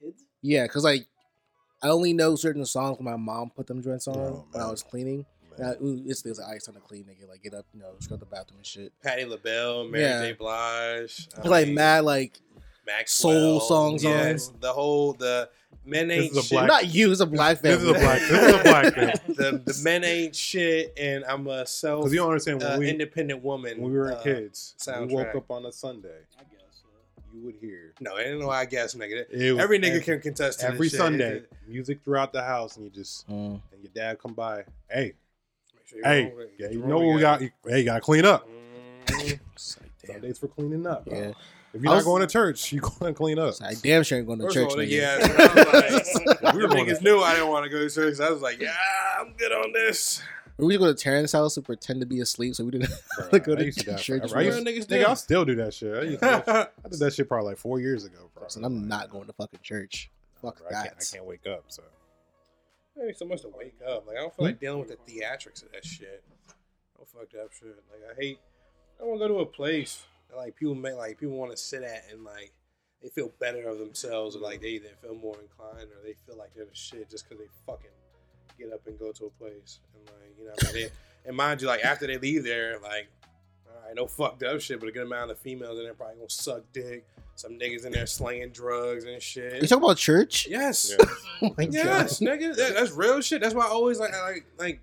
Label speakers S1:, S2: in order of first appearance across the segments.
S1: kids?
S2: Yeah, because like I only know certain songs when my mom put them joints on
S3: Oh,
S2: when I
S3: man.
S2: was cleaning. And I,
S3: Man.
S2: ooh, it's things like I time to clean, nigga. Like get up, you know, just go to the bathroom and shit.
S3: Patti LaBelle, Mary
S2: Yeah.
S3: J. Blige, I
S2: But, like
S3: mean,
S2: mad, like soul
S3: Maxwell,
S2: songs on.
S3: yes, The whole the men
S4: This
S3: ain't
S4: is a
S3: shit.
S4: Black-
S2: not you, it's a black
S4: This
S2: family.
S4: is a black. This is a black thing.
S3: the the men ain't shit, and I'm a self
S4: Because you don't understand when
S3: uh,
S4: we
S3: independent woman.
S4: when we were
S3: uh,
S4: kids, we
S3: soundtrack.
S4: woke up on a Sunday.
S1: I guess. Yeah.
S4: You would hear
S3: No, ain't no I guess nigga.
S4: It was
S3: Every nigga
S4: every,
S3: can contest to this
S4: every
S3: shit.
S4: Sunday
S3: It's-
S4: music throughout the house, and you just
S2: Mm.
S4: and your dad come by. Hey,
S3: make sure you
S4: hey,
S3: roll with it.
S4: yeah, you
S3: Roll
S4: know what we got.
S3: with
S4: Hey, you gotta clean up.
S3: it. Mm,
S2: It's like, damn.
S4: Sundays for cleaning up. bro.
S2: Yeah.
S4: If you're
S2: I
S4: not
S2: was-
S4: going to church, you gonna clean up.
S2: It's like, I damn sure ain't going to
S3: First
S2: church.
S3: of all,
S2: nigga.
S3: yeah, that's what I was like,
S4: We
S3: the
S4: were going
S3: niggas knew I didn't want to go to church. I was like, yeah, I'm good on this.
S2: We used to go to Terrence's house and pretend to be asleep, so we didn't.
S4: Bro,
S2: Like, go
S4: I
S2: to
S4: used do that
S2: church,
S4: forever. I
S2: bro.
S4: used-
S3: Real niggas
S4: Nigga,
S3: do.
S4: I still do that shit. I, used to- I did that shit probably like four years ago, bro.
S2: and I'm not going to fucking church. Fuck
S4: Bro, I, can't,
S2: that.
S4: I can't wake up. So
S3: Maybe so much to wake up. Like I don't feel like dealing with the theatrics of that shit. No fucked up shit. Like I hate. I want to go to a place that, like people may like people want to sit at and like they feel better of themselves or like they either feel more inclined or they feel like they're the shit just because they fucking get up and go to a place and like you know what I mean? they, and mind you like after they leave there like. All right, no fucked up shit, but a good amount of the females in there probably gonna suck dick. Some niggas in there slinging drugs and shit.
S2: You talking about church?
S3: yes.
S4: yeah.
S2: Oh my God.
S3: Yes, nigga, that, that's real shit. That's why I always like, I like, like,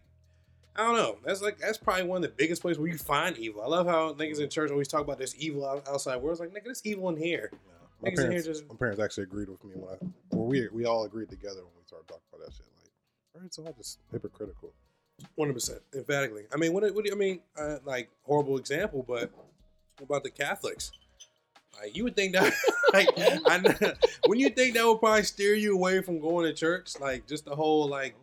S3: I don't know. That's like, that's probably one of the biggest places where you find evil. I love how niggas in church always talk about this evil out- outside world. It's like, nigga, this evil in here.
S4: my,
S3: Niggas in here
S4: parents,
S3: just-
S4: my parents actually agreed with me when I, well, we we all agreed together when we started talking about that shit. Like, bro, it's all just hypocritical.
S3: One hundred percent, emphatically. I mean, what? do- What do you I mean? Uh, like horrible example, but what about the Catholics? Like you would think that, like, I know, when you think that would probably steer you away from going to church, like just the whole like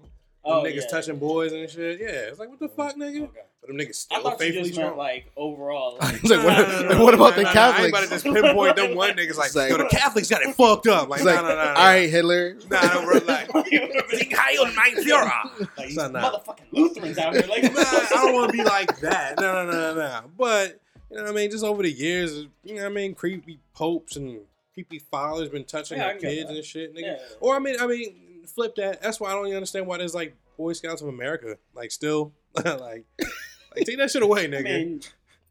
S3: them niggas
S1: Oh, yeah.
S3: touching boys and shit. Yeah, it's like what the fuck, nigga.
S1: Okay.
S3: But them niggas
S1: I
S3: still
S1: thought you
S3: faithfully
S1: just meant
S3: strong.
S1: like overall.
S2: I
S1: Like,
S2: was like, what,
S3: No, no, no, no,
S2: what about
S3: no,
S2: the
S3: no, no,
S2: Catholics?
S3: I ain't about to just pinpoint them one niggas like,
S2: It's like-
S3: yo, the Catholics got it fucked up. Like,
S2: It's
S3: no,
S2: like,
S3: no, no, no.
S2: all right, Hitler.
S3: Nah, no, bro, like,
S1: Sing Heil Mein Führer. Like, these
S3: Son, nah.
S1: motherfucking Lutherans out here. Like,
S3: nah, I don't want to be like that. No, no, no, no, no. But, you know what I mean? Just over the years, you know what I mean? Creepy popes and creepy fathers been touching
S1: Yeah, I
S3: their
S1: can get
S3: kids
S1: that.
S3: and shit, nigga.
S1: Yeah.
S3: Or, I mean, I mean, flip that. That's why I don't even understand why there's like Boy Scouts of America, like, still, like, like, take that shit away,
S1: I
S3: nigga.
S1: mean,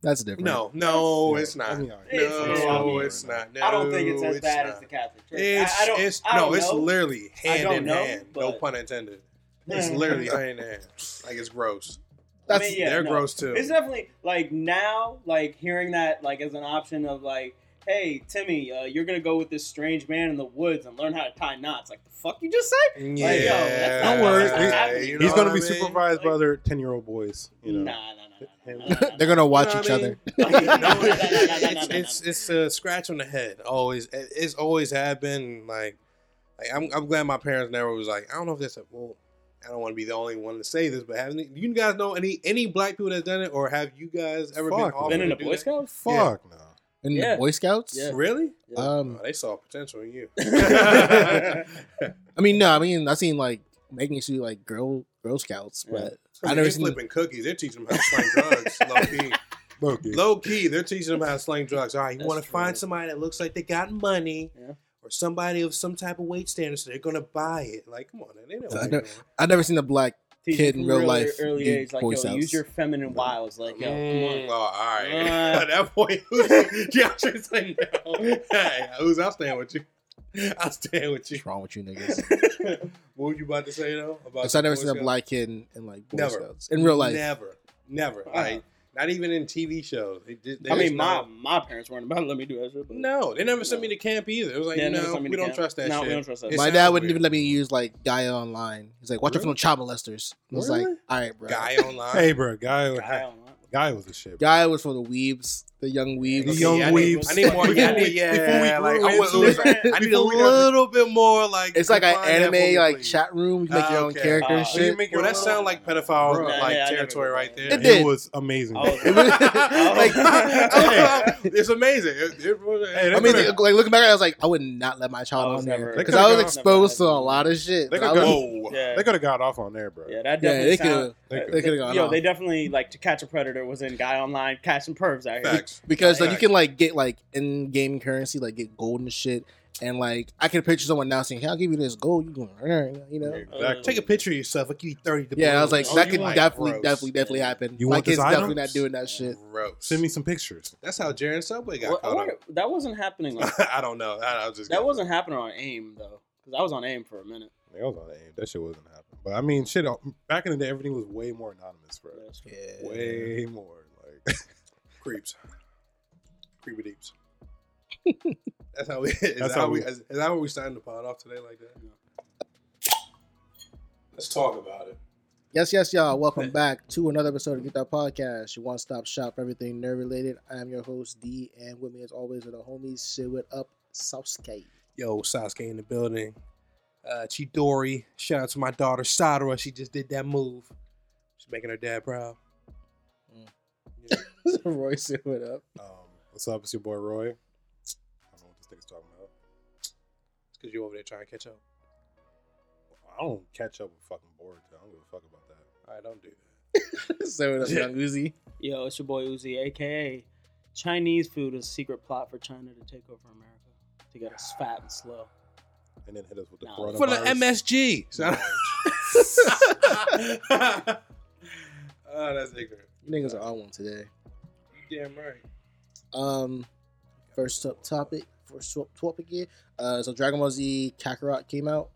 S2: That's different.
S3: no, no,
S4: Yeah,
S3: Oh, it's not.
S4: I mean,
S3: No,
S4: like,
S1: It's not.
S3: it's not. No,
S1: I don't think it's as bad
S3: not.
S1: as the Catholic Church.
S3: It's,
S1: I, I don't.
S3: it's
S1: I don't
S3: no, it's
S1: know.
S3: literally hand
S1: don't
S3: in
S1: know,
S3: hand. No
S1: but-
S3: pun intended. It's literally hand in hand. Like it's gross.
S1: I
S2: That's-
S1: mean, yeah,
S3: They're
S1: no.
S3: gross too.
S1: It's definitely like now, like hearing that, like as an option of like, hey Timmy, uh, you're gonna go with this strange man in the woods and learn how to tie knots. Like the fuck you just said?
S3: yeah,
S1: yo, that's
S4: not- Don't worry,
S3: yeah,
S4: he's-
S3: you know
S4: He's gonna
S3: what
S4: be
S3: I mean?
S4: supervised by
S1: Like-
S4: other ten year old boys. You know,
S1: Nah, nah, nah, nah, nah, nah, nah,
S2: They're gonna watch
S3: You know
S2: each
S3: what I
S2: other.
S3: mean?
S1: No, no, no, no, no, no, no, no,
S3: it's
S1: no.
S3: it's, it's a scratch on the head. Always, It- it's always have been. Like, like I'm, I'm glad my parents never was like. I don't know if that's a well. I don't want to be the only one to say this, but have any, do you guys know any any black people that's done it, or have you guys ever
S4: Fuck,
S3: been offered
S1: Been in
S3: to
S1: a
S3: do
S1: Boy
S3: that?
S1: Scout?
S4: fuck no.
S2: And
S1: Yeah.
S2: the Boy Scouts?
S1: Yeah.
S3: Really?
S2: Um,
S3: Oh, they saw potential in you.
S2: I mean, no, I mean, I seen like making you see like girl Girl Scouts,
S1: Yeah.
S2: but
S3: I
S2: I
S3: mean,
S2: never
S3: they're
S2: seen.
S3: flipping cookies. They're teaching them how to sling drugs. Low key.
S4: Look, dude,
S3: Low key, they're teaching them how to sling drugs. All right, you
S1: That's
S3: want to
S1: true.
S3: find somebody that looks like they got money
S1: Yeah.
S3: or somebody of some type of weight standard, so they're going to buy it. Like, come on, man, they know.
S2: I
S3: what
S2: know-
S3: they're doing.
S2: I never seen a black.
S1: Teach
S2: Kid
S1: you from
S2: in real
S1: really
S2: life,
S1: early
S2: dude,
S1: age, like
S2: Boy
S1: yo, use
S2: Scouts.
S1: your feminine wiles, like yo,
S3: Mm,
S1: come
S3: oh, all right.
S1: Uh.
S3: At that point, yeah, I'm just like, no. Hey, who's I'm staying with you. I'll stand with you.
S2: What's wrong with you niggas?
S3: what were you about to say though? About
S2: Because I
S3: the
S2: never
S3: Boy
S2: seen a
S3: Scouts?
S2: black kid in, in like Boy
S3: Never.
S2: Scouts in real life.
S3: Never, never.
S1: Wow.
S3: Like, not even in TV shows. They just-
S1: on. I
S3: there's
S1: mean,
S3: no-
S1: my my parents weren't about to let me do that shit. but-
S3: No, they never sent
S1: No.
S3: me to camp either. It was like,
S1: Yeah,
S3: you
S1: they never
S3: know,
S1: sent me
S3: we
S1: to
S3: don't
S1: camp.
S3: trust that
S1: No,
S3: shit.
S1: we don't trust that.
S3: It
S2: My
S3: sounds
S2: dad wouldn't
S3: weird.
S2: even let me use like Gaia online. He's like, watch out for
S3: Really?
S2: them child molesters. I was like,
S3: Really?
S2: all right, bro.
S3: Guy online.
S4: hey, bro, guy,
S1: I
S4: guy,
S1: don't know.
S4: was a shit. bro.
S2: Gaia was for the weebs, the young weebs.
S4: The
S3: Okay,
S4: young
S3: yeah, I need-
S4: weebs.
S3: I need more.
S4: Before
S3: Yeah, I
S4: we-
S3: need, yeah,
S4: before we
S3: like,
S4: grew
S3: I want-
S4: into
S3: it was- I need a
S2: Before we got-
S3: little bit more like.
S2: It's like an
S3: define that for me,
S2: anime like
S3: please.
S2: chat room. You make your
S3: Ah,
S2: own
S3: okay.
S2: character and
S1: Ah.
S2: shit.
S4: make
S3: Well,
S4: your
S3: that
S4: own-
S3: sound like pedophile
S4: Bro.
S3: like
S1: Yeah, yeah, I never
S3: territory
S1: did
S3: right
S1: that.
S3: there.
S2: It did.
S4: It was amazing.
S1: I was-
S2: It was-
S3: Like, it's amazing. It- it-
S4: Hey,
S2: I mean,
S4: They
S2: like looking back, I was like, I would not let my
S1: I
S2: child
S1: was
S2: on
S1: never-
S2: there
S4: They
S2: because I was
S4: could've
S2: exposed to
S1: gone-
S2: a lot of shit.
S4: They
S2: that I
S4: could've
S2: was-
S3: whoa.
S1: Yeah,
S4: they could have got off on there, bro.
S1: yeah, that
S2: Yeah,
S1: definitely
S2: they
S1: sound-
S2: could
S4: They
S2: they could have gone
S1: Yo,
S2: on.
S1: they definitely like to catch a predator was in Guy Online catching pervs out here.
S3: Facts.
S2: because like you
S3: Right.
S2: can like get like in game currency, like get gold and shit, And like I can picture someone now saying, "Hey, I'll give you this gold." You going, "All right," you know?
S4: Exactly.
S3: Take a picture of yourself. I'll give you 30 to
S2: Yeah, I was like,
S3: blow.
S2: that
S3: Oh,
S2: could
S3: you like
S2: definitely,
S3: gross.
S2: definitely, definitely happen.
S4: You
S2: My
S4: want
S2: kid's
S4: design
S2: definitely
S4: items?
S2: not doing that shit.
S3: Gross.
S4: Send me some pictures.
S3: That's how Jaron Subway got
S1: Well, I
S3: caught
S1: wonder- that wasn't happening. On,
S3: up. I don't know. I, I was just
S1: that
S3: guessing.
S1: wasn't happening on AIM though, because I was on AIM for a minute.
S4: That was on aim. That shit wasn't happening. But I mean, shit. uh, Back in the day, everything was way more anonymous, bro.
S1: That's true.
S2: Yeah.
S4: Way more. Like,
S3: creeps. Creepy deeps. That's how we. Is
S4: That's
S3: that how
S4: how
S3: we.
S4: we-
S3: Is, is that what we starting the pod off today like that? Let's talk about it.
S2: Yes, yes, y'all. Welcome back to another episode of Get That Podcast, your one-stop shop for everything nerd related. I am your host D, and with me as always are the homies. Sit with up, Sauske.
S3: Yo, Sasuke in the building. Uh, Chidori. Shout out to my daughter Sadara. She just did that move. She's making her dad proud.
S2: Roy, sit with up.
S4: um, what's up? It's your boy Roy. I don't know what this nigga's talking about.
S3: It's because you over there trying to catch up.
S4: I don't catch up with fucking bored. I don't give a fuck about that.
S3: All right, don't do that.
S2: sit with up, young Uzi.
S1: Yo, it's your boy Uzi, aka Chinese food is a secret plot for China to take over America. To get us fat and slow.
S4: And then hit us with the
S1: Nah.
S4: coronavirus.
S3: For the MSG. oh, that's ignorant.
S2: Niggas are on one today.
S3: You damn right.
S2: Um, first up topic, first up topic here. Uh, so Dragon Ball Z Kakarot came out,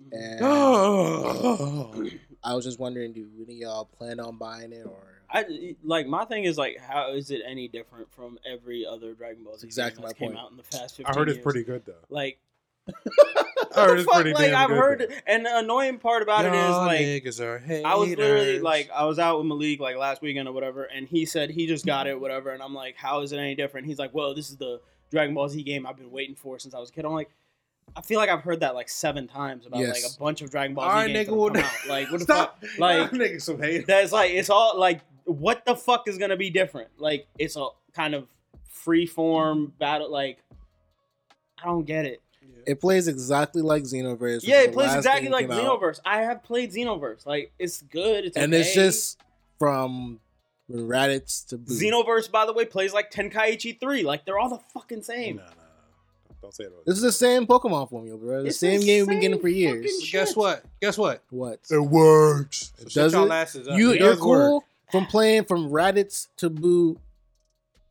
S1: Mm-hmm.
S2: and
S3: Oh,
S2: I was just wondering, do any of y'all plan on buying it or?
S1: I like my thing is like, how is it any different from every other Dragon Ball Z
S2: That's exactly
S1: game that's
S2: my
S1: came
S2: point.
S1: out in the past? 15
S4: I heard it's
S1: years?
S4: pretty good though.
S1: Like,
S4: I
S1: What
S4: heard
S1: the
S4: it's
S1: fuck?
S4: pretty
S1: Like
S4: damn
S1: I've
S4: good,
S1: heard,
S4: though.
S1: and the annoying part about it is like
S3: niggas are haters.
S1: I was literally like I was out with Malik like last weekend or whatever, and he said he just got it, whatever, and I'm like, how is it any different? He's like, well, this is the Dragon Ball Z game I've been waiting for since I was a kid. I'm like, I feel like I've heard that like seven times about
S2: Yes.
S1: like a bunch of Dragon Ball
S3: All
S1: Z
S3: right,
S1: games
S3: nigga,
S1: that'll
S3: well,
S1: come out. Like, what the fuck?
S3: stop.
S1: Like-
S3: Y'all niggas some haters.
S1: That's like it's all like what the fuck is gonna be different? Like it's a kind of free form battle. Like I don't get it.
S2: It plays exactly like Xenoverse. which
S1: Yeah,
S2: is
S1: it
S2: the
S1: plays
S2: last
S1: exactly
S2: game
S1: like
S2: that came out.
S1: Xenoverse. I have played Xenoverse. Like it's good. It's
S2: and it's
S1: okay.
S2: just from Raditz to Boo.
S1: Xenoverse, by the way, plays like Tenkaichi 3. Like, they're all the fucking same.
S4: Nah, nah, nah. Don't say it.
S2: This is the same Pokemon formula, bro. The
S1: It's the
S2: same game we've been getting
S1: same
S2: for years.
S1: fucking-
S3: Guess
S1: Shit.
S3: what? Guess what?
S2: What?
S4: It works.
S2: It
S3: Shut
S2: does
S3: y'all
S2: it?
S3: asses up.
S2: You,
S3: It
S2: you're
S3: does work.
S2: cool from playing from Raditz to Boo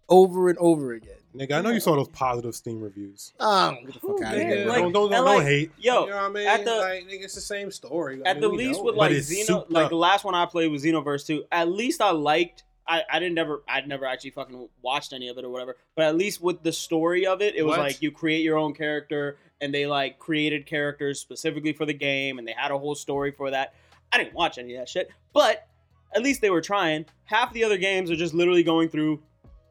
S2: over and over again.
S4: Nigga, I know you saw those positive Steam reviews.
S2: Um, get the
S1: Who
S2: fuck out
S1: Yeah,
S2: of here.
S1: cares? like-
S4: don't don't, don't,
S1: and like-
S4: don't hate.
S1: Yo,
S3: you know what I mean?
S1: at the-
S3: like, nigga, it's the same story. I
S1: at
S3: mean,
S1: the
S3: we
S1: least
S3: know
S1: with
S3: it.
S1: like
S4: But it's
S1: Xeno,
S4: souped
S1: like
S4: up.
S1: the last one I played was Xenoverse 2. At least I liked. I, I didn't never I'd never actually fucking watched any of it or whatever. But at least with the story of it, it was
S3: What?
S1: like you create your own character and they like created characters specifically for the game and they had a whole story for that. I didn't watch any of that shit, but at least they were trying. Half the other games are just literally going through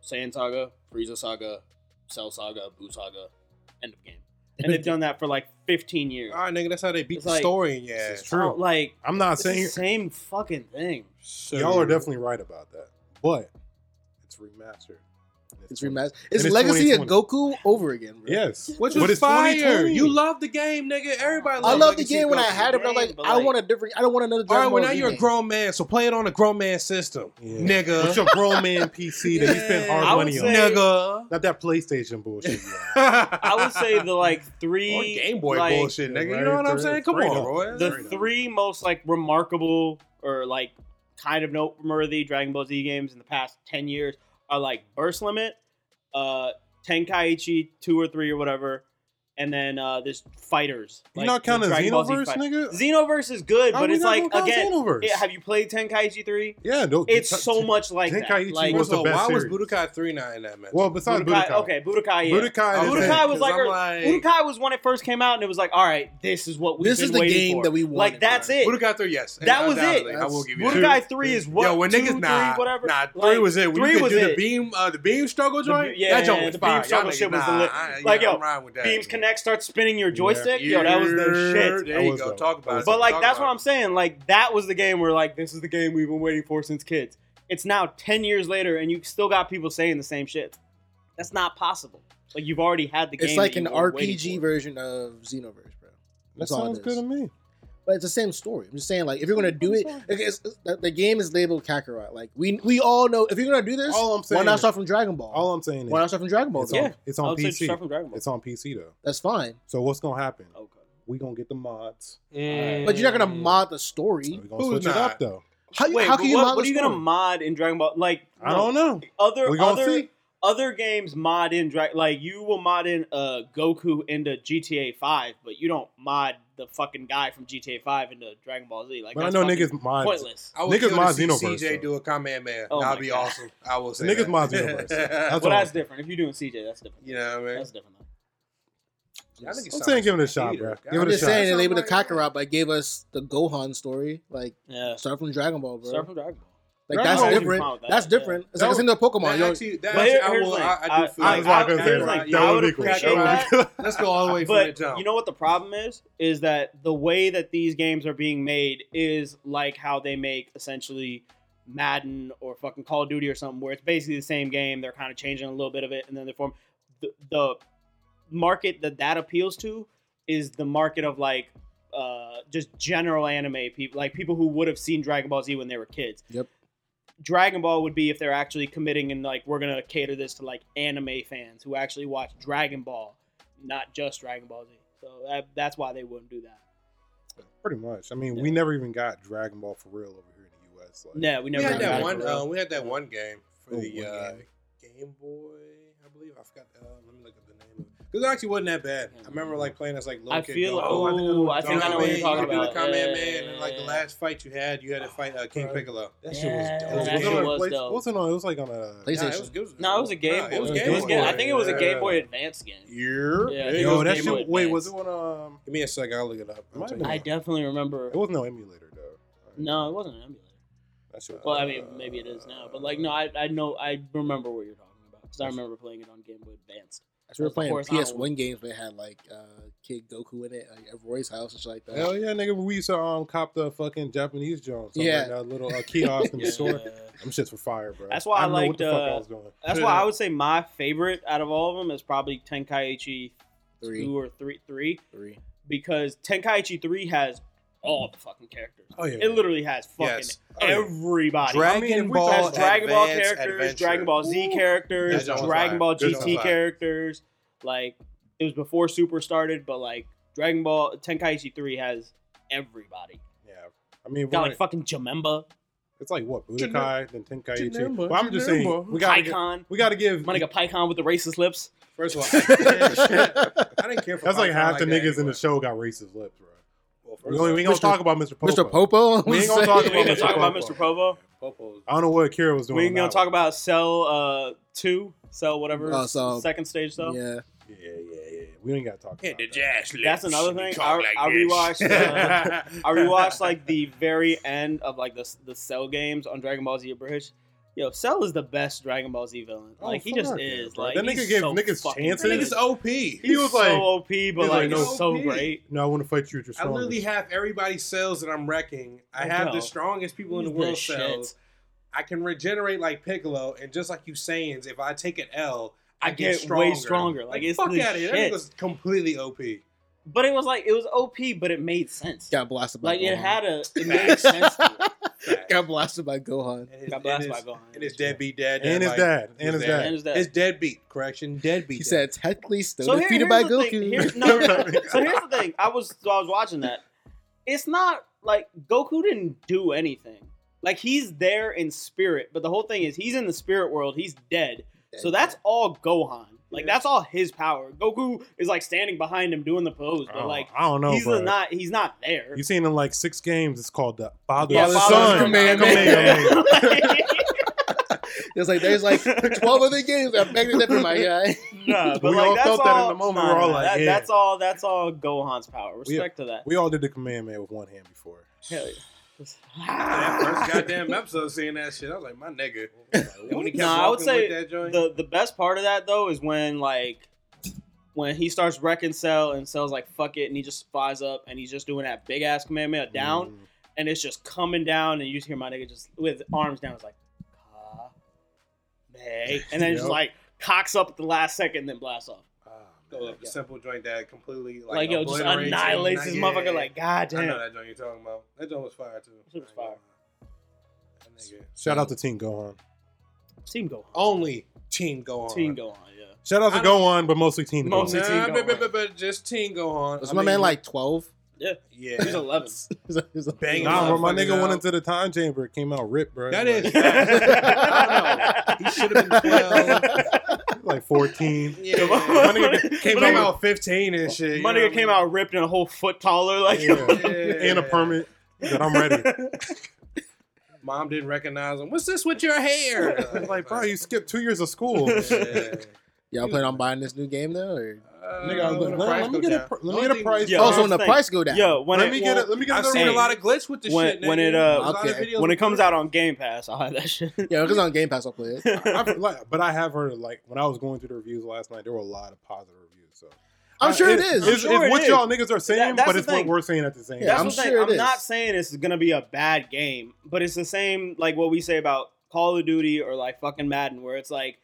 S1: Saiyan Saga, Frieza Saga, Cell Saga, Buu Saga, end of game. And they've done that for like 15 years.
S3: all right, nigga, that's how they beat
S1: It's
S3: the
S1: like-
S3: story in your
S4: This is
S3: ass.
S1: So,
S4: true.
S1: like
S4: I'm not
S1: it's the
S4: saying
S1: same fucking thing.
S4: y'all are definitely right about that, but it's remastered. And
S2: It's
S4: 20
S2: remastered. It's,
S4: it's
S2: Legacy of Goku over again, bro.
S4: Yes,
S3: Which
S4: But
S3: was
S4: it's
S3: fire.
S4: 2020.
S3: You love the game, nigga. Everybody.
S2: I
S1: Like,
S2: loved the
S3: Legacy
S2: game when I
S3: Goku.
S2: had it, but I'm
S1: game,
S2: like,
S1: but
S2: I
S1: like-
S2: want a different. I don't want another.
S3: All
S2: Dragon
S3: right, well
S2: Ball
S3: now
S2: Z
S3: you're a
S2: game.
S3: grown man, so play it on a grown man system,
S4: Yeah.
S3: nigga.
S4: With your grown man PC that you spent
S1: I
S4: hard
S1: would
S4: money on.
S1: say-
S3: nigga.
S4: Not that PlayStation bullshit. you know.
S1: I
S3: I
S1: would say the like three
S3: or Game Boy
S1: like,
S3: bullshit, nigga.
S4: Yeah,
S3: you know what
S4: right,
S3: I'm
S4: three-
S3: saying? Come
S4: three
S3: on,
S4: dollars.
S3: Roy.
S1: The
S4: Right.
S1: three most like remarkable or like kind of noteworthy Dragon Ball Z games in the past ten years are like Burst Limit, uh, Tenkaichi two or three or whatever, and then uh, this Fighters.
S4: you not
S1: the
S4: counting
S1: Dragon Ball Z
S4: Xenoverse,
S1: fight-
S4: nigga?
S1: Xenoverse is good,
S4: How
S1: but
S4: we
S1: it's
S4: not
S1: like
S4: gonna count
S1: again,
S4: Xenoverse?
S1: it- have you played Tenkaichi three?
S4: yeah, no.
S1: It's
S4: t-
S1: so
S4: t-
S1: much like
S4: Tenkaichi
S1: that. Like,
S4: was the
S3: so
S4: best
S3: why was
S4: series.
S3: Budokai 3 not in that match?
S4: Well, besides
S1: Budokai-
S4: Budokai.
S1: okay, Budokai. Yeah.
S4: Budokai,
S1: Budokai was
S4: is that-
S3: Because
S1: like
S3: I'm
S1: her-
S3: like
S1: Budokai was when it first came out, and it was like, all right, this is what we've
S2: This
S1: been
S2: is the
S1: waiting
S2: game
S1: for.
S2: that we wanted.
S1: Like that's
S2: bro.
S1: it.
S3: Budokai 3, yes.
S1: That was it.
S3: Undoubtedly, I will give you that.
S1: Budokai three is what
S3: Yo, when
S1: two,
S3: niggas
S1: three,
S3: nah,
S1: whatever.
S3: nah, three
S1: Like,
S3: was it. When
S1: three
S3: you could
S1: was
S3: do the
S1: it.
S3: beam, uh, the beam struggle
S1: The
S3: joint.
S1: be- yeah,
S3: that joint was
S1: the beam
S3: fire. Y'all
S1: struggle
S3: niggas,
S1: shit was
S3: nah,
S1: the lit-
S3: I-
S1: like,
S3: yeah,
S1: yo,
S3: I'm riding with that.
S1: Beams Connect starts spinning your joystick. Yo, that was the
S3: Yeah,
S1: shit.
S3: There
S4: That
S3: you
S4: was
S3: go.
S4: dope.
S3: Talk about it.
S1: But like
S3: Talk
S1: that's
S3: about
S1: what
S3: it.
S1: I'm saying. Like that was the game where like this is the game we've been waiting for since kids. It's now ten years later, and you still got people saying the same shit. That's not possible. Like you've already had the game.
S2: It's like
S1: that
S2: an
S1: you were waiting
S2: RPG
S1: for.
S2: version of Xenoverse, bro.
S4: That
S2: That's all it
S4: sounds
S2: is.
S4: good to me.
S2: But it's the same story. I'm just saying, like, if you're gonna do it, like, it's, it's- the- the game is labeled Kakarot. Like, we we all know if you're gonna do this,
S4: All I'm
S2: why
S4: saying.
S2: not start from Dragon Ball?
S4: all I'm saying is
S2: why not start from Dragon Ball?
S4: it's,
S2: then?
S4: on, it's on
S1: I would say start
S4: PC.
S1: from Dragon Ball.
S4: It's on PC though.
S2: That's fine.
S4: So what's gonna happen?
S1: Okay.
S4: We gonna get the mods.
S2: But you're not gonna mod the story.
S4: We gonna
S3: Who's
S4: switch it
S3: not?
S4: up though.
S2: How,
S1: Wait,
S2: how
S1: but
S2: can you
S1: what,
S2: mod
S1: what are
S2: the
S1: you
S2: story?
S1: gonna mod in Dragon Ball? Like
S4: I don't know.
S1: other
S4: We gonna
S1: other
S4: see.
S1: other games mod in Dragon like you will mod in uh Goku into GTA Five, but you don't mod the fucking guy from GTA Five into Dragon Ball Z. Like
S4: But I
S1: that's
S4: know
S1: fucking
S4: niggas mods.
S1: pointless.
S3: I would
S4: Niggas
S3: kill
S4: mod
S3: to see
S4: Xenoverse,
S3: CJ
S4: though.
S3: do a comment man.
S1: Oh
S3: That'd
S1: my
S3: be
S1: God.
S3: awesome. I will say
S4: Niggas
S3: that.
S4: mod Xenoverse, though. That's
S1: Well,
S4: all.
S1: that's different. If you're doing CJ, that's different.
S3: you know what I mean.
S1: That's different. though.
S3: Y'all niggas
S4: I'm
S3: sound
S4: saying
S3: like
S4: give it a
S3: haters.
S4: shot, bro.
S3: God,
S4: Give
S2: I'm
S4: it a
S2: just
S4: shot.
S2: saying they
S3: Sound
S2: labeled the
S3: like that.
S2: Kakarot, but gave us the Gohan story. Like,
S1: Yeah.
S2: start from Dragon Ball, bro.
S1: Start from Dragon Ball.
S2: like
S4: Dragon
S2: that's
S4: Ball.
S1: Fine with
S2: different.
S1: that,
S2: That's
S1: yeah.
S2: different. It's
S4: That
S2: like it's in the Pokemon.
S3: That
S2: Yo,
S3: actually, that
S1: But here-
S3: actually, I,
S1: here's
S3: will,
S1: the
S3: I,
S1: thing.
S3: I do feel
S1: I-
S4: That's why I
S3: like
S4: couldn't say
S1: here's
S4: it.
S1: the
S4: That
S1: thing. I
S4: would be
S1: would
S4: cool.
S1: appreciate
S4: That would be cool.
S3: Let's go all the way from the
S1: But
S3: jump.
S1: you know what the problem is? Is that the way that these games are being made is like how they make essentially Madden or fucking Call of Duty or something, where it's basically the same game. They're kind of changing a little bit of it, and then they form the, the market that that appeals to is the market of like uh, just general anime people, like people who would have seen Dragon Ball Z when they were kids.
S2: Yep.
S1: Dragon Ball would be if they're actually committing and like we're gonna cater this to like anime fans who actually watch Dragon Ball, not just Dragon Ball Z. So that, that's why they wouldn't do that.
S4: Pretty much. I mean, we never even got Dragon Ball for real over here in the U.S. Like,
S1: No, we
S3: we
S1: never.
S3: had
S1: got
S3: that
S1: it
S3: one.
S1: for real.
S3: Uh, we had that one game for
S4: Oh,
S3: the
S4: one
S3: uh, Game Boy, I believe. I forgot. Uh, let me look up the name. Because it actually wasn't that bad. I remember like playing as like little
S1: I
S3: kid.
S1: feel.
S3: going,
S1: Oh, I
S3: You
S1: think I know
S3: know what I
S1: what
S3: mean?
S1: you're
S3: You
S1: talking
S3: could do the
S1: about.
S3: Kamehameha,
S1: Yeah,
S3: and then, like the
S1: yeah, Oh,
S3: last fight you had, you had to fight uh, King
S4: Right.
S3: Piccolo.
S4: That
S1: yeah.
S4: shit was
S1: Yeah,
S4: dope.
S1: that
S4: It was
S1: shit
S4: on
S1: was
S4: Play-
S1: dope.
S4: It wasn't on. It was like on
S2: PlayStation.
S4: a.
S3: Nah, it was, it was,
S1: No, it was a Game
S3: Nah,
S1: Boy. It was,
S4: Game
S1: Game-
S4: Boy.
S1: I think it was a Game Boy Advance game.
S3: You're
S1: Yeah,
S3: big.
S1: it
S4: Yo,
S1: was
S4: that
S1: Game
S4: shit.
S1: Boy
S4: Wait,
S1: Advance.
S4: was it on? Um,
S3: Give me a second. I'll look it up. I'll
S4: Might
S3: tell
S4: be.
S3: you.
S1: I definitely remember.
S4: it wasn't no emulator though.
S1: No, it wasn't an emulator.
S3: That shit was-
S1: Well, I mean, maybe it is now, but like, no, I, I know, I remember what you're talking about because I remember playing it on Game Boy Advance.
S2: we were playing
S1: horizontal.
S2: PS1 games. They had like uh, Kid Goku in it, like, at Roy's house and shit like that.
S4: Hell yeah, nigga. We used to um cop the fucking Japanese Jones.
S2: Yeah.
S4: Yeah. That little uh, kiosk in the
S1: Yeah.
S4: store. Them shits were fire, bro.
S1: That's why I
S4: don't know
S1: liked,
S4: what the fuck
S1: uh,
S4: I was doing.
S1: That's why I would say my favorite out of all of them is probably Tenkaichi
S2: Three,
S1: two or three, three,
S2: three.
S1: because Tenkaichi three has all the fucking characters.
S4: Oh yeah.
S1: It literally has fucking
S3: Yes.
S4: Oh, yeah.
S1: everybody.
S4: Dragon
S3: I mean, if we
S4: Ball
S1: It
S3: talk
S1: has Dragon Ball
S3: Advance
S1: characters,
S3: Adventure-
S1: Dragon Ball Z
S3: Ooh.
S1: characters,
S3: That joint was
S1: Dragon
S3: fire.
S1: Ball
S3: Good joint
S1: GT
S3: was fire.
S1: characters. Like it was before Super started, but like Dragon Ball Tenkaichi three has everybody.
S4: Yeah. I mean,
S1: Got
S4: we're-
S1: like fucking Jamemba,
S4: it's like what
S3: Jane-
S4: Budokai, then Tenkaichi.
S3: Janemba,
S4: But I'm just saying,
S3: Janemba.
S4: we gotta get-
S1: Pycon.
S4: we gotta give.
S1: My nigga Pycon with the racist lips.
S3: First of all,
S4: That's
S3: I didn't care for.
S4: like
S3: Python
S4: half the
S3: that
S4: niggas in
S3: anyway.
S4: the show got racist lips, bro.
S3: Well, first of
S4: We only-
S3: all,
S4: we ain't gonna
S2: Mr.
S4: talk about Mr. Popo.
S2: Mr. Popo.
S4: We ain't gonna talk
S1: We ain't gonna talk about
S4: Mr.
S1: Mr. Provo.
S3: Popo's
S4: I don't know what Kira was doing.
S1: We
S4: on
S1: ain't gonna
S4: that
S1: talk
S4: one.
S1: about Cell uh two, Cell whatever
S2: Oh, Cell.
S1: second stage Cell.
S2: Yeah,
S4: Yeah, yeah, yeah. We ain't gotta talk.
S3: hit
S4: about
S3: the
S4: that.
S3: jazz.
S1: That's
S3: lips.
S1: another
S3: You
S1: thing.
S3: talk
S1: I,
S3: like
S1: I
S3: this.
S1: rewatched. Uh, I rewatched like the very end of like the the Cell games on Dragon Ball Z Abridged. Yo, Cell is the best Dragon Ball Z villain.
S4: Oh,
S1: Like he
S4: fuck
S1: just
S4: yeah,
S1: is.
S4: bro.
S1: like
S4: That
S1: he's
S4: nigga gave
S1: so
S4: niggas
S1: fucking
S4: chances.
S1: good.
S4: That
S3: Niggas OP.
S4: he was
S1: so
S4: like-
S1: OP, but like,
S4: was like,
S1: he's so
S3: no.
S1: great.
S4: No, I want to fight you at
S3: I
S4: your strongest.
S3: literally have everybody's cells that I'm wrecking. I
S1: Oh,
S3: have
S1: no.
S3: the strongest people in the
S1: He's
S3: world
S1: shit.
S3: cells. I can regenerate like Piccolo, and just like you saying, if I take an L, I,
S1: I
S3: get,
S1: get
S3: stronger.
S1: way stronger. Like, it's
S3: fuck
S1: the
S3: out of here.
S1: shit.
S3: That was completely OP.
S1: But it was like it was OP, but it made sense.
S2: got blasted by
S1: Like it
S2: Gohan.
S1: had a it made sense. To it.
S3: Facts.
S2: got blasted by Gohan.
S3: And his,
S1: Got blasted
S3: and
S1: by
S3: his,
S1: Gohan.
S3: and his deadbeat dad.
S4: and his
S3: like,
S4: dad.
S3: his
S4: And his
S3: dad.
S1: And
S4: dad.
S1: his dad.
S3: His deadbeat. Correction, deadbeat.
S2: He
S3: dad.
S2: said technically still
S1: So here-
S2: defeated by
S1: here's the
S2: Goku.
S1: thing. Here- no, no, no. so here's the thing. I was so I was watching that. It's not like Goku didn't do anything. Like he's there in spirit, but the whole thing is he's in the spirit world. He's dead. So that's all Gohan. Like that's all his power. Goku is like standing behind him doing the pose,
S4: I
S1: but
S4: don't-
S1: like
S4: Oh, I don't know,
S1: he's
S4: bro.
S1: not he's not there.
S4: you seen in like six games. It's called the father,
S1: Yeah,
S2: father,
S4: son.
S2: son. Kamehameha.
S4: Kamehameha.
S2: There's like there's like twelve other games that back to my guy.
S1: Nah, but
S4: We
S1: like,
S4: all
S1: that's
S4: felt that in the moment.
S1: nah,
S4: We're all
S1: nah,
S4: like,
S1: that-
S4: yeah.
S1: that's all. That's all Gohan's power. Respect to that.
S4: we all did the command man with one hand before.
S1: Hell
S3: That
S1: yeah.
S3: first goddamn episode seeing that shit, I was like, my nigga. And when he kept
S1: Nah, I would
S3: walking
S1: say
S3: with that joint,
S1: the the best part of that though is when like when he starts wrecking Cell and Cell's like fuck it and he just flies up and he's just doing that big ass commandment down
S4: Mm.
S1: and it's just coming down and you just hear my nigga just with arms down it's like "Ka-me," and then it's just
S4: Yep.
S1: like cocks up at the last second and then blasts off.
S4: Ah,
S3: Go up a simple joint that completely like,
S1: Like, yo, just
S3: obliterates
S1: annihilates this
S3: everything. Yeah.
S1: motherfucker. Like,
S3: I know
S1: goddamn.
S3: that joint you're talking about. That joint was fire too. uh,
S1: It was fire.
S3: That nigga.
S4: Shout out to Team Gohan.
S1: Team go on.
S3: Only Team Go On.
S1: Team go on. Yeah.
S4: Shout out to
S3: I don't-
S4: Gohan, but mostly Team
S1: Mostly
S4: Gohan.
S1: Team
S3: Nah,
S1: Go
S3: but,
S1: On.
S3: but, but, but just Team Go On.
S2: Was
S3: I
S2: my
S3: mean,
S2: man like twelve?
S3: yeah.
S1: He's 11.
S3: Banging
S4: Nah, bro, my
S3: Motherfucking
S4: nigga went
S3: out.
S4: into the time chamber. It came out ripped, bro.
S3: That
S4: Like-
S3: is- I he should have been twelve.
S4: like 14.
S1: My
S3: yeah, my
S1: nigga-
S3: nigga came
S1: my nigga-
S3: out fifteen and shit. you
S1: My
S3: know
S1: nigga
S3: what I
S1: came
S3: mean?
S1: out ripped and a whole foot taller. Like,
S4: Yeah.
S3: Yeah.
S4: And a permit that I'm ready.
S3: Mom didn't recognize him. What's this with your hair?
S4: I was like, bro, you skipped two years of school.
S3: Yeah.
S2: Y'all plan on buying this new game though? Or?
S3: Uh,
S4: Nigga, I was
S3: when the
S4: like, nah,
S3: price
S4: let me
S3: go
S4: get a
S3: down.
S4: pr- let me
S3: Only
S4: get a
S3: thing-
S4: price.
S1: Yeah,
S2: oh, so
S1: I'm
S2: when the
S1: saying-
S2: price go down,
S1: Yo, when
S4: let
S1: it,
S4: me get it. Let me get
S3: I've
S4: another
S3: seen
S4: one.
S3: a lot of glitz with this
S1: When-
S3: shit.
S1: when
S3: nigga.
S1: it, uh,
S3: There's a lot of
S4: Okay.
S3: videos
S1: when it
S3: of
S1: comes
S3: glitz.
S1: out on Game Pass, I'll have that shit.
S2: yeah, because on Game Pass I'll play it.
S4: I've, like, but I have heard like when I was going through the reviews last night, there were a lot of positive reviews. So
S2: I'm
S4: Uh,
S2: sure it
S4: it's-
S2: is.
S4: It's,
S1: I'm sure
S4: it's
S1: it
S4: what
S1: is.
S4: y'all niggas are saying,
S1: that's
S4: but
S1: the
S4: it's what
S1: thing.
S4: we're saying at the same
S2: Yeah,
S1: That's
S2: I'm
S4: time.
S1: the thing.
S2: sure it
S1: I'm not
S2: is.
S1: saying this is gonna be a bad game, but it's the same like what we say about Call of Duty or like fucking Madden, where it's like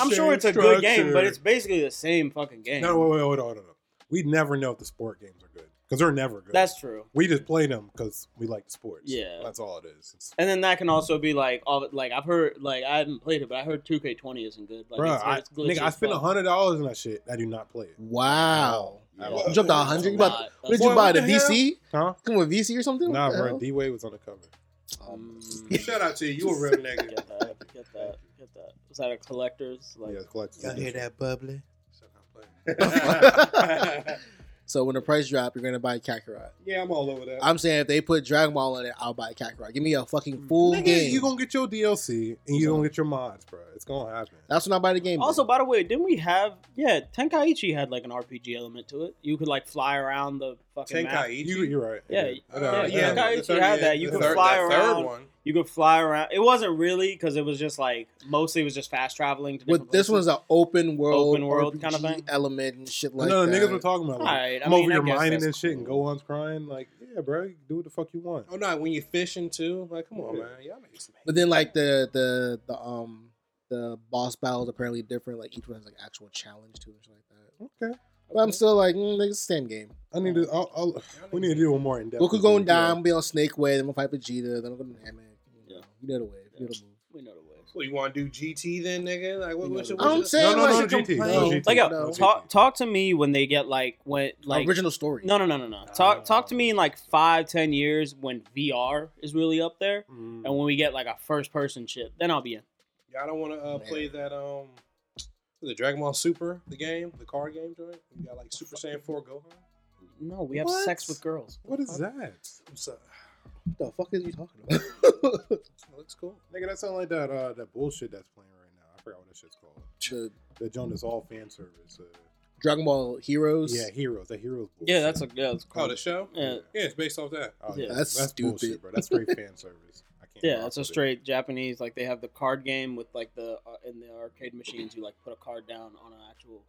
S1: I'm sure it's a good game, but it's basically the same fucking game.
S4: no, wait, wait, wait, hold on, hold on. We never know if the sport games are good because they're never good.
S1: That's true.
S4: we just play them because we like the sports.
S1: Yeah.
S4: that's all it is. It's,
S1: And then that can also be like all like I've heard like I haven't played it, but I heard 2K20 isn't good. Like,
S4: bro,
S1: it's,
S4: I,
S1: it's glitchy
S4: nigga, I
S1: as
S4: spent
S1: fuck.
S4: hundred dollars on that shit. I do not play it.
S2: Wow.
S4: At
S1: Yeah.
S4: all.
S2: You dropped a hundred. You
S1: That's lot.
S2: bought- What did
S1: That's
S2: you
S3: Boy,
S2: buy?
S3: what
S2: The
S3: the hell?
S2: VC?
S4: Huh?
S2: Come with VC or something?
S4: Nah,
S2: What the
S4: bro.
S2: hell?
S4: D Wade was on the cover.
S1: a lot. Um,
S3: Shout out to you. You a real nigga.
S1: Get that. Get that. Get that. Was that a collector's? Like,
S4: yeah, it's collected.
S3: that bubbly?
S2: So when the price drop, you're gonna buy Kakarot.
S3: yeah, I'm all over that.
S2: I'm saying if they put Dragon Ball in it, I'll buy Kakarot. Give me a fucking full
S4: Nigga,
S2: game.
S4: you gonna get your DLC and you gonna get your mods, bro. It's gonna happen.
S2: That's when I buy the game.
S1: Also,
S2: bro.
S1: by the way, didn't we have yeah? Tenkaichi had like an RPG element to it. You could like fly around the fucking map.
S3: Tenkaichi.
S4: You, you're right.
S1: Yeah,
S4: I know,
S1: yeah,
S4: I know.
S1: Tenkaichi
S3: the third-
S1: had that. You
S3: the
S1: can
S3: third-
S1: fly
S3: the third
S1: around.
S3: one.
S1: You could fly around. It wasn't really because it was just like mostly it was just fast traveling. To
S2: with
S1: different
S2: this one's
S1: places.
S2: an open world,
S1: Open world
S2: RPG
S1: kinda thing?
S2: element and shit like
S4: no,
S2: that.
S4: niggas were talking about. Like,
S1: Alright, I
S4: I'm
S1: mean,
S4: over
S1: I
S4: your
S1: guess
S4: mining
S1: that's
S4: and shit, and
S1: cool.
S4: Gohan's crying. Like, yeah, bro, you can do what the fuck you want.
S3: Oh no, when you fishing too, like come on,
S4: Yeah.
S3: man, y'all make some.
S2: but then like the the the um the boss battles apparently different. Like each one has like actual challenge to it, and shit like that.
S4: Okay,
S2: But I'm still like, mm, it's the same game.
S4: I need to. I'll, I'll,
S3: Y'all
S4: we
S3: niggas-
S4: need to do one more in depth.
S2: Goku going down, be on Snake Way, then we'll fight Vegeta, then I'll go to Namek. You
S1: Yeah.
S2: know, you know the way, you know the move.
S1: we know the way.
S3: What you want to do GT then, nigga? Like what? what,
S2: I'm
S3: what, what
S2: saying,
S4: No, no,
S2: like,
S4: no, GT, no,
S2: complain.
S4: GT.
S1: Like, yo,
S2: No.
S1: talk talk to me when they get like when like
S2: Original story.
S1: No, no, no, no, no. Talk talk to me in like five, ten years when VR is really up there,
S4: Mm.
S1: and when we get like a first person shit, then I'll be in.
S3: Y'all don't want to uh,
S2: Man.
S3: play that um the Dragon Ball Super, the game, the card game joint. You got like Super Saiyan Four Gohan.
S1: No, we have
S4: What?
S1: sex with girls.
S4: What is that?
S3: I'm sorry.
S2: What the fuck is you talking about?
S3: It looks cool.
S4: Nigga, that sound like that uh, that bullshit that's playing right now. I forgot what that shit's called.
S2: the
S4: That joint is all fan service. Uh,
S2: Dragon Ball Heroes.
S4: yeah, heroes. That heroes. Bullshit.
S1: Yeah, that's a yeah, that's
S3: Oh,
S1: cool.
S3: the show.
S1: Yeah.
S3: Yeah, it's based off that.
S4: Oh,
S1: Yeah.
S2: That's stupid.
S4: bullshit, bro. That's straight fan service. I can't
S1: Yeah,
S4: rock
S1: that's a
S4: with it.
S1: straight Japanese. Like they have the card game with like the uh, in the arcade machines, you like put a card down on an actual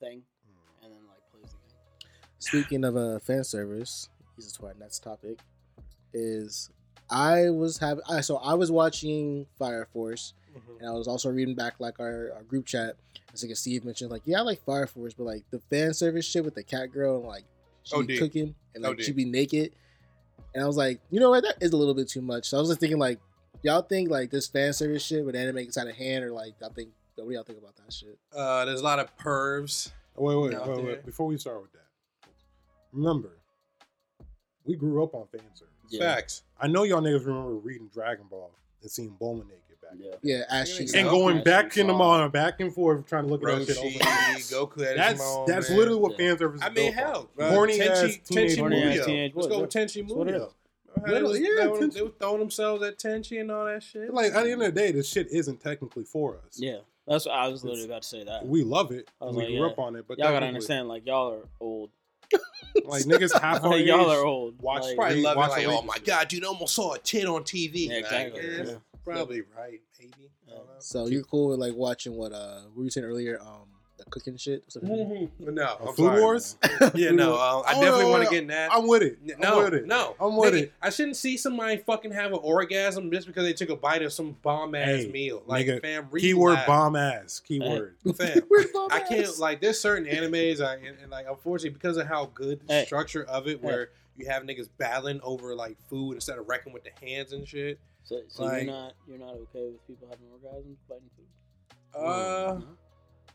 S1: thing
S4: Mm.
S1: and then like plays the game.
S2: Speaking of uh, fan service, this is to our next topic. Is I was having I so I was watching Fire Force and I was also reading back like our, our group chat. As like Steve mentioned, like yeah, I like Fire Force, but like the fan service shit with the cat girl and like she
S3: Oh,
S2: be
S3: dude.
S2: cooking and
S3: Oh,
S2: like she
S3: dude.
S2: be naked, and I was like, you know what, that is a little bit too much. So I was just thinking like, y'all think like this fan service shit with anime gets out of hand, or like I think what do y'all think about that shit?
S3: Uh, there's a lot of pervs.
S4: Oh, Wait, wait,
S3: out
S4: wait, wait,
S3: there.
S4: Before we start with that, remember, we grew up on fan service.
S1: Yeah.
S3: Facts.
S4: I know y'all niggas remember reading Dragon Ball and seeing Bulma naked back.
S1: Yeah.
S2: Yeah, ass cheeks.
S4: And
S3: Yeah.
S4: going
S1: Actually
S4: back in the
S1: saw-
S4: mall and back and forth trying to look at that shit.
S3: Roshi,
S4: Over.
S3: Goku. At
S4: That's
S3: his mom,
S4: that's
S3: man.
S4: literally what
S1: Yeah.
S4: fan service. Is
S3: I mean,
S4: built on.
S3: hell, bro.
S4: Horny ass
S3: Tenchi,
S4: teenage
S3: Tenchi
S1: Horny ass
S3: Muyo.
S1: teenage
S3: Let's
S1: boys,
S3: go with Tenchi
S1: That's what it
S3: Muyo.
S1: is.
S3: Remember how They
S4: Literally,
S3: was
S4: yeah,
S3: throwing-
S4: Tenchi.
S3: they were throwing themselves at Tenchi and all that shit.
S4: Like at the end of the day, this shit isn't technically for us.
S1: Yeah. That's what I was literally about to say that.
S4: We love it.
S1: I
S4: and
S1: was
S4: we
S1: like,
S4: grew
S1: yeah.
S4: up on it, but
S1: y'all gotta
S4: technically,
S1: understand, like y'all are old.
S4: Like niggas half
S3: Oh,
S4: our
S1: Like, y'all
S4: age
S1: are old.
S4: watch
S1: Like,
S4: Sprite.
S3: probably
S4: we
S3: love it.
S4: watch
S3: Like,
S4: the
S3: oh
S4: latest
S3: my
S4: shit.
S3: god, dude almost saw a tit on TV.
S1: Yeah,
S3: Like,
S1: exactly.
S3: yeah,
S1: Yeah.
S3: Probably right, maybe. I
S2: Yeah.
S3: don't know.
S2: So you're cool with like watching what uh we were saying earlier, um the cooking shit. So-
S1: Mm-hmm.
S3: But Mm-hmm. no,
S4: Oh,
S3: I'm
S4: Food
S3: sorry.
S4: Wars?
S3: Yeah, no, uh, I
S4: Oh,
S3: definitely
S4: no,
S3: want
S4: no.
S3: to get in that.
S4: I'm with it.
S3: no,
S4: I'm with it.
S3: no,
S4: I'm with
S3: Nigga,
S4: it.
S3: I shouldn't see somebody fucking have an orgasm just because they took a bite of some bomb ass
S4: Hey,
S3: meal. Like,
S4: nigga,
S3: fam, relax.
S4: Keyword bomb ass. Keyword.
S3: Fam,
S2: Weird bomb
S3: I can't
S2: ass.
S3: like. There's certain animes, I and, and, like unfortunately because of how good the
S1: Hey.
S3: structure of it, where you have niggas battling over like food instead of wrecking with the hands and shit.
S1: So, so
S3: Like-
S1: you're not you're not okay with people having orgasms biting food? Mm,
S3: Uh,
S1: No?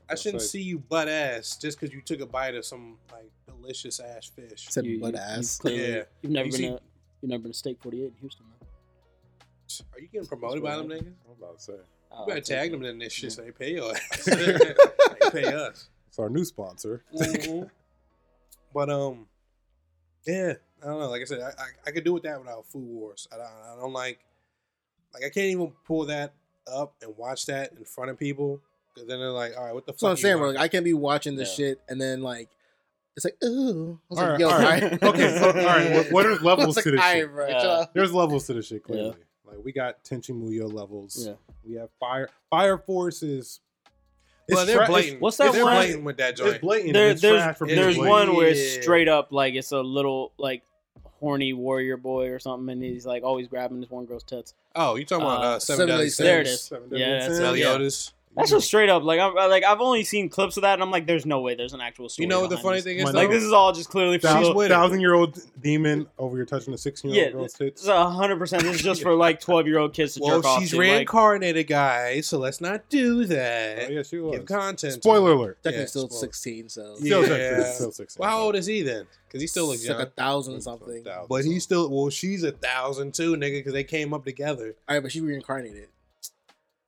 S3: I shouldn't
S4: That's
S3: see you butt ass just because you took a bite of some like delicious ass fish.
S2: Said
S1: You-
S2: butt
S1: you-
S2: ass.
S1: You clearly,
S3: Yeah.
S1: You've never
S3: You
S1: been
S3: see-
S1: a you've never been a steak 48 in Houston. Though.
S3: Are you getting promoted by them niggas?
S4: I'm about to say.
S1: Oh, Mm.
S3: You better
S1: okay.
S3: tag them in this shit so they pay you. they
S4: They
S3: pay us.
S4: It's our new sponsor.
S3: But um, yeah, I don't know. Like I said, I, I, I could do with that without Food Wars. I don't, I don't like, like I can't even pull that up and watch that in front of people because then they're like, all right, what the fuck?
S2: That's what I'm
S3: you
S2: saying, bro.
S3: want?"
S2: Like, I can't be watching this
S1: Yeah.
S2: shit and then like it's like ooh. I was
S4: All
S2: like,
S4: right,
S2: yo,
S4: all right.
S2: alright.
S4: Okay, so all right. What, what are
S2: I
S4: levels
S2: was
S4: to
S2: like,
S4: this
S2: alright,
S4: shit?
S2: bro,
S1: Yeah.
S2: chill.
S4: There's levels to this shit clearly. Like we got Tenchi Muyo levels.
S1: Yeah.
S4: We have Fire Fire Force is.
S3: Well,
S4: it's
S3: they're
S4: tra- it's-
S3: blatant.
S1: What's that
S3: they're
S1: one-
S3: blatant with that joint.
S4: It's blatant.
S1: There-
S4: it's trash
S1: there's
S4: for
S3: being
S1: there's
S4: blatant.
S1: one where it's
S3: Yeah.
S1: straight up like it's a little like horny warrior boy or something, and he's like always grabbing this one girl's tits.
S3: oh, you talking about
S1: Uh,
S3: uh,
S2: Seven
S3: seven Deadly
S2: Deadly
S3: Sins?
S1: There it is.
S4: Seven
S1: Yeah,
S4: Deadly
S1: that's-
S4: Sins.
S1: yeah.
S3: Meliodas.
S1: That's just straight up. Like I'm like I've only seen clips of that, and I'm like, there's no way there's an actual story.
S3: You know what the
S1: behind
S3: funny
S1: this.
S3: thing is?
S4: Like,
S3: though?
S1: Like this is all just clearly for
S3: She's
S1: little-
S4: Thou-
S3: with it.
S4: thousand-year-old demon over here touching a sixteen-year-old
S1: Yeah,
S4: girl's
S1: This
S4: tits.
S1: is hundred percent. This is just for like twelve year old kids to
S3: well,
S1: jerk off.
S3: she's
S1: to, like-
S3: reincarnated, guys, so let's not do
S4: Oh,
S3: that.
S4: yeah, she was.
S3: Give content. to
S4: Spoiler
S3: it.
S4: alert.
S2: Technically
S3: Yeah,
S2: still
S3: spoiled.
S2: 16, so
S3: Yeah.
S4: Still sexist, Still sexist.
S3: Well, how old is he then? Because he still looks
S2: it's like
S3: young.
S2: a thousand something. All
S4: Thousand
S3: But
S4: something.
S3: he's still well. She's a thousand too, nigga, because they came up together.
S2: right, but she reincarnated.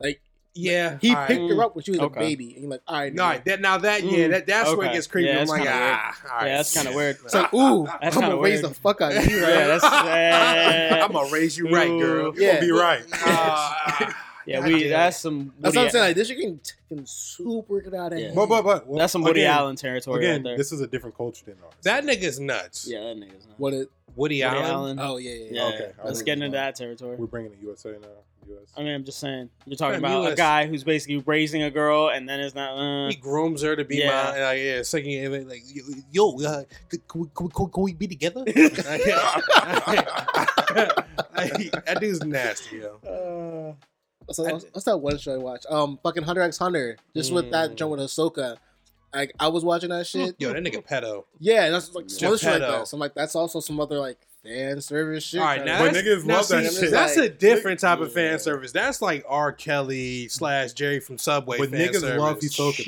S2: Like
S3: Yeah,
S2: he
S3: all right.
S2: picked her up when she was
S1: Okay.
S2: a baby, and you're like, all right,
S3: No,
S2: nigga.
S3: that now that yeah,
S1: Mm,
S3: that that's where it
S1: okay.
S3: gets creepy.
S1: Yeah,
S3: I'm
S1: that's
S3: like,
S1: kinda
S3: ah, all right.
S1: Yeah, that's kinda weird.
S2: it's like, ooh,
S1: That's
S2: I'm gonna
S1: kinda
S2: raise the
S1: weird.
S2: fuck out of you, right?
S1: Yeah, that's sad.
S3: I'm gonna raise you right, girl.
S4: You're gonna
S2: Yeah.
S4: be right.
S3: Ah,
S1: yeah,
S3: God
S1: we
S3: damn.
S1: that's some.
S2: That's
S1: Woody
S2: what I'm saying. Like this shit can, can super get out of
S1: Yeah.
S2: hand.
S4: But but but well,
S1: that's some Woody
S4: again,
S1: Allen territory
S4: Again,
S1: right there.
S4: this is a different culture than ours.
S3: that nigga's nuts.
S1: yeah, that nigga's not.
S2: What it?
S3: Woody,
S1: Woody
S3: Allen.
S1: Allen.
S2: Oh yeah, yeah.
S1: yeah,
S2: yeah.
S4: Okay, I
S1: let's
S4: was-
S1: get into that territory.
S4: We're bringing the USA now. US.
S1: I mean, I'm just saying. You're talking
S3: Fam,
S1: about
S3: you
S1: a
S3: was-
S1: guy who's basically raising a girl, and then it's not. Uh,
S3: He grooms her to be
S1: Yeah.
S3: my like, yeah, second year, like yo, yo, uh, c- can, we, can, we, can we be together? Like, that dude's nasty, yo.
S4: Uh,
S2: What's that, what's that one show I watched? Um, fucking Hunter X Hunter. Just with that
S3: Mm.
S2: joint with Ahsoka. Like I was watching that shit.
S3: Oh, Yo, that nigga pedo.
S2: Yeah, and that's like some other shit like
S3: Geppetto.
S2: that. So I'm like, that's also some other like fan service shit.
S3: All right,
S2: kinda
S3: now
S4: But
S2: like-
S3: that's-
S4: niggas
S3: now
S4: love that
S3: see,
S2: shit.
S3: That's a
S2: Like-
S3: different type of
S4: Yeah.
S3: fan service. That's like R. Kelly slash Jerry from Subway.
S4: but
S3: fan
S4: niggas
S3: service.
S4: love Hisoka.
S1: Jesus.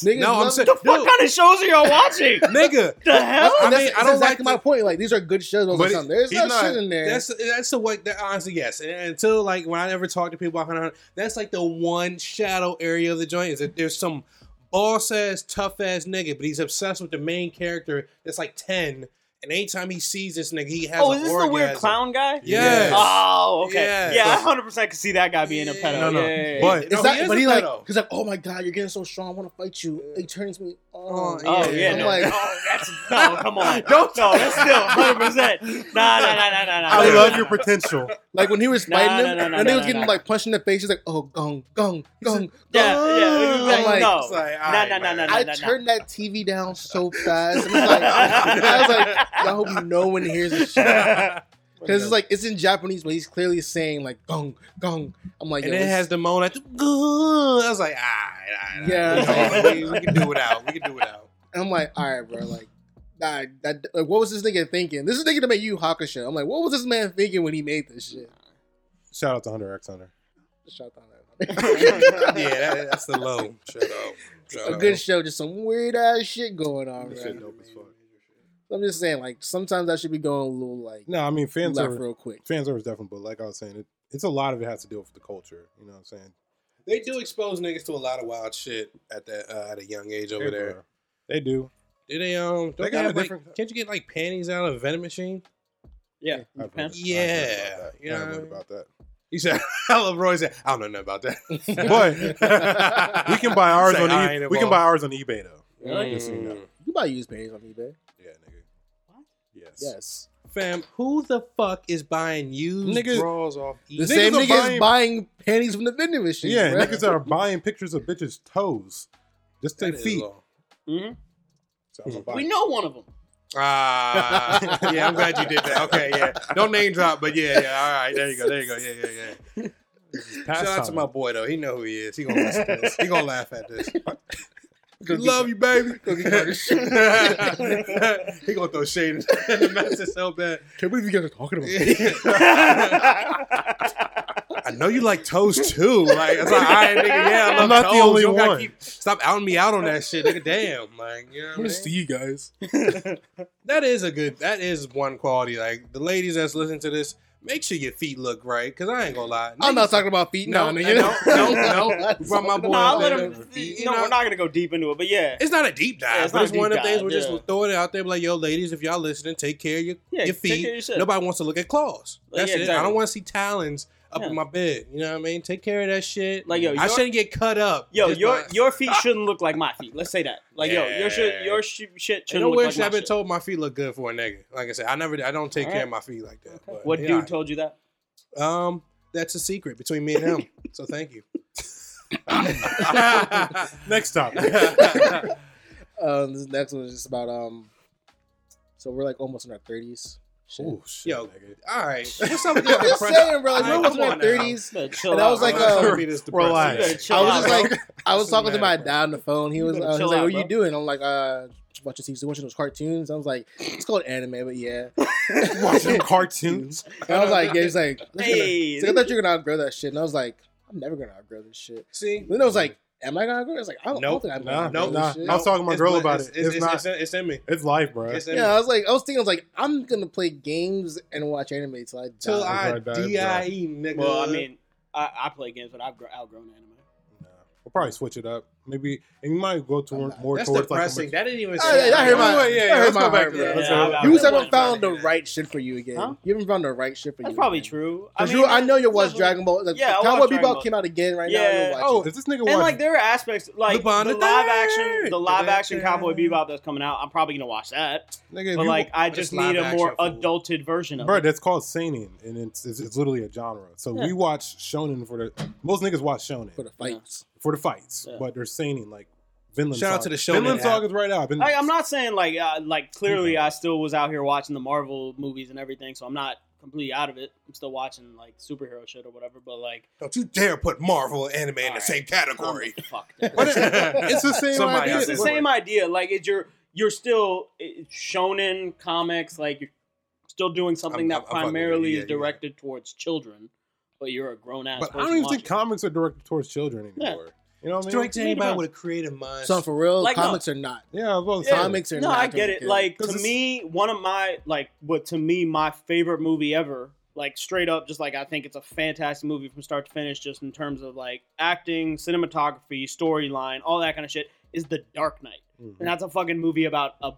S4: Jesus.
S2: niggas
S3: No, I'm
S2: love-
S3: saying,
S1: the fuck
S3: dude,
S1: kind of shows are y'all watching?
S3: nigga.
S1: the hell?
S3: I
S2: That's-
S3: mean,
S2: that's
S3: I don't like
S2: exactly my
S3: the-
S2: point. Like these are good shows. But
S4: But
S2: like,
S4: it-
S2: something. There's
S4: he's
S2: that
S4: not-
S2: shit in there.
S3: That's that's the way. That, honestly, yes. And until like when I never talk to people about Hunter, x Hunter, that's like the one shadow area of the joint is that there's some boss ass tough ass nigga, but he's obsessed with the main character that's like ten. And anytime he sees this nigga, he has.
S1: Oh,
S3: an
S1: is this
S3: orgasm.
S1: the weird clown guy?
S4: Yes.
S1: Oh, okay.
S3: Yes.
S1: Yeah, I 100 percent could see that guy being a pedo.
S4: No, no.
S1: Yeah, yeah, yeah.
S4: But
S3: No,
S2: It's not-
S3: he is
S2: but
S3: a
S2: he like,
S3: pedo.
S2: he's like, oh my god, you're getting so strong. I want to fight you. It turns me on.
S3: Oh,
S1: oh
S3: yeah,
S1: yeah,
S2: I'm
S1: no,
S2: like,
S1: oh, that's no, come on, don't no, that's still 100. percent Nah, nah, nah, nah, nah, nah.
S4: I
S1: nah,
S4: love
S1: nah,
S4: your
S1: nah.
S4: potential.
S2: like when he was
S1: Nah, nah,
S2: fighting him,
S1: nah, nah,
S2: and they
S1: nah,
S2: was getting
S1: nah.
S2: like punched in the face. He's like, oh, gong, gong, gong,
S1: Yeah,
S2: gong.
S1: yeah,
S2: I'm
S1: exactly.
S2: like,
S1: no,
S3: It's like, all
S1: Nah,
S3: right,
S1: nah, nah,
S3: man.
S1: nah, nah.
S2: I turned that TV down so fast. I'm like, I was like, I hope no one hears this shit. Because it's like it's in Japanese, but he's clearly saying like gong gong. I'm like,
S3: and
S2: yo,
S3: it
S2: this-
S3: has the moan at the I was like, all right, all right, all right.
S2: Yeah.
S3: we, we can do without. We can do without.
S2: I'm like, all right, bro, like. Nah, that, like, what was this nigga thinking? This is nigga that made you Hakusho. I'm like, what was this man thinking when he made this shit?
S4: Shout out to Hunter X Hunter.
S2: Shout out to him.
S3: Yeah, that, that's the low. Shut up. Shut
S2: A
S3: up.
S2: good show, just some weird ass shit going on.
S4: This
S2: Right?
S4: shit dope as fuck.
S2: I'm just saying, like sometimes I should be going a little like
S4: No, I mean fan
S2: left
S4: service.
S2: real quick.
S4: Fan service definitely, but like I was saying, it, it's a lot of it has to deal with the culture. You know what I'm saying?
S3: They do expose niggas to a lot of wild shit at that uh, at a young age over there.
S4: They do.
S3: Do they um? Don't
S4: They
S3: they
S4: got a
S3: have, like,
S4: different-
S3: can't you get like panties out of a vending machine?
S1: Yeah,
S4: I've heard- I've heard
S3: Yeah,
S4: about that.
S3: you know
S4: I've
S3: what I
S4: heard
S3: mean?
S4: about that.
S3: You said, I love Roy said, I don't know nothing about that.
S4: But we can buy ours
S3: Say,
S4: on
S3: I
S4: e-
S3: ain't
S4: we
S3: involved.
S4: can
S3: Mm.
S4: buy ours on eBay though.
S1: Really?
S4: Just so you know.
S2: You buy used panties on eBay?
S4: Yeah, nigga.
S1: What?
S4: Yes.
S2: Yes.
S3: Fam, who the fuck is buying used
S4: Niggas-
S3: draws off?
S2: The
S3: eBay?
S4: Niggas
S2: same
S4: are
S2: nigga is
S4: buying-
S2: buying panties from the vending machine.
S4: Yeah,
S2: bro.
S4: niggas are buying pictures of bitches' toes Just their feet.
S1: Mhm.
S4: So I'm about-
S1: We know one of them.
S3: Ah, yeah, I'm glad you did that. Okay, yeah. Don't name drop, but yeah, yeah. All right, there you go, there you go. Yeah, yeah, yeah. Shout out to my boy though. He know who he is. He gonna listen to this. He gonna laugh at this. Love you, baby. he gonna throw shade in the message so bad.
S4: Can't believe you guys are talking about. this.
S3: I know you like toes too. Like that's like, all right, nigga. Yeah, I love
S4: I'm not the
S3: toes.
S4: only
S3: You don't gotta
S4: one.
S3: keep- stop outing me out on that shit, nigga. Damn, like you know what I
S4: I'm
S3: mean?
S4: just to you guys.
S3: That is a good. That is one quality. Like the ladies that's listening to this, make sure your feet look right. Cause I ain't gonna lie.
S2: I'm not talking about feet. No,
S3: No,
S2: nigga.
S3: no, no, no.
S2: That's
S3: From my
S2: all-
S3: boy.
S1: no, I'll let
S3: up there.
S1: him.
S3: You
S1: No,
S3: know-
S1: we're not gonna go deep into it, but yeah,
S3: It's not a deep dive,
S1: Yeah, it's
S3: but
S1: not
S3: it's
S1: a deep
S3: one of the things
S1: dive,
S3: we're
S1: yeah.
S3: just throwing it out there. Like, yo, ladies, if y'all listening, take care of your,
S1: yeah.
S3: your
S1: take care of your
S3: feet.
S1: shit.
S3: Nobody wants to look at claws.
S1: Like,
S3: That's
S1: yeah,
S3: it. I
S1: exactly.
S3: don't want to see talons up
S1: Yeah.
S3: in my bed. You know what I mean? Take care of that shit.
S1: Like, yo,
S3: I
S1: your-
S3: shouldn't get cut up.
S1: Yo,
S3: Just
S1: your
S3: my-
S1: your feet shouldn't look like my feet. Let's say that. Like, yo, your shit,
S3: Yeah.
S1: your sh- shit
S3: Ain't
S1: shouldn't
S3: no
S1: look
S3: weird
S1: like
S3: shit.
S1: my
S3: I've been
S1: shit.
S3: told my feet look good for a nigga. Like I said, I never, I don't take
S1: All
S3: care
S1: right.
S3: of my feet like that. But
S1: What
S3: yeah,
S1: dude told you that?
S3: Um, that's a secret between me and him. so thank you.
S4: Next up.
S2: Um, this next one is just about um. So we're like almost in our thirties.
S4: Oh shit,
S3: Yo,
S4: nigga.
S3: all right. What's up with this
S2: I'm just
S3: depression?
S2: saying, bro. Like, we're
S3: All right,
S2: almost in
S3: come
S2: our
S3: on now.
S2: thirties.
S1: Man, chill
S2: And
S1: out,
S2: I was
S1: bro.
S2: like,
S3: I'm sorry
S2: um,
S3: to be this
S4: relax.
S1: You
S3: depressing.
S1: better chill
S2: I was just
S1: out, bro.
S2: like, I was
S3: Doesn't
S2: talking to my
S3: matter, bro.
S2: dad on the phone. He was,
S1: better
S2: uh, he
S1: chill
S2: was like,
S1: out,
S2: "What you
S1: bro.
S2: doing?" I'm like, "Uh, just watching TV, watching those cartoons." I was like, "It's called anime, but yeah."
S4: Watching cartoons.
S2: And I was like, "Yeah." He's like,
S1: Hey,
S2: "Hey, I thought you were gonna outgrow that shit," and I was like, "I'm never gonna outgrow this shit."
S3: See,
S2: Then I was like, "Am I gonna outgrow?" it?" I was like, "I don't, I don't
S3: Nope.
S2: think I'm
S4: Nah,
S2: gonna outgrow
S3: Nope.
S2: this
S4: nah.
S2: shit."
S4: I was talking to my girl about
S3: it's,
S4: it. It's, not. It's,
S3: It's, it's in me.
S4: life, bro.
S3: It's in
S2: Yeah, I
S3: me.
S2: was like, I was thinking, I was like, I'm gonna play games and watch anime till I die.
S3: Till
S4: I
S3: I
S4: died, bro.
S3: die, nigga.
S1: well, I mean, I, I play games, but I've gr- outgrown anime.
S4: Nah. We'll probably switch it up. Maybe and you might go to
S2: I'm
S4: more,
S2: not-
S4: more
S3: that's
S4: towards
S3: depressing.
S4: like
S3: that didn't even.
S2: Oh, yeah,
S3: sound-
S2: y'all hear my-
S3: Oh,
S2: y'all hear
S4: let's
S2: my
S4: go back
S2: heart,
S4: to
S2: bro.
S4: that. Let's
S1: Yeah,
S4: go-
S1: I- I-
S2: you
S1: was
S2: just haven't
S1: wondering about
S2: found the
S3: that.
S2: right shit for you again.
S1: Huh?
S2: You haven't found the right shit for you.
S1: That's probably
S2: again.
S1: true. I
S2: 'Cause
S1: mean,
S2: you, I know you're
S1: watch
S2: watching Dragon Ball. Like,
S1: Yeah, I
S2: Cowboy
S1: watch Dragon Ball.
S2: Bebop came out again right now.
S1: Yeah.
S2: and you're
S4: Oh,
S2: watching
S4: is this nigga
S1: And
S4: watching?
S1: like there are aspects like the
S3: Lupin the
S1: live
S3: Third.
S1: action, the live action
S3: Da-da-da.
S1: Cowboy Bebop that's coming out. I'm probably gonna watch that,
S4: nigga, if
S1: but
S4: you-
S1: like I
S3: but
S1: just
S3: it's live
S1: need a more
S3: action, fool.
S1: adulted version of
S4: bro,
S1: it.
S4: that's called seinen, and it's it's, it's literally a genre. So
S1: Yeah.
S4: we watch shonen for the most niggas watch shonen
S2: for the fights.
S4: for the fights,
S1: Yeah.
S4: but they're seinen like Vinland.
S3: Shout out
S4: Saga.
S3: to the shonen
S4: Vinland
S3: app.
S4: Saga is right out.
S1: I, I'm not saying like uh, like clearly
S4: Yeah.
S1: I still was out here watching the Marvel movies and everything, so I'm not completely out of it. I'm still watching like superhero shit or whatever, but like
S3: Don't you dare put Marvel and anime in the
S1: Alright.
S3: same
S1: calm
S3: category.
S1: the fuck down.
S4: But it- it's the same
S3: Somebody
S4: idea.
S1: it's the
S3: said-
S1: same idea. Like it's your you're still it's shonen comics. Like you're still doing something
S3: I'm-
S1: that
S3: I'm- I'm fucking with you.
S1: primarily
S3: Yeah,
S1: is
S3: yeah.
S1: directed towards children, but you're a grown ass.
S4: But I don't even think comics are directed towards children
S1: Yeah.
S4: anymore. You know what I mean?
S3: Strike to
S1: Maybe
S3: anybody
S1: not.
S3: with a creative mind.
S2: So for real,
S1: Like, no.
S2: comics are not.
S4: Yeah, I was
S1: Yeah.
S4: comics.
S2: Comics are
S1: No,
S2: not.
S1: I get it.
S2: okay.
S1: Like
S4: 'Cause
S1: to
S4: it's-
S1: me, one of my like what to me my favorite movie ever. Like straight up, just like I think it's a fantastic movie from start to finish, just in terms of like acting, cinematography, storyline, all that kind of shit. Is The Dark Knight. and that's a fucking movie about a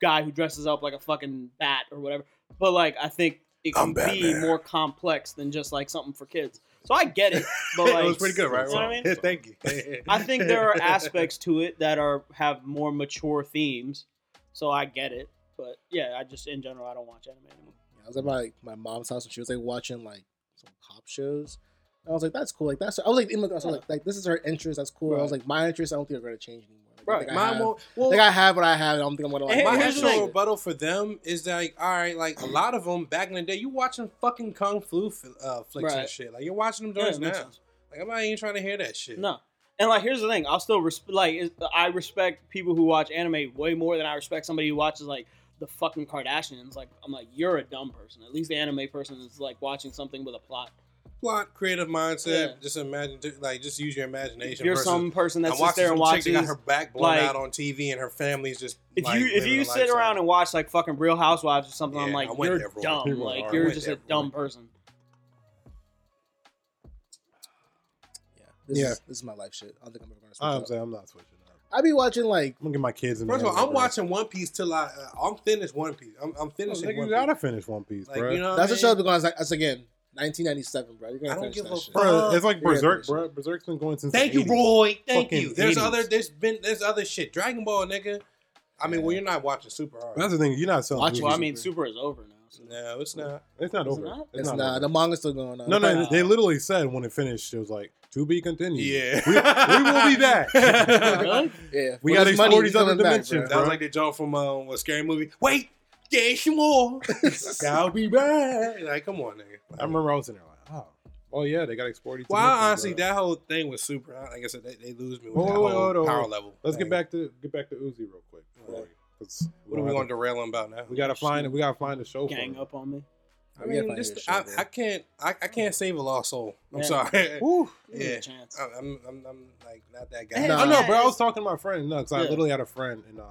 S1: guy who dresses up like a fucking bat or whatever. But like, I think it
S3: I'm
S1: can be
S3: Batman.
S1: more complex than just like something for kids. So I get it, but like,
S3: it was pretty good, right?
S1: You know what I mean?
S3: Thank you.
S1: I think there are aspects to it that are have more mature themes. So I get it, but yeah, I just in general I don't watch anime anymore.
S2: I was at my my mom's house and she was like watching like some pop shows. And I was like, that's cool. Like that's I was like, in my, I was like, like this is her interest. That's cool. I was
S1: Right.
S2: like, my interest. I don't think are gonna change anymore. Like, I
S1: Right.
S2: think I
S3: Mine
S2: have-
S3: won't.
S2: I
S3: Well,
S2: think I have what I have. and I don't think I'm gonna like.
S1: Hey,
S3: my
S1: here's the
S3: actual
S1: thing.
S3: rebuttal for them is like, all right, like a lot of them back in the day, you watching fucking kung flu fi- uh, flicks and
S1: Right.
S3: shit. Like you're watching them
S1: Yeah,
S3: joints
S1: it makes
S3: now.
S1: sense.
S3: Like I'm not even trying to hear that shit.
S1: No. And like, here's the thing: I'll still resp- like is- I respect people who watch anime way more than I respect somebody who watches like the fucking Kardashians. Like, I'm like, you're a dumb person. At least the anime person is like watching something with a plot.
S3: plot, creative mindset.
S1: Yeah.
S3: Just imagine, like just use your imagination.
S1: You're
S3: versus-
S1: some person that
S3: I'm
S1: sits
S3: watching
S1: there and
S3: some chick that
S1: watches.
S3: got her back blown
S1: like-
S3: out on TV and her family's just.
S1: if
S3: like,
S1: you if
S3: living
S1: you
S3: a
S1: sit
S3: lifestyle.
S1: around and watch like fucking Real Housewives or something, I'm
S3: Yeah,
S1: like,
S3: I went
S1: you're
S3: there for it.
S1: dumb.
S4: People
S1: Like,
S4: are. I
S1: you're
S3: went
S1: just
S3: there
S1: a
S3: for
S1: dumb
S3: it.
S1: person.
S2: Yeah, this,
S4: Yeah. Um,
S2: Is, this is my life shit. I don't think I'm ever gonna. Switch
S4: I'm
S2: up.
S4: saying I'm not switching up.
S2: I'd be watching like
S4: I'm gonna get my kids. in the
S3: First of all,
S4: anime,
S3: I'm
S4: bro.
S3: watching One Piece till I uh, I'm finished One Piece. I'm, I'm
S4: Oh,
S3: finishing.
S4: nigga,
S3: One
S4: you gotta
S3: Piece.
S4: finish One Piece,
S3: Like
S4: bro.
S3: you know, what
S2: that's
S3: I
S2: a
S3: mean?
S2: show because like that's again 1997, bro. You're gonna
S3: I don't
S2: finish
S3: give
S2: that
S3: a
S2: shit.
S3: fuck.
S4: Bro, it's like
S2: You're gonna
S4: Berserk,
S2: finish it.
S4: bro. Berserk's been going since.
S3: Thank
S4: the
S3: you,
S4: 80s.
S3: Roy. Thank
S4: Fucking
S3: you. There's
S4: 80s.
S3: other. There's been. There's other shit. Dragon Ball, nigga. I mean, well, you're not watching Super. Hard.
S4: That's the thing. You're not selling.
S2: Watch it.
S3: Oh,
S4: movies.
S1: Well, I
S2: Super.
S1: mean, Super is over now. So.
S3: No, it's not.
S4: It's not
S1: Is it
S4: over.
S1: not?
S2: It's, not,
S4: over.
S2: the manga's still going on.
S4: No, no,
S1: Wow.
S4: they literally said when it finished, it was like to be continued.
S3: Yeah,
S4: we, we will be back.
S1: Really?
S2: yeah,
S4: We
S2: when
S4: gotta
S2: it's
S4: explore
S2: money,
S4: these
S2: it's
S4: other
S2: coming back, bro.
S4: dimensions.
S3: That was like the joke from um, a scary movie. Wait, there's more. I'll be back. Like, come on, nigga.
S4: I remember I was in there like, oh, oh yeah, they got to explore these.
S3: Well, I
S4: dimensions,
S3: honestly,
S4: bro.
S3: that whole thing was super. Like I said, they, they lose me with
S4: Whoa,
S3: that
S4: whoa,
S3: whole
S4: whoa, whoa.
S3: power level.
S4: Let's get
S3: thing.
S4: back to get back to Uzi real quick.
S3: Yeah.
S4: Because
S3: What are we going to derail him about now?
S4: We gotta find. We gotta find the show.
S1: Gang up on me.
S3: I
S2: We gotta
S3: mean,
S2: find
S3: just
S2: this shit,
S3: I,
S2: bro.
S3: I can't. I, I can't save a lost soul. I'm
S1: Yeah.
S3: sorry.
S4: Woo.
S1: Give me
S3: Yeah. Oh,
S1: a chance.
S3: I'm, I'm, I'm, I'm like not that guy.
S1: Hey,
S4: I
S2: Nah.
S4: Oh no, bro! I was talking to my friend. No, 'cause I
S1: Yeah.
S4: literally had a friend, and um,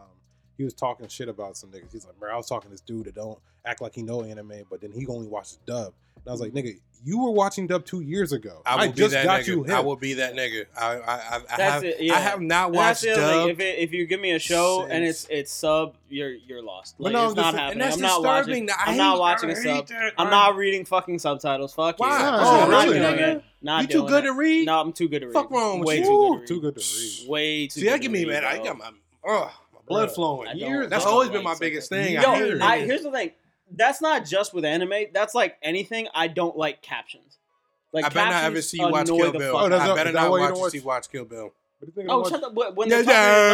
S4: he was talking shit about some niggas. He's like, bro, I was talking to this dude that don't act like he know anime, but then he only watches dub. And I was like, nigga, you were watching dub two years ago.
S3: I will be
S4: just
S3: that
S4: got
S3: nigga.
S4: you hip.
S3: I will be that nigga. I, I, I, I
S1: That's
S3: have,
S1: it, yeah.
S3: I have not
S1: And that's
S3: watched
S1: the other thing.
S3: dub.
S1: If, it, if you give me a show and it's
S3: since-
S1: it's sub, you're you're lost.
S4: But
S1: Like,
S4: no,
S1: it's
S4: this-
S1: not
S4: and
S1: happening.
S3: that's
S1: I'm not watching.
S3: disturbing. I
S1: I'm not
S3: hate-
S1: watching
S3: I
S1: a sub.
S3: hate that,
S1: I'm
S3: bro.
S1: not reading fucking subtitles. Fuck
S3: Why?
S1: you.
S4: Oh,
S1: I'm not
S4: really?
S1: doing it.
S3: Nigga?
S1: Not
S3: You too
S1: doing
S3: good
S1: it.
S3: to read.
S1: No, I'm too good to read.
S3: Fuck wrong with
S1: Way
S3: you.
S1: Too
S4: Woo,
S1: good to
S4: too
S1: read.
S4: good to read.
S1: Way too.
S3: See, that
S1: good
S3: give
S1: to
S3: me
S1: read,
S3: man. I
S1: bro.
S3: got my, ugh, my blood
S4: Bruh.
S3: flowing.
S1: I don't-
S3: Years.
S1: I
S3: That's
S1: don't
S3: always
S1: like
S3: been my
S1: something.
S3: biggest thing.
S1: Yo,
S3: I hear it.
S1: I, here's the thing. That's not just with anime. That's like anything. I don't like captions. Like
S3: I better not ever
S1: captions
S3: see you watch
S1: annoy
S3: Kill
S1: the
S3: Bill.
S1: fuck
S4: Oh,
S1: out
S4: that's
S1: of
S3: I
S4: a-
S1: me.
S3: better
S4: is that
S3: not
S4: why you
S3: watch
S4: don't
S3: you see
S4: watch-
S3: watch Kill Bill.
S4: What do you think?
S1: Oh, shut up. When
S3: Yeah,
S1: they're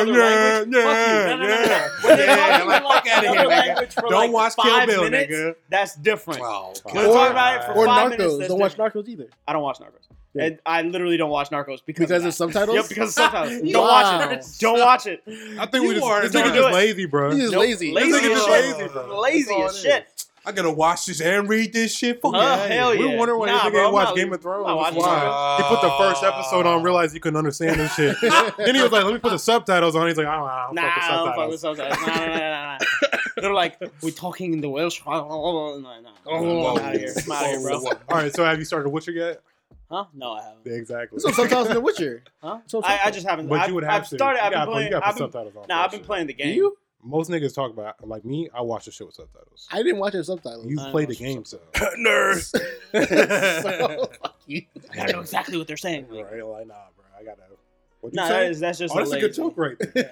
S1: talking in another
S3: yeah,
S1: language,
S3: yeah,
S1: fuck you. No, no, no,
S3: yeah.
S1: no. When they're talking in
S3: Yeah,
S1: like
S3: fuck outta here,
S1: another
S3: nigga.
S1: language for
S3: Don't
S1: like
S3: watch Kill
S1: five
S3: Bill,
S1: minutes,
S3: nigga.
S1: That's different.
S3: Oh,
S1: We're
S3: God.
S1: talking about it for
S2: Or
S1: five minutes,
S2: Narcos.
S1: that's
S2: Don't watch Narcos either
S1: I don't watch Narcos.
S2: Yeah.
S1: And I literally don't watch Narcos because
S2: because
S1: of
S2: of
S1: that.
S2: subtitles.
S1: Yep, because of subtitles. Don't
S2: Wow.
S1: watch it. Don't watch it.
S4: I think we
S3: You
S4: just
S3: are
S4: this
S1: a
S4: nigga
S1: nerd.
S4: just lazy, bro.
S2: He's just
S1: Nope.
S2: lazy.
S1: Lazy
S4: This nigga
S1: as
S4: just
S1: shit.
S4: lazy, bro.
S1: Lazy
S4: That's all
S1: as
S4: it is.
S1: shit.
S3: I gotta watch this and read this shit. Fuck
S1: Huh,
S3: yeah.
S1: Uh, hell
S4: We
S1: yeah.
S4: were wondering why
S1: Nah,
S4: this nigga
S1: bro,
S4: didn't
S1: I'm
S4: watch
S1: not-
S4: Game of Thrones.
S1: I'm not
S4: That's
S1: watching
S4: why. He put the first episode
S1: Ah.
S4: on, realized he couldn't understand this shit. then he was like, "Let me put the subtitles on." He's like, "I don't, I don't
S1: Nah,
S4: fuck with
S1: I don't fuck with
S4: subtitles."
S1: subtitles. Nah, nah, nah, nah, nah. They're like, we're talking in the Welsh. Nah, nah, nah.
S3: Oh, Whoa.
S1: I'm out of here. I'm out of here, bro.
S3: Whoa.
S4: All right, so have you started Witcher yet?
S1: Huh? No, I haven't.
S4: Yeah, exactly.
S2: So subtitles in The Witcher.
S1: Huh?
S2: So
S1: I, I just haven't.
S4: But
S1: I've,
S4: you would have
S1: I've
S4: to.
S1: started.
S4: You
S1: I've
S4: gotta
S1: been
S4: put- you
S1: playing.
S4: gotta put
S1: I've been,
S4: subtitles on.
S1: nah,
S4: for
S1: I've
S4: that
S1: been
S4: shit.
S1: playing the
S2: Do
S1: game.
S2: you?
S4: Most niggas talk about like me. I watch the shit with subtitles.
S2: I didn't watch it with subtitles.
S4: You
S1: I
S4: play the
S1: watch
S4: game, so
S3: Nerds.
S2: so, fuck you.
S1: I gotta know exactly what they're saying. Like,
S4: right? Like, nah, bro. I gotta. What you
S1: nah, that
S4: say?
S1: is, that's just.
S4: oh, that's a good joke right there.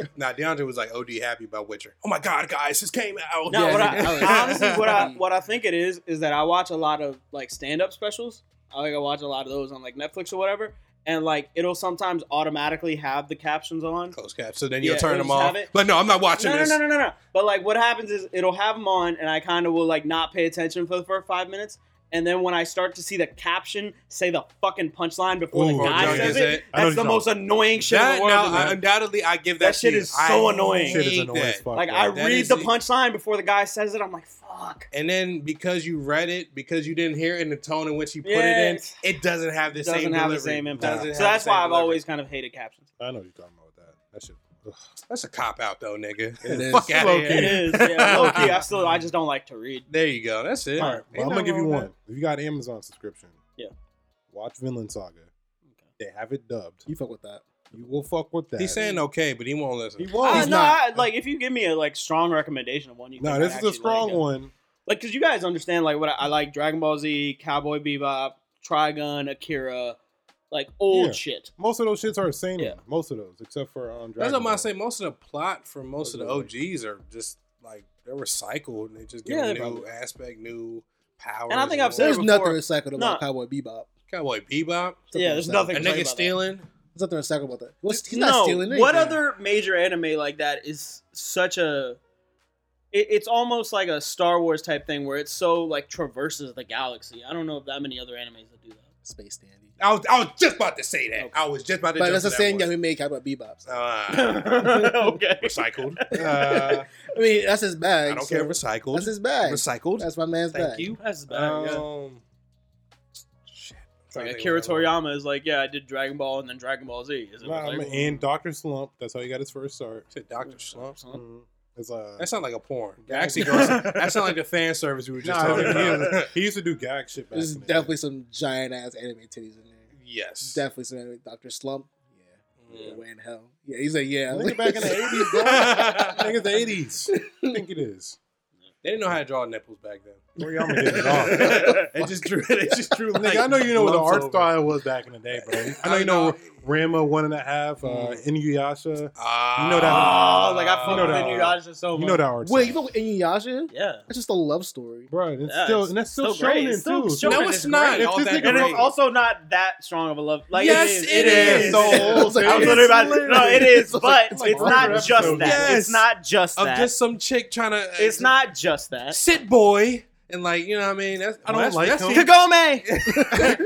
S3: Now DeAndre was like OD happy about Witcher. Oh my god, guys, this came out.
S1: No,
S2: Yeah,
S1: what
S2: yeah,
S1: I,
S2: yeah.
S1: honestly, what I what I think it is is that I watch a lot of like stand up specials. I like I watch a lot of those on like Netflix or whatever, and like it'll sometimes automatically have the captions on.
S3: close cap. So then you'll
S1: Yeah,
S3: turn
S1: it'll
S3: them
S1: just
S3: off.
S1: have it.
S3: But no, I'm not watching
S1: No, no,
S3: this.
S1: no, no, no, no. But like, what happens is it'll have them on, and I kind of will like not pay attention for the first five minutes, and then when I start to see the caption say the fucking punchline before
S4: Ooh,
S1: the guy
S4: Junk
S1: says
S4: is
S1: it,
S3: it.
S4: I know
S1: that's
S4: what
S1: the
S4: you're
S1: most annoying shit in
S3: That
S1: the world.
S3: now,
S1: to me.
S3: I, undoubtedly, I give that,
S1: That shit
S3: to you.
S1: is
S3: I
S1: so
S3: hate
S1: annoying.
S4: shit is
S3: that.
S4: annoying as fuck.
S1: like,
S4: bro.
S1: I
S3: that
S1: read
S3: is
S1: the
S3: the-
S1: punchline before the guy says it. I'm like, fuck.
S3: And then because you read it, because you didn't hear it in the tone in which you put
S1: Yes.
S3: it in, it doesn't have the
S1: doesn't have
S3: same
S1: the
S3: delivery.
S1: same impact.
S3: Doesn't
S1: So
S3: have
S1: that's
S3: the
S1: why
S3: same
S1: I've
S3: delivery.
S1: always kind of hated captions.
S4: I know what you're talking about with that. That shit. ugh.
S3: That's a cop out though, nigga.
S2: It is.
S3: Fuck out of
S4: Low-key.
S1: It
S3: here.
S1: is, yeah. Low key, I still, I just don't like to read.
S3: There you go. That's it.
S1: All right,
S4: Well, I'm gonna give you one. If you got an Amazon subscription,
S1: Yeah.
S4: watch Vinland Saga. They have it dubbed.
S2: You fuck with that.
S4: You will fuck with that.
S3: He's saying okay, but he won't listen.
S4: he
S1: Uh,
S4: won't.
S2: He's
S1: no,
S2: not.
S1: I, like if you give me a like strong recommendation of one, you
S4: no,
S1: think
S4: this
S1: I'd
S4: is a
S1: actually
S4: strong
S1: like it.
S4: one.
S1: Like, cause you guys understand, like what I, I like: Dragon Ball Z, Cowboy Bebop, Trigun, Akira, like old
S4: Yeah.
S1: shit.
S4: Most of those shits are same.
S1: Yeah.
S4: Most of those, except for um. Dragon
S3: That's what I'm
S4: Ball.
S3: about to say. Most of the plot for most of the
S4: Those
S3: OGs are just like they're recycled and they just give
S1: Yeah,
S3: a
S1: they
S3: new
S1: probably-
S3: aspect, new power.
S1: And I think I've said
S2: There's
S1: before-
S2: nothing recycled about
S1: Nah.
S2: Cowboy Bebop.
S3: Cowboy Bebop,
S1: yeah, there's nothing.
S2: Something
S3: a
S1: to say
S3: nigga
S1: about
S3: stealing.
S2: There's nothing recycled about that. What's,
S1: that.
S2: he's not
S1: no,
S2: stealing anything.
S1: what other major anime like that is such a? It, it's almost like a Star Wars type thing where it's so like traverses the galaxy. I don't know of that many other animes that do that.
S2: Space dandy.
S3: I was, I was just about to say that. I was just about to.
S2: But
S3: jump
S2: that's
S3: to
S2: the same
S3: that
S2: guy who made Cowboy Bebop. so.
S3: one. Ah,
S1: okay.
S3: recycled. Uh,
S2: I mean, that's his bag.
S3: I don't
S2: so-
S3: care. Recycled.
S2: That's his bag.
S3: Recycled.
S2: That's my man's
S3: Thank
S2: bag.
S3: you.
S1: That's bad.
S4: Uh,
S1: yeah.
S3: Um, shit.
S1: It's like Akira Toriyama is like, yeah, I did Dragon Ball and then Dragon Ball Z. Is it
S4: Nah, I'm
S1: like,
S4: in Doctor Slump. That's how he got his first start.
S3: Doctor Slump.
S1: something?
S4: It's uh.
S3: That sounds like a porn. That
S4: Gag-
S3: actually goes. That sounds like the fan service we were just
S4: Nah,
S3: talking
S4: he,
S3: about.
S4: is- he used to do gag shit back.
S2: There's
S4: in the day.
S2: definitely some giant ass anime titties in there.
S3: yes.
S2: Definitely some anime. Dr. Slump. Yeah.
S3: Mm.
S2: Way in hell. Yeah, he's like, yeah.
S4: Nigga back in the 80s, bro. I think it's the 80s. I think it is.
S3: They didn't know how to draw nipples back then.
S4: Toriyama did it all.
S3: it just drew. It just drew.
S4: Nigga, I know you know what the art
S3: lumps over.
S4: style was back in the day, bro. I know you know Ranma one and a half, uh, Inuyasha.
S3: Ah,
S4: You know that-
S1: Oh, like I
S4: You know
S1: fucked with
S4: that-
S1: Inuyasha so much.
S4: You know that art.
S2: Wait, you
S4: style.
S2: know Inuyasha?
S1: Yeah.
S2: That's just a love story.
S4: bro, and it's
S1: Yeah,
S4: still
S1: it's
S4: and that's still,
S1: still great.
S4: shown
S1: It's still
S4: too.
S1: shown.
S3: No,
S1: Children
S3: it's
S1: is
S3: not.
S1: great.
S3: all
S4: If this
S3: that
S4: nigga
S1: And
S3: great.
S1: it's also not that strong of a love. Like
S3: Yes,
S1: it is.
S3: it is.
S4: So old,
S1: I was
S4: dude.
S1: literally about to, no, it is,
S2: It's like-
S1: but it's,
S4: it's like
S1: not
S4: regular
S1: just
S4: episode.
S1: that.
S3: Yes.
S1: It's not just
S3: of
S1: that.
S3: just some chick trying to.
S1: it's not just that.
S3: sit boy and like you know what I mean. That's,
S4: I don't
S3: Oh, that's,
S4: like
S3: that's
S4: him.
S1: Kagome,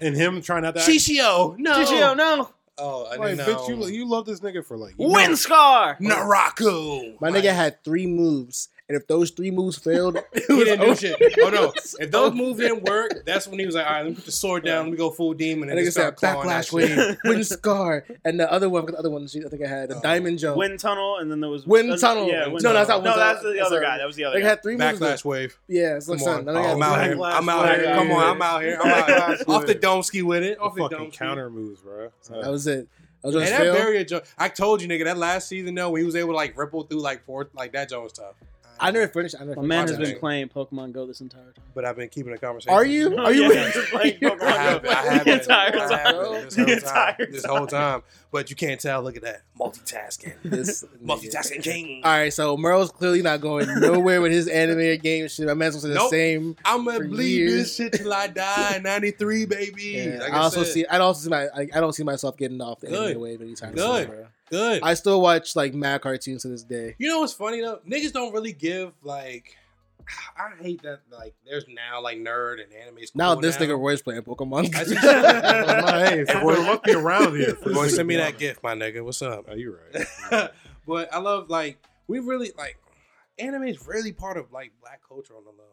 S4: and him trying not to. act-
S3: Shishio, no.
S1: Chichio, no,
S3: Oh, I
S4: like,
S3: didn't know.
S4: bitch, you, you love this nigga for like you know-
S1: Windscar.
S3: Naraku.
S2: My nigga had three moves, and if those three moves failed, it
S3: He
S2: was
S3: didn't do
S2: over.
S3: shit. Oh no! If those moves didn't work, that's when he was like, "All right, let me put the sword down. Let me go full demon."
S2: That
S3: And
S2: nigga
S3: just
S2: said
S3: start clawing that
S2: backlash
S3: shit.
S2: wave, wind scar, and the other one, the other one, I think I had the
S3: Oh.
S2: diamond jump.
S1: Wind tunnel, and then there was
S2: Wind
S1: uh,
S2: tunnel.
S1: Yeah,
S2: No,
S1: wind tunnel.
S2: that's not wind
S1: no, that's
S2: tunnel.
S1: the
S2: That's
S1: other
S2: not-
S1: guy. That was the other
S2: They
S1: guy.
S2: had three moves.
S3: Backlash wave.
S2: Yeah, it's like
S3: Come on, Oh,
S2: something. I think I
S3: I'm
S2: had
S3: out
S2: three
S3: here.
S2: moves.
S3: I'm out here.
S4: Backlash
S3: Come on,
S4: wave.
S3: I'm out here. I'm out here.
S4: Backlash
S3: Off the
S4: wave.
S3: domsky with it.
S4: the
S3: Off the
S4: fucking
S3: domsky.
S4: counter moves, bro.
S2: That was it. I was
S3: And
S2: just
S3: that
S2: fail.
S3: barrier jump, I told you, nigga, that last season though, when he was able to like ripple through like fourth, like that jump was tough.
S2: I never finished. I never.
S1: My
S2: finished.
S1: man has been
S3: Contact.
S1: playing Pokemon Go this entire time.
S3: but I've been keeping a conversation.
S2: Are you? Are
S1: Yeah,
S2: you?
S1: just playing Pokemon
S3: I have, I have
S1: The
S3: been.
S1: entire
S3: I have
S1: time.
S3: been this
S1: The
S3: whole
S1: entire
S3: time. This whole time. But you can't tell. Look at that multitasking,
S2: This nigga.
S3: multitasking king.
S2: All right, so Merle's clearly not going nowhere with his anime game shit. My man's was the
S3: Nope.
S2: same.
S3: I'm gonna
S2: For
S3: bleed
S2: years.
S3: this shit till I die. '93, baby.
S2: Yeah,
S3: Like
S2: I also
S3: said,
S2: see. I also see my. I, I don't see myself getting off the
S3: Good.
S2: anime wave anytime
S3: Good.
S2: soon. Bro.
S3: good.
S2: I still watch like mad cartoons to this day.
S3: You know what's funny though? Niggas don't really give like. I hate that. Like, there's now like nerd and anime. is
S2: Now
S3: cool
S2: this nigga Roy's playing Pokemon. Go.
S3: I see-
S4: hey, so we're lucky around here. for
S3: Boy,
S4: this
S3: send me
S4: nigga.
S3: that gift, my nigga. What's up?
S4: Oh, you're right.
S3: but I love like we really like anime is really part of like black culture on the low.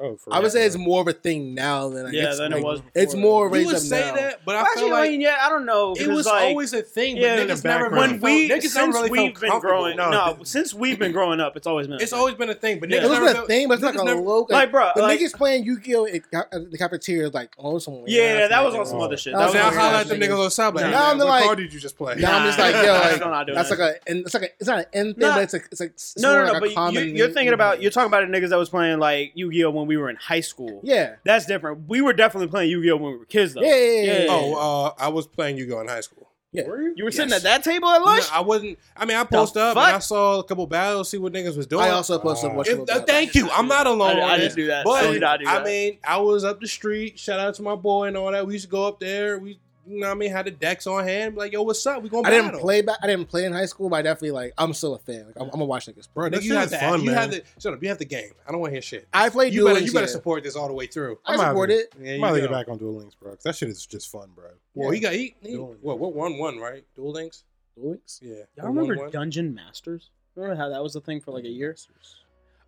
S4: Oh, for
S2: I would
S4: real,
S2: say it's
S4: bro.
S2: more of a thing now than I
S1: Yeah,
S2: it's
S1: than it
S2: like-
S1: was
S2: It's
S1: before.
S2: more
S3: You
S2: raised
S3: would
S2: up
S3: say
S2: now.
S3: that, but I
S1: Actually,
S3: feel like
S1: I mean, yeah, I don't know.
S3: it
S1: because,
S3: was
S1: like,
S3: always a thing. But
S1: yeah,
S4: in the
S3: niggas never
S4: background.
S3: really
S1: when we
S3: felt, niggas never
S1: since
S3: really felt
S1: we've been
S3: comfortable.
S1: growing
S4: No,
S1: no,
S4: it-
S1: since we've been growing up, it's always been a
S3: it's
S1: thing.
S3: always been a thing. But
S1: Yeah.
S3: niggas
S2: It was
S3: never
S2: a
S3: felt,
S2: thing, but it's
S3: niggas
S2: like a
S3: never-
S2: low.
S1: like, bro,
S2: the
S1: like,
S2: niggas playing Yu-Gi-Oh at co- at the cafeteria like oh somewhere.
S1: yeah,
S2: Nah,
S1: yeah, that
S2: that's
S1: was
S2: not
S1: on
S2: it.
S1: some
S4: wrong.
S1: other shit.
S2: That
S1: That
S2: was
S1: was
S3: Now
S1: on
S2: on
S1: some
S2: some
S1: other
S3: holla
S1: shit.
S3: at them
S2: Nah.
S3: niggas on the side. Like,
S4: Nah,
S3: hey,
S2: Now
S3: man,
S2: I'm
S3: what
S2: like-
S4: card did you just play?
S2: Now I'm just like yo,
S1: Nah,
S2: like
S1: still not doing
S2: that's
S1: that.
S2: like a and it's like a it's not an end thing,
S1: Nah.
S2: but it's like it's like it's
S1: no,
S2: more
S1: no, no.
S2: like a
S1: but you,
S2: common-
S1: you're thinking about you're talking about the niggas that was playing like Yu-Gi-Oh when we were in high school.
S2: yeah.
S1: That's different. We were definitely playing Yu-Gi-Oh when we were kids, though.
S2: Yeah, yeah, yeah, yeah.
S1: Yeah.
S3: Oh, uh, I was playing Yu-Gi-Oh in high school.
S4: Were you?
S1: You were sitting
S3: Yes.
S1: at that table at lunch.
S3: No, I wasn't. I mean, I posted up
S1: fuck?
S3: and I saw a couple battles, see what niggas was doing.
S2: I also posted
S4: If-
S2: watch.
S3: If- uh, thank you. I'm not alone.
S1: I, I
S3: on
S1: didn't
S3: this.
S1: do that. I did
S3: But I,
S1: not do that.
S3: mean, I was up the street. Shout out to my boy and all that. We used to go up there. We, you know, what I mean, had the decks on hand. Like, yo, what's up? We gonna.
S2: I didn't
S3: battle.
S2: play back. I didn't play in high school, but I definitely like. I'm still a fan. Like I'm, I'm gonna watch niggas.
S4: Bro,
S3: Nigga,
S4: that
S3: you
S4: shit
S3: have
S4: is
S3: the,
S4: fun,
S3: you have
S4: man.
S3: the, shut up. You have the game. I don't want to hear shit.
S2: I played.
S3: you better,
S2: Duelings,
S3: you better
S2: yeah.
S3: support this all the way through.
S2: I
S4: I'm out
S2: support
S4: here.
S2: it.
S3: Yeah,
S4: I'm
S3: you
S4: about to get
S3: go.
S4: back on Duel Links, bro. 'cause That shit is just fun, bro.
S3: Well, he got he. he
S4: Dueling.
S3: well, we're one one, right? Duel links.
S2: Duelings?
S3: Yeah.
S1: Y'all
S3: We're
S1: remember
S3: 1-1.
S1: Dungeon Masters? Remember how that was a thing for like a year?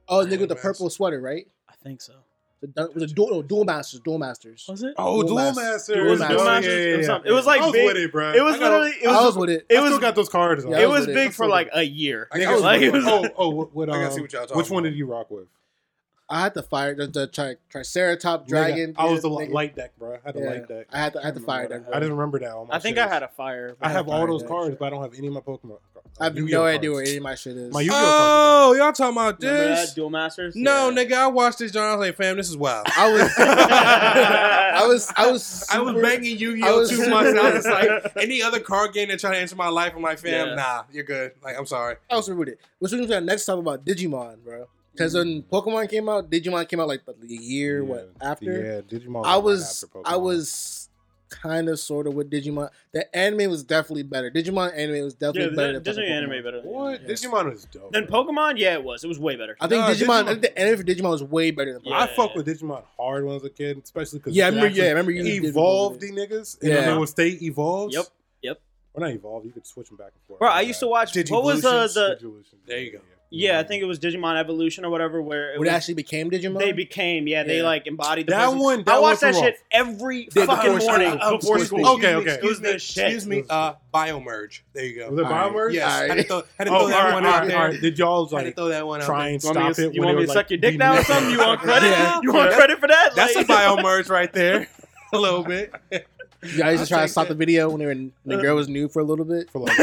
S2: Oh, nigga with the purple sweater, right?
S1: I think so.
S2: The, dun- with the dual, no, dual masters, dual masters.
S1: Was it?
S4: Oh,
S2: Duel
S4: Duel
S2: Masters.
S4: Masters.
S1: Duel Masters.
S4: Oh, yeah,
S1: It was
S4: yeah, yeah.
S1: something- it was like
S4: I was
S1: big-
S4: with it, bro.
S1: It was
S4: I got-
S1: literally. It
S2: I
S1: was.
S2: was with it.
S1: It
S4: I
S1: was.
S4: still got those cards.
S2: Yeah, I
S1: it
S2: was
S1: was
S2: with it.
S1: big
S2: I
S1: for
S2: still
S1: like a year.
S3: I
S4: Niggas
S3: got
S1: like,
S4: was-
S1: it was-
S4: oh, oh, what, what,
S3: I gotta
S4: um,
S3: see what y'all talking
S4: which one
S3: about.
S4: did you rock with?
S2: I had the fire, the, the tri- triceratops dragon.
S4: Nigga, I was the
S2: nigga.
S4: light deck, bro. I had the
S2: Yeah.
S4: light deck.
S2: I had the, I had the
S1: Can't
S2: fire
S1: remember
S2: deck.
S1: what
S4: I just remember that. on my
S1: I think
S4: shit.
S1: I had a fire.
S4: I have all
S2: fire
S4: those
S2: deck.
S4: cards, but I don't have any of my Pokemon.
S2: I have
S4: Yu-Gi-Oh
S2: no idea
S4: cards.
S2: where any of my shit is.
S4: My Yu-
S3: Oh, y'all talking about
S1: Remember that
S3: this?
S1: Duel Masters?
S3: No,
S1: Yeah.
S3: nigga, I watched this. John, I was like, fam, this is wild.
S2: I was, I was, I was, super,
S3: I was banging Yu Gi
S2: I
S3: Oh
S2: was
S3: two
S2: super-
S3: months. And I was just like, any other card game that try to enter my life, I'm like, fam,
S1: Yeah.
S3: nah, you're good. Like, I'm sorry.
S2: I was rooted. Which brings me to the next topic about Digimon, bro. Because when Pokemon came out, Digimon came out like a year what after.
S4: Mm-hmm. Yeah, Digimon.
S2: I
S4: right
S2: was
S4: after
S2: I
S4: Pokemon.
S2: was kind of sort of with Digimon. The anime was definitely better. Digimon anime was
S1: Yeah,
S2: definitely better.
S1: the
S2: than
S1: Disney
S2: fucking
S1: anime
S2: Pokemon.
S1: better. than-
S4: What?
S2: Yeah.
S4: Digimon was dope.
S1: Then
S4: bro.
S1: Pokemon? Yeah, it was. It was way better.
S2: I think
S4: Nah,
S2: Digimon,
S4: Digimon-
S2: I think the anime for Digimon was way better than Pokemon.
S1: Yeah.
S4: I fuck with Digimon hard when I was a kid, especially because
S2: Yeah, I remember. Yeah, I remember you did
S4: evolved
S2: with
S4: the
S2: it.
S4: niggas, and
S2: Yeah.
S4: they would stay evolved.
S1: Yep, yep.
S4: Or not evolved. You could switch them back and forth.
S1: Bro, I used to watch. What was uh, the?
S3: There you go.
S1: Yeah, I think it was Digimon Evolution or whatever. Where it
S2: When it
S1: was-
S2: actually became Digimon.
S1: they became. Yeah, they
S2: Yeah.
S1: like embodied the
S4: That
S1: person.
S4: one- that
S1: I watched
S4: one
S1: that
S4: threw
S1: shit
S4: off.
S1: every
S2: Did-
S1: fucking
S2: before
S1: morning
S2: school.
S1: before
S2: Before
S1: school.
S2: school.
S4: Okay, okay.
S1: It was
S3: uh, Excuse me.
S1: the shit.
S3: Excuse me. Uh, biomerge. There you go.
S4: Was
S3: Uh,
S4: it
S2: Alright.
S4: Biomerge?
S3: Yes. I had to throw, had to
S4: Oh,
S3: throw that
S4: alright,
S3: one out
S4: alright,
S3: there.
S4: alright. Did y'all
S3: Had to
S4: like
S3: throw that one out
S4: try
S3: there.
S4: and
S1: You want me
S4: stop
S1: to,
S4: it?
S1: you
S4: when
S1: want
S4: it
S1: me to
S4: was,
S1: suck
S4: like,
S1: your dick now or
S4: beating-
S1: something? You want credit? You want credit for that?
S3: That's a
S1: Like-
S3: biomerge right there. A little bit.
S2: You guys
S3: I'll
S2: just try to
S3: take
S2: stop
S3: that.
S2: the video when they were when
S1: Uh.
S2: the girl was new for a little bit.
S4: for like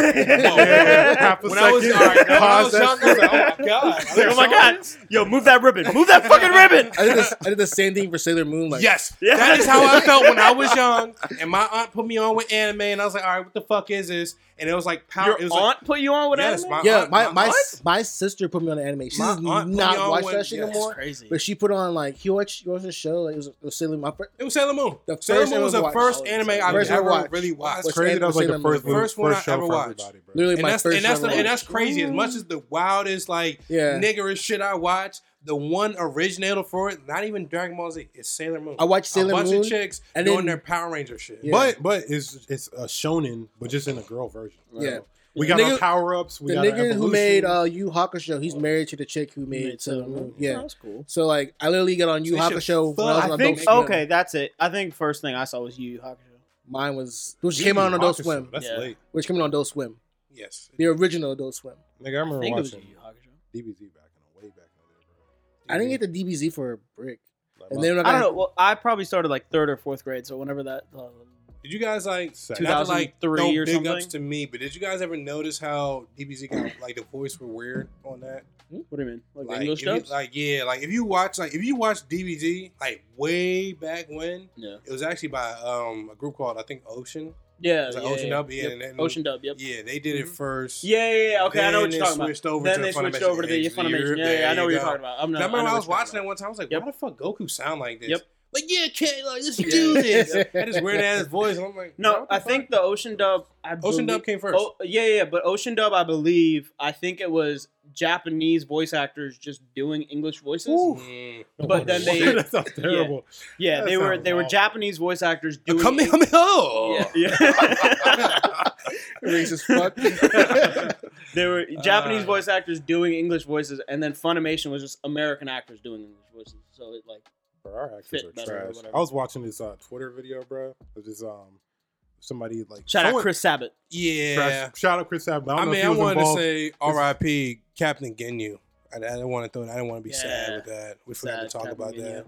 S5: Half a
S3: When I was,
S5: second.
S3: all right, when I was
S5: Pause.
S3: young, I was like, oh my god,
S5: It's like, oh my god, yo, move that ribbon, move that fucking ribbon.
S2: I did, this, I did the same thing for Sailor Moon. Like,
S3: yes,
S5: Yeah.
S3: that is how I felt when I was young. And my aunt put me on with anime, and I was like, all right, what the fuck is this? And it was like power.
S1: Your
S3: it was
S1: aunt put you on with
S3: Yes,
S1: anime?
S3: my-
S2: yeah, my my,
S3: What?
S2: my sister put me on the anime. She
S3: My
S2: does
S3: aunt put me
S2: not
S3: on
S2: watch
S3: when-
S2: that shit
S3: yes.
S2: anymore.
S1: crazy.
S2: But she put on like you watch you watch the show like it was, it was Sailor Moon. My fir-
S3: Like, it was Sailor Moon.
S2: The
S3: Sailor
S2: first
S3: Moon was
S2: anime
S3: the
S2: I
S3: first
S2: watched.
S3: anime I've
S2: First
S3: ever
S2: anime I watched.
S3: really watched.
S4: That's crazy. That was like the first,
S3: The first
S4: movie-
S3: one
S4: first
S3: I
S4: show
S3: ever
S4: for
S3: watched.
S4: everybody, bro.
S2: literally
S3: and
S2: my
S3: that's
S2: first.
S3: and that's
S2: show I
S3: and
S2: watched.
S3: that's crazy. As much as the wildest like
S2: yeah.
S3: niggerish shit I watch, the one originator for it, not even Dragon Ball Z, is Sailor Moon.
S2: I watched
S3: a
S2: Sailor
S3: bunch
S2: Moon.
S3: of chicks
S2: and
S3: doing
S2: then-
S3: their Power Ranger shit.
S2: Yeah.
S4: But but it's it's a shonen, but just in a girl version.
S2: Yeah.
S4: we got
S2: Nigga-
S4: our power ups. We
S2: the
S4: got our
S2: nigga who
S4: evolution.
S2: made uh, Yu Hakusho, he's married to the chick who made, Sailor Moon. Yeah.
S1: that's cool.
S2: So like, I literally got on Yu
S3: They should
S2: Hakusho when I was on
S3: fuck-
S1: I
S2: Adult
S1: think
S2: Swim.
S1: okay, that's it. I think first thing I saw was Yu Yu Hakusho.
S2: Mine was which came out on
S4: Yu
S2: Adult
S4: Hakusho,
S2: Swim,
S4: That's
S1: Yeah.
S4: late.
S2: which came out on Adult Swim,
S3: Yes.
S2: the original Adult Swim.
S4: Nigga, I remember
S1: I think it was Yu
S4: watching
S1: Yu Hakusho.
S4: DBZ back in the way back in the day, bro.
S2: I didn't get the DBZ for a brick,
S4: Like,
S2: and
S4: my-
S2: then when
S1: I
S2: I
S1: don't
S2: got
S1: know. Well, I probably started like third or fourth grade, so whenever that. Uh,
S3: Did you guys like
S4: Second.
S3: not to, like,
S1: 2003
S3: throw
S1: or
S3: big
S1: something?
S3: ups to me? But did you guys ever notice how DBZ got like the voice were weird on that?
S1: what do you mean? Like, the
S3: Like,
S1: English
S3: if you,
S1: dubs?
S3: like yeah, like if you watch like if you watch DBZ like way back when,
S1: yeah.
S3: it was actually by um a group called I think Ocean. It
S1: Yeah.
S3: was like
S1: yeah,
S3: Ocean
S1: yeah.
S3: Up, yeah,
S1: Yep.
S3: and then,
S1: Ocean dub. Yep. Mm-hmm.
S3: yeah, they did it first.
S1: Yeah, yeah, yeah. Okay, I know what
S3: Then
S1: you're
S3: they
S1: talking about.
S3: switched over
S1: Then
S3: to
S1: they
S3: Funimation.
S1: switched over to the
S3: It's
S1: Funimation.
S3: weird.
S1: Yeah, yeah, I
S3: There
S1: know
S3: you
S1: what you're
S3: go.
S1: talking about. I'm not.
S3: I remember
S1: know what
S3: I, was
S1: you're talking
S3: watching that one time. I was like,
S1: Yep.
S3: "Why the fuck Goku sound like this?"
S1: Yep.
S3: Like, yeah, kid, like just do this. That is weird ass voice. And I'm like,
S1: about. No,
S3: what the
S1: I
S3: fuck?
S1: think the Ocean dub. I
S3: Ocean
S1: belie-
S3: Dub came first.
S1: Oh, yeah, yeah, yeah, but Ocean dub, I believe. I think it was Japanese voice actors just doing English voices.
S3: Mm.
S1: but then they-
S4: that sounds terrible.
S1: Yeah,
S4: That
S1: they were
S4: sounds
S1: they were
S4: awful.
S1: Japanese voice actors doing.
S3: Uh, Come here,
S1: Eng-
S3: come here.
S1: Yeah, yeah.
S2: racist fuck.
S1: they were Japanese
S3: Uh.
S1: voice actors doing English voices, and then Funimation was just American actors doing English voices. So it like
S4: Bro, our actors
S1: Fit
S4: are
S1: better or
S4: trash.
S1: whatever.
S4: I was watching this uh, Twitter video, bro. Of this um somebody like
S1: shout out
S4: someone-
S1: Chris Sabat.
S3: Yeah.
S4: Chris- Shout out Chris Abbott. I,
S3: I
S4: don't
S3: mean, I
S4: know if he was
S3: wanted to
S4: involved.
S3: say R.I.P. Captain Ginyu. I, I didn't want to throw. I didn't want to be sad
S1: Yeah.
S3: with that. We forgot
S1: Sad
S3: to talk
S1: Captain
S3: about that.
S1: Ginyu.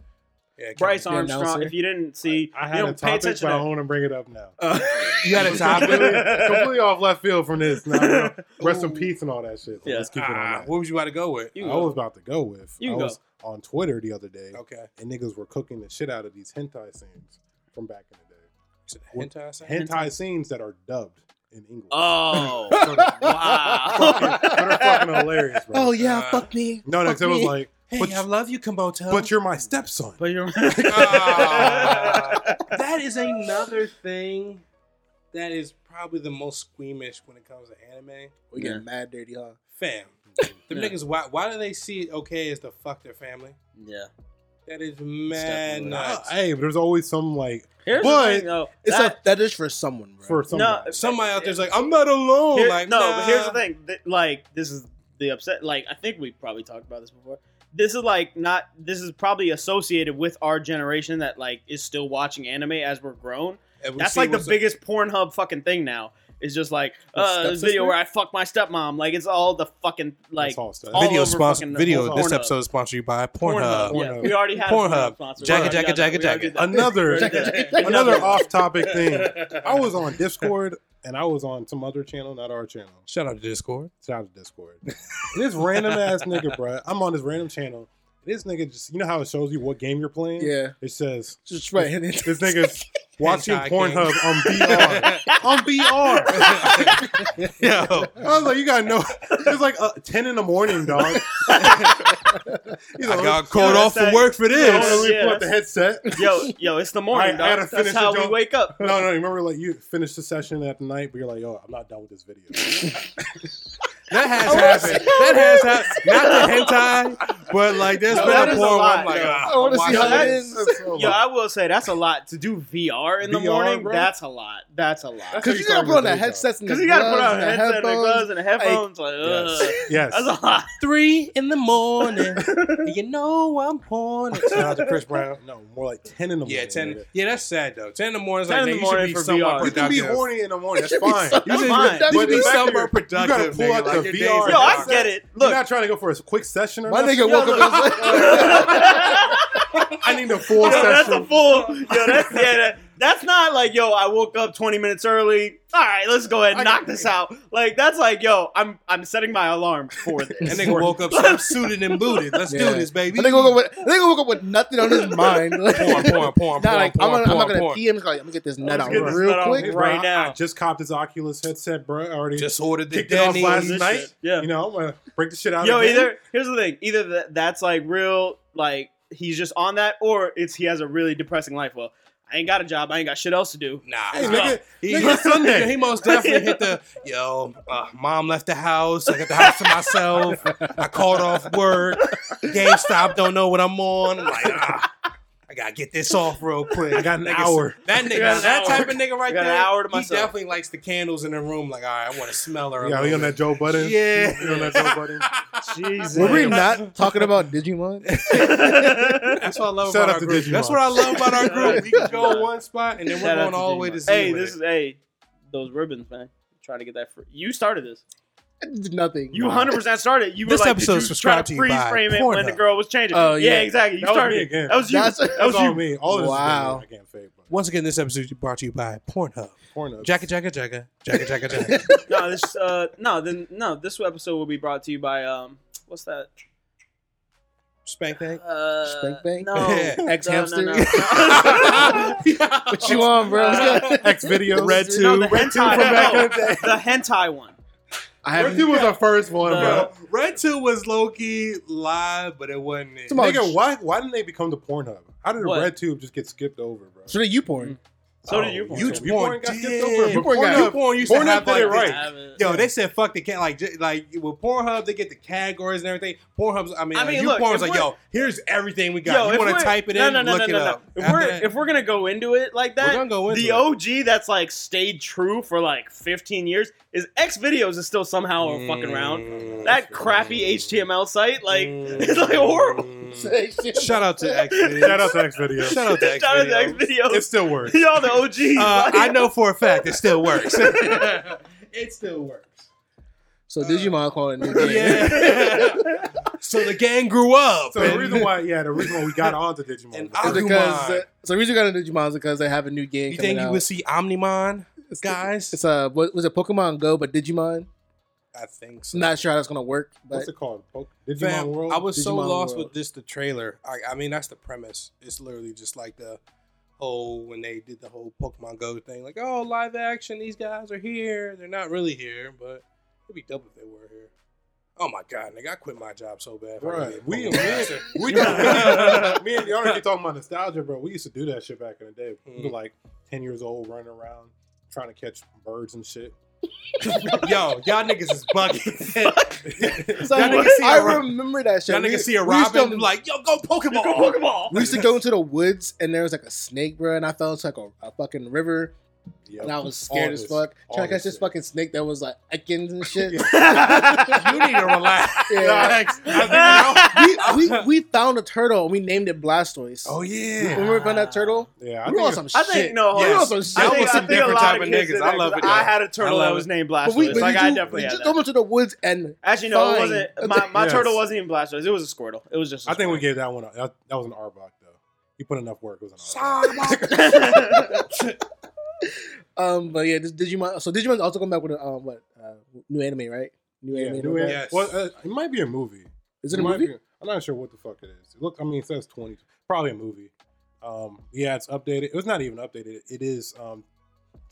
S3: Yeah, Captain
S1: Bryce
S2: The
S1: Armstrong.
S2: announcer?
S1: If you didn't see,
S4: I
S1: you
S4: had a
S1: don't pay
S4: topic,
S1: attention
S4: but I
S1: to.
S4: don't want to bring it up now.
S3: You had a topic?
S4: completely, completely off left field from this. Now, bro. rest in
S3: Ooh.
S4: peace and all that shit. So
S1: Yeah.
S4: Let's keep it on
S3: Ah,
S4: that.
S3: What was you about to go with?
S1: You
S4: I
S1: go.
S4: was about to go with.
S1: You
S4: I
S1: go.
S4: was on Twitter the other day,
S3: Okay.
S4: and niggas were cooking the shit out of these hentai scenes from back in the day.
S3: Is it hentai or something?
S4: Hentai, scenes that are dubbed in English.
S1: Oh
S4: So they're
S1: wow!
S4: fucking, they're fucking hilarious, bro.
S2: Oh yeah,
S3: Uh,
S2: fuck me.
S4: no, no, 'cause it was like, but,
S3: Hey, I love you, Komoto.
S4: but you're my stepson.
S1: but you're
S3: Ah. that is another thing that is probably the most squeamish when it comes to anime.
S2: We
S1: Yeah.
S2: get mad dirty, huh?
S3: Fam, them
S1: Yeah.
S3: niggas, why, why do they see it okay as to fuck their family?
S1: yeah.
S3: That is mad
S1: definitely
S4: Uh,
S3: nuts.
S4: hey, but there's always some like
S1: Here's
S4: But
S1: the thing, though.
S2: It's
S1: That-
S2: a fetish for someone, bro.
S4: for some. No,
S3: Somebody out there's like, I'm not alone.
S1: Here-
S3: like,
S1: no,
S3: nah.
S1: but here's the thing. Th- like, this is the upset. Like, I think we probably talked about this before. This is like not. This is probably associated with our generation that like is still watching anime as we're grown.
S3: And we
S1: That's
S3: see
S1: like the
S3: what's up.
S1: biggest Pornhub fucking thing now. It's just like uh,
S4: Your
S1: this video
S4: stepsister?
S1: where I fuck my stepmom. Like it's all the fucking like oh,
S4: all stuff.
S1: all
S3: video
S1: over
S3: sponsor.
S1: fucking
S3: Video.
S1: Pornhub.
S3: This episode is sponsored you by
S1: Pornhub.
S3: Pornhub.
S1: Yeah,
S4: Pornhub.
S1: we already had
S3: Pornhub.
S1: a sponsor. We
S3: Jagga,
S1: already
S3: jagga,
S1: got that.
S3: jagga,
S1: We already
S3: jagga.
S1: did that.
S4: Another
S1: We already did that. We
S4: another
S1: already did that.
S4: off-topic thing. I was on Discord and I was on some other channel, not our channel.
S3: Shout out to Discord.
S4: Shout out to Discord. this random ass nigga, bruh. I'm on this random channel. This nigga just, you know how it shows you what game you're playing?
S2: Yeah,
S4: It says
S2: just right. And it-
S4: this nigga's watching
S3: Hentai
S4: Pornhub
S3: King.
S4: on VR. on VR.
S3: Yo,
S4: I was like, you gotta know. It's like uh, 10 in the morning, dog. He's
S3: I
S4: like,
S3: got called
S1: that's
S3: off from
S1: that-
S3: work for
S4: I don't know,
S3: this.
S4: let me
S1: Yeah,
S4: pull out the
S1: that's-
S4: headset.
S1: Yo, yo, it's the morning.
S4: I- I
S1: dog.
S4: gotta
S1: That's
S4: finish
S1: how
S4: it,
S1: we
S4: y'all.
S1: wake up.
S4: No, no, you remember like you finished the session at night, but you're like, yo, I'm not done with this video.
S3: That
S1: Oh,
S3: has happened. That has happened. Not the hentai, but like there's
S1: No,
S3: been
S1: that
S3: a
S1: is a
S3: porn where
S1: lot,
S3: I'm like,
S1: yo.
S3: ah,
S2: I wanna
S3: watch
S2: see how that
S3: this.
S2: is.
S1: Yo, I will say that's a lot to do VR in the
S4: VR,
S1: morning.
S4: bro?
S1: That's a lot. That's a lot.
S4: how
S2: Because
S4: you
S2: you gotta
S4: start
S2: put on
S4: your
S2: the
S4: day job.
S2: headsets and the
S1: Because you got to put on a
S2: gloves and the
S1: headset and the
S2: headphones.
S1: gloves and the headphones. Like, ugh.
S4: yes.
S1: That's a lot.
S3: Three in the morning. you know I'm porn.
S4: Shout out to Chris Brown. No, more like 10 in the morning.
S3: Yeah, ten.
S4: nigga.
S3: Yeah, that's sad though. Ten in the morning. is
S1: 10
S3: Like,
S1: in
S3: man,
S1: the
S3: you should
S1: morning
S3: be
S1: for VR.
S3: somewhat
S4: You can be
S3: productive.
S4: horny in the morning. That's
S2: It should be
S4: fine.
S2: so-
S4: You just-
S1: fine.
S2: That
S3: You
S2: should
S3: should
S2: be
S3: be
S2: so-
S4: here.
S3: somewhat
S4: You
S3: productive.
S4: gotta pull
S3: nigga.
S4: out
S3: Like,
S4: the
S3: your days
S4: VR.
S3: are
S1: Yo, I
S3: not-
S1: get it.
S4: You're
S1: Look.
S4: not trying to go for a quick session or
S2: My
S4: nothing?
S2: nigga woke up and was like,
S1: yo,
S4: I need a full
S1: that's
S4: session.
S1: a full. Yo, that's yeah. That, That's not like, yo, I woke up 20 minutes early. All right, let's go ahead and
S3: I
S1: knock
S3: can-
S1: this out. Like that's like, yo, I'm I'm setting my alarm for this.
S3: That nigga woke up so suited and booted. Let's
S2: Yeah.
S3: do this, baby.
S2: I think woke up with I think woke up with nothing on his mind. Like,
S3: porn, porn, porn, porn,
S2: Not like I'm,
S3: porn,
S2: gonna, I'm not
S3: porn,
S2: gonna
S3: porn.
S2: pee. I'm just like, I'm gonna get this nut out
S1: get this
S2: real
S1: nut out
S2: quick.
S1: right
S4: Bro, I-
S1: now.
S4: I just copped this Oculus headset, bro. I Already
S3: Just ordered the
S4: kicked it off
S3: Denny's.
S4: last night.
S1: Yeah.
S4: You know, I'm gonna break the shit out
S1: Yo,
S4: of it.
S1: either here's the thing. Either th- that's like real, like he's just on that, or it's he has a really depressing life. Well, I ain't got a job. I ain't got shit else to do.
S3: Nah,
S4: Hey,
S3: nah.
S4: nigga,
S3: He,
S4: nigga, Sunday.
S3: he most definitely hit the yo. Uh, mom left the house. I got the house to myself. I called off work. GameStop don't know what I'm on. I'm like, ah, I gotta get this off real quick.
S4: I got an
S3: Nigga,
S4: hour.
S3: That nigga,
S1: got an
S3: that
S1: hour.
S3: type of nigga right
S1: got an
S3: there.
S1: hour to
S3: He
S1: myself.
S3: definitely likes the candles in the room. Like, all right, I want to smell her. a
S4: Yeah, we
S3: little
S4: on that Joe Budden.
S3: Yeah.
S4: we on that Joe Budden.
S1: Jesus.
S2: Were we not talking about Digimon?
S3: That's what I love about
S4: Shout out
S3: our
S4: to
S3: group.
S4: Digimon.
S3: That's what I love about our group. We can go
S1: Shout
S3: one spot and then we're
S1: out
S3: going
S1: to
S3: all the way
S1: Digimon.
S3: to zero.
S1: Hey, this is hey, those ribbons, man. trying to get that. Free. You started this.
S2: I did nothing.
S1: You 100 percent started. it. You were
S3: This
S1: like,
S3: episode
S1: did
S3: is
S1: you try
S3: subscribed
S1: to
S3: to you
S1: freeze
S3: by
S1: frame it when the
S3: Pornhub.
S1: girl was changing.
S2: Oh,
S1: yeah.
S2: yeah.
S1: exactly. You
S4: That was
S1: started.
S4: me again.
S1: That was you.
S2: That's-
S1: that
S4: That's
S1: was
S4: all
S1: you.
S4: me. All of this
S2: Wow.
S4: is been me. I can't fake, but
S3: Once again, this episode is brought to you by Pornhub.
S4: porn up.
S3: Jacka, jacka, jacka, jacka, jacka, jacka.
S1: no, this uh, no, then no. This episode will be brought to you by um, what's that?
S3: Spank that.
S1: Uh,
S2: Spank Bank?
S1: No,
S3: Yeah.
S1: No,
S2: Ex-hamster?
S1: No, no, no.
S2: What you on, bro?
S4: X videos.
S2: Red
S4: Dude.
S2: two.
S1: No, the
S4: Red two
S1: hentai.
S4: from back in
S1: No,
S4: the day.
S1: the hentai one.
S2: I
S4: Red
S2: haven't.
S4: two was the first one, bro.
S1: Uh,
S3: Red 2 was low key live, but it wasn't. It.
S2: Come on.
S4: Nigga, why why didn't they become the Pornhub? How did
S1: What?
S4: Red Tube just get skipped over, bro? Oh,
S2: So did you porn?
S1: So did you. Porn.
S3: You
S4: You
S3: porn
S4: porn
S3: got
S4: got
S3: skipped
S4: skipped
S3: over.
S4: over,
S3: You
S4: but
S3: porn,
S4: Pornhub-
S3: used to
S4: Pornhub
S3: have
S4: did
S3: like
S4: it
S3: this-
S4: right.
S3: Yo, they said fuck the cat. Like, j- like with Pornhub, they get the categories and everything. Pornhub's, I mean,
S1: I
S3: like,
S1: mean,
S3: you
S1: look,
S3: porn's
S1: if
S3: like,
S1: we're-
S3: yo, here's everything we
S1: Yo,
S3: got.
S1: if
S3: you want
S1: we're-
S3: to type it
S1: no,
S3: in?
S1: No, no, no,
S3: look it
S1: no,
S3: up.
S1: no. If
S3: After
S1: we're
S3: that-
S1: if we're gonna go into it like
S3: we're
S1: that,
S3: gonna go into
S1: the
S3: it.
S1: OG that's like stayed true for like 15 years is X videos is still somehow fucking around.
S3: Mm.
S1: That crappy HTML site, like
S3: Mm.
S1: it's like horrible.
S3: Mm-hmm. Shout out to X.
S4: Shout out to X videos.
S3: Shout out to X.
S1: Shout out to X
S4: It
S1: videos.
S4: still works.
S1: Y'all the OGs.
S3: Uh,
S1: like-
S3: I know for a fact it still works.
S4: it still works.
S2: So Digimon called it.
S3: yeah. so the gang grew up.
S4: So the
S3: and-
S4: reason why, yeah, the reason why we got onto Digimon.
S3: And
S4: was
S3: I-
S4: because-
S2: Because uh,
S3: Agumon.
S2: so the reason we got into Digimon is because they have a new game.
S3: you
S2: coming
S3: think you
S2: out.
S3: would see Omnimon,
S2: It's-
S3: guys?
S2: It's a what was it Pokemon Go, but Digimon.
S3: I think so.
S2: I'm not sure how that's gonna work, but
S4: what's it called? Poke- Digimon
S3: Fam,
S4: World.
S3: I was so
S2: Digimon
S3: lost
S2: World.
S3: with just the trailer. I, I mean, that's the premise. It's literally just like the whole when they did the whole Pokemon Go thing. Like, oh, live action. These guys are here. They're not really here, but it'd be dope if they were here. Oh my god, nigga! I quit my job so bad. if I could
S4: Right.
S3: be a
S4: We,
S3: Pokemon
S4: we,
S3: master.
S4: we don't- me and y'all keep talking about nostalgia, bro. We used to do that shit back in the day. We were
S3: Mhm.
S4: like 10 years old, running around, trying to catch birds and shit.
S3: Yo, y'all niggas is bugging.
S2: So,
S3: y'all niggas see
S2: I
S3: a ro-
S2: remember that shit.
S3: y'all
S2: We-
S3: niggas see a
S2: we used to-
S3: robin, like, yo, go Pokeball.
S1: Go Pokeball.
S2: We used to go into the woods and there was like a snake, bro, and I fell into like a, a fucking river
S4: Yep.
S2: and I was scared
S4: All
S2: as
S4: this-
S2: fuck.
S4: all
S2: Trying to catch
S4: this
S2: this
S4: shit.
S2: fucking snake that was like Ekans and shit.
S4: Yeah.
S3: You need to relax.
S2: Yeah.
S3: Relax.
S2: we, we, we found a turtle and we named it Blastoise.
S3: Oh
S2: When
S3: yeah.
S2: we found that turtle,
S4: Yeah, I
S2: we were on
S4: think
S2: some
S1: I
S2: shit.
S1: think no. hold
S3: Yes.
S2: we were on
S1: on.
S2: some
S3: I
S2: shit.
S1: I think,
S3: was some
S1: I think a
S3: different
S1: lot
S3: type
S1: of
S3: of
S1: kids
S3: niggas.
S1: did
S3: I
S1: that
S3: love
S1: 'cause
S3: it,
S1: I
S3: though.
S1: had a turtle
S3: I
S1: that
S3: love
S1: was
S3: it.
S1: named
S2: But we,
S1: Blastoise.
S2: but
S1: Like
S2: you,
S1: I
S2: do-
S1: definitely
S2: you
S1: had
S2: just
S1: that.
S2: go into the woods and
S1: Actually, no, it
S2: find-
S1: wasn't. My, my
S4: Yes.
S1: turtle wasn't even Blastoise. It was a Squirtle. It was just. I
S4: I think we gave that one. A, that, that was an Arbok though. You put enough work. It was an Arbok.
S2: Um, but yeah, this Digimon. So Digimon's also coming back with a um, what uh, new anime, right? New
S4: Yeah,
S2: anime.
S4: new
S2: right?
S4: anime.
S3: Yes.
S4: Well, uh, it might be a movie.
S2: Is it a
S4: might
S2: movie?
S4: be- I'm not sure what the fuck it is. It look, I mean, it says 20. Probably a movie. Um, yeah, it's updated. It was not even updated. It is um,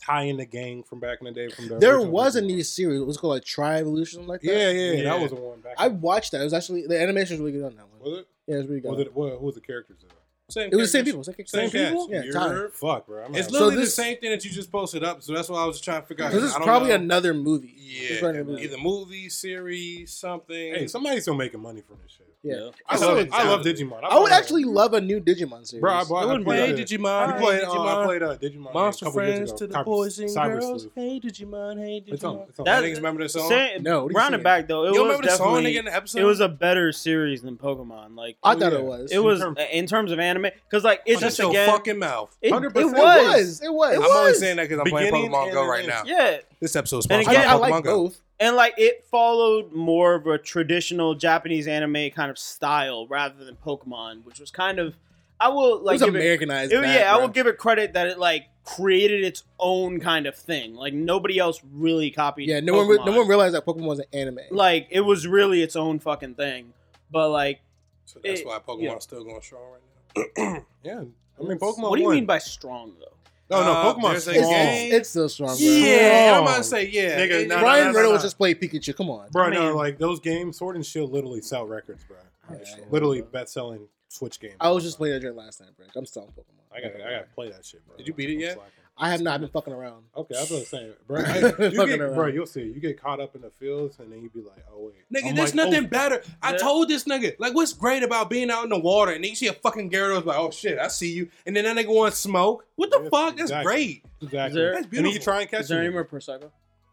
S4: tying the gang from back in the day. From the
S2: There
S4: original
S2: was a
S4: Digimon.
S2: new series. It was called like Tri Evolution, like that.
S4: Yeah, yeah,
S3: Yeah.
S4: that was the one back.
S2: I
S4: in-
S2: watched that. It was actually the animation was really good on that one.
S4: was it?
S2: Yeah, it was really good.
S4: Was it? What, who was the characters? Though?
S2: It was the same people. Same,
S3: Same people?
S2: Yeah,
S4: You're-
S2: Tyler.
S4: Fuck, bro. I'm
S3: It's
S2: So
S4: having-
S3: literally
S2: this-
S3: the same thing that you just posted up. So that's why I was trying to figure out.
S2: This is
S3: I don't
S2: probably
S3: know.
S2: another movie. This is
S3: Yeah,
S2: probably another movie.
S3: either movie, series, something.
S4: hey, somebody's still making money from this shit.
S2: Yeah.
S4: I
S2: It's
S4: love,
S2: so
S4: it. I love
S3: exotic.
S4: Digimon.
S2: I would
S4: bought-
S2: actually love a new Digimon series.
S4: Bro, I bought. I
S3: I wouldn't
S4: played
S3: hey
S4: it.
S3: Digimon.
S4: I
S3: Hey,
S4: played, uh,
S3: Digimon.
S4: I played uh, Digimon. a
S3: Monster
S4: couple years
S3: friends
S4: ago.
S3: to the
S4: Cyber-
S3: boys and
S4: Cyber
S3: girls.
S4: Sleuth.
S3: Hey Digimon. Hey
S4: It's on.
S3: Digimon.
S4: It's on.
S1: That-
S4: Niggas
S3: Niggas remember that song?
S1: Say,
S2: No, what are you
S1: round
S2: saying?
S1: it back though. It was
S3: you remember the song
S1: definitely.
S3: nigga in the episode?
S1: it was a better series than Pokemon. Like
S2: I
S4: Oh,
S2: thought
S4: yeah.
S2: it was.
S1: it was
S4: terms-
S1: in terms of anime, because like it's
S3: Shut
S1: just
S3: your
S1: again.
S3: fucking mouth.
S1: It, it
S4: 100%
S1: was.
S4: it
S2: It was. It was.
S3: I'm only saying that because I'm playing
S4: Beginning
S3: Pokemon
S4: and
S3: Go
S4: it
S3: right
S4: is.
S3: now.
S1: Yeah,
S3: This episode is
S1: And
S3: sponsored
S2: I, mean,
S1: again-
S3: by
S2: I
S3: Pokemon
S2: like
S3: Go.
S2: both.
S1: and like it followed more of a traditional Japanese anime kind of style rather than Pokemon, which was kind of I will
S2: It
S1: like
S2: was
S1: give it-
S2: Americanized.
S1: It-
S2: back,
S1: yeah, I
S2: bro.
S1: will give it credit that it like created its own kind of thing. Like nobody else really copied.
S2: Yeah, no one, re-
S1: Pokemon.
S2: no one realized that Pokemon was an anime.
S1: like it was really its own fucking thing. But like,
S3: So that's
S1: It-
S3: why Pokemon's
S1: yeah.
S3: still going strong right now.
S4: Yeah, I mean Pokemon.
S1: what do you
S4: won.
S1: mean by strong though?
S4: No, no,
S3: Uh,
S4: Pokemon's
S3: there's a
S4: strong.
S2: it's,
S3: game-
S2: it's, it's still strong. Bro.
S3: Yeah, I'm about
S4: Strong.
S3: to say yeah.
S4: Nigga,
S3: It-
S4: no, no,
S2: Brian
S4: no, no,
S2: Riddle
S4: no.
S2: was just playing Pikachu. Come on.
S4: Bro, no,
S1: Man.
S4: like those games, Sword and Shield literally sell records, bro.
S2: Oh, Yeah,
S4: It's
S2: yeah.
S4: literally best selling Switch game.
S2: I was just playing that during last night, bro. I'm still on Pokemon.
S4: I got, I got to play that shit, bro.
S3: Did you beat it
S4: I'm
S3: yet?
S4: slacking.
S2: I have not I've been fucking around.
S4: Okay, that's what I'm saying, bro. I- you
S2: Fucking
S4: get,
S2: around.
S4: bro, you'll see. You get caught up in the fields, and then you be like, oh wait,
S3: Nigga,
S4: I'm
S3: there's
S4: like,
S3: nothing better. I
S1: Yeah.
S3: told this nigga, like, what's great about being out in the water? And then you see a fucking Gyarados, like, oh shit, I see you. And then that nigga wants smoke. What the
S4: Yeah,
S3: fuck? That's
S4: exactly.
S3: great.
S4: Oh, exactly.
S1: Is there-
S4: and then you try and catch
S1: Is there
S4: it.
S1: any more Prosecco?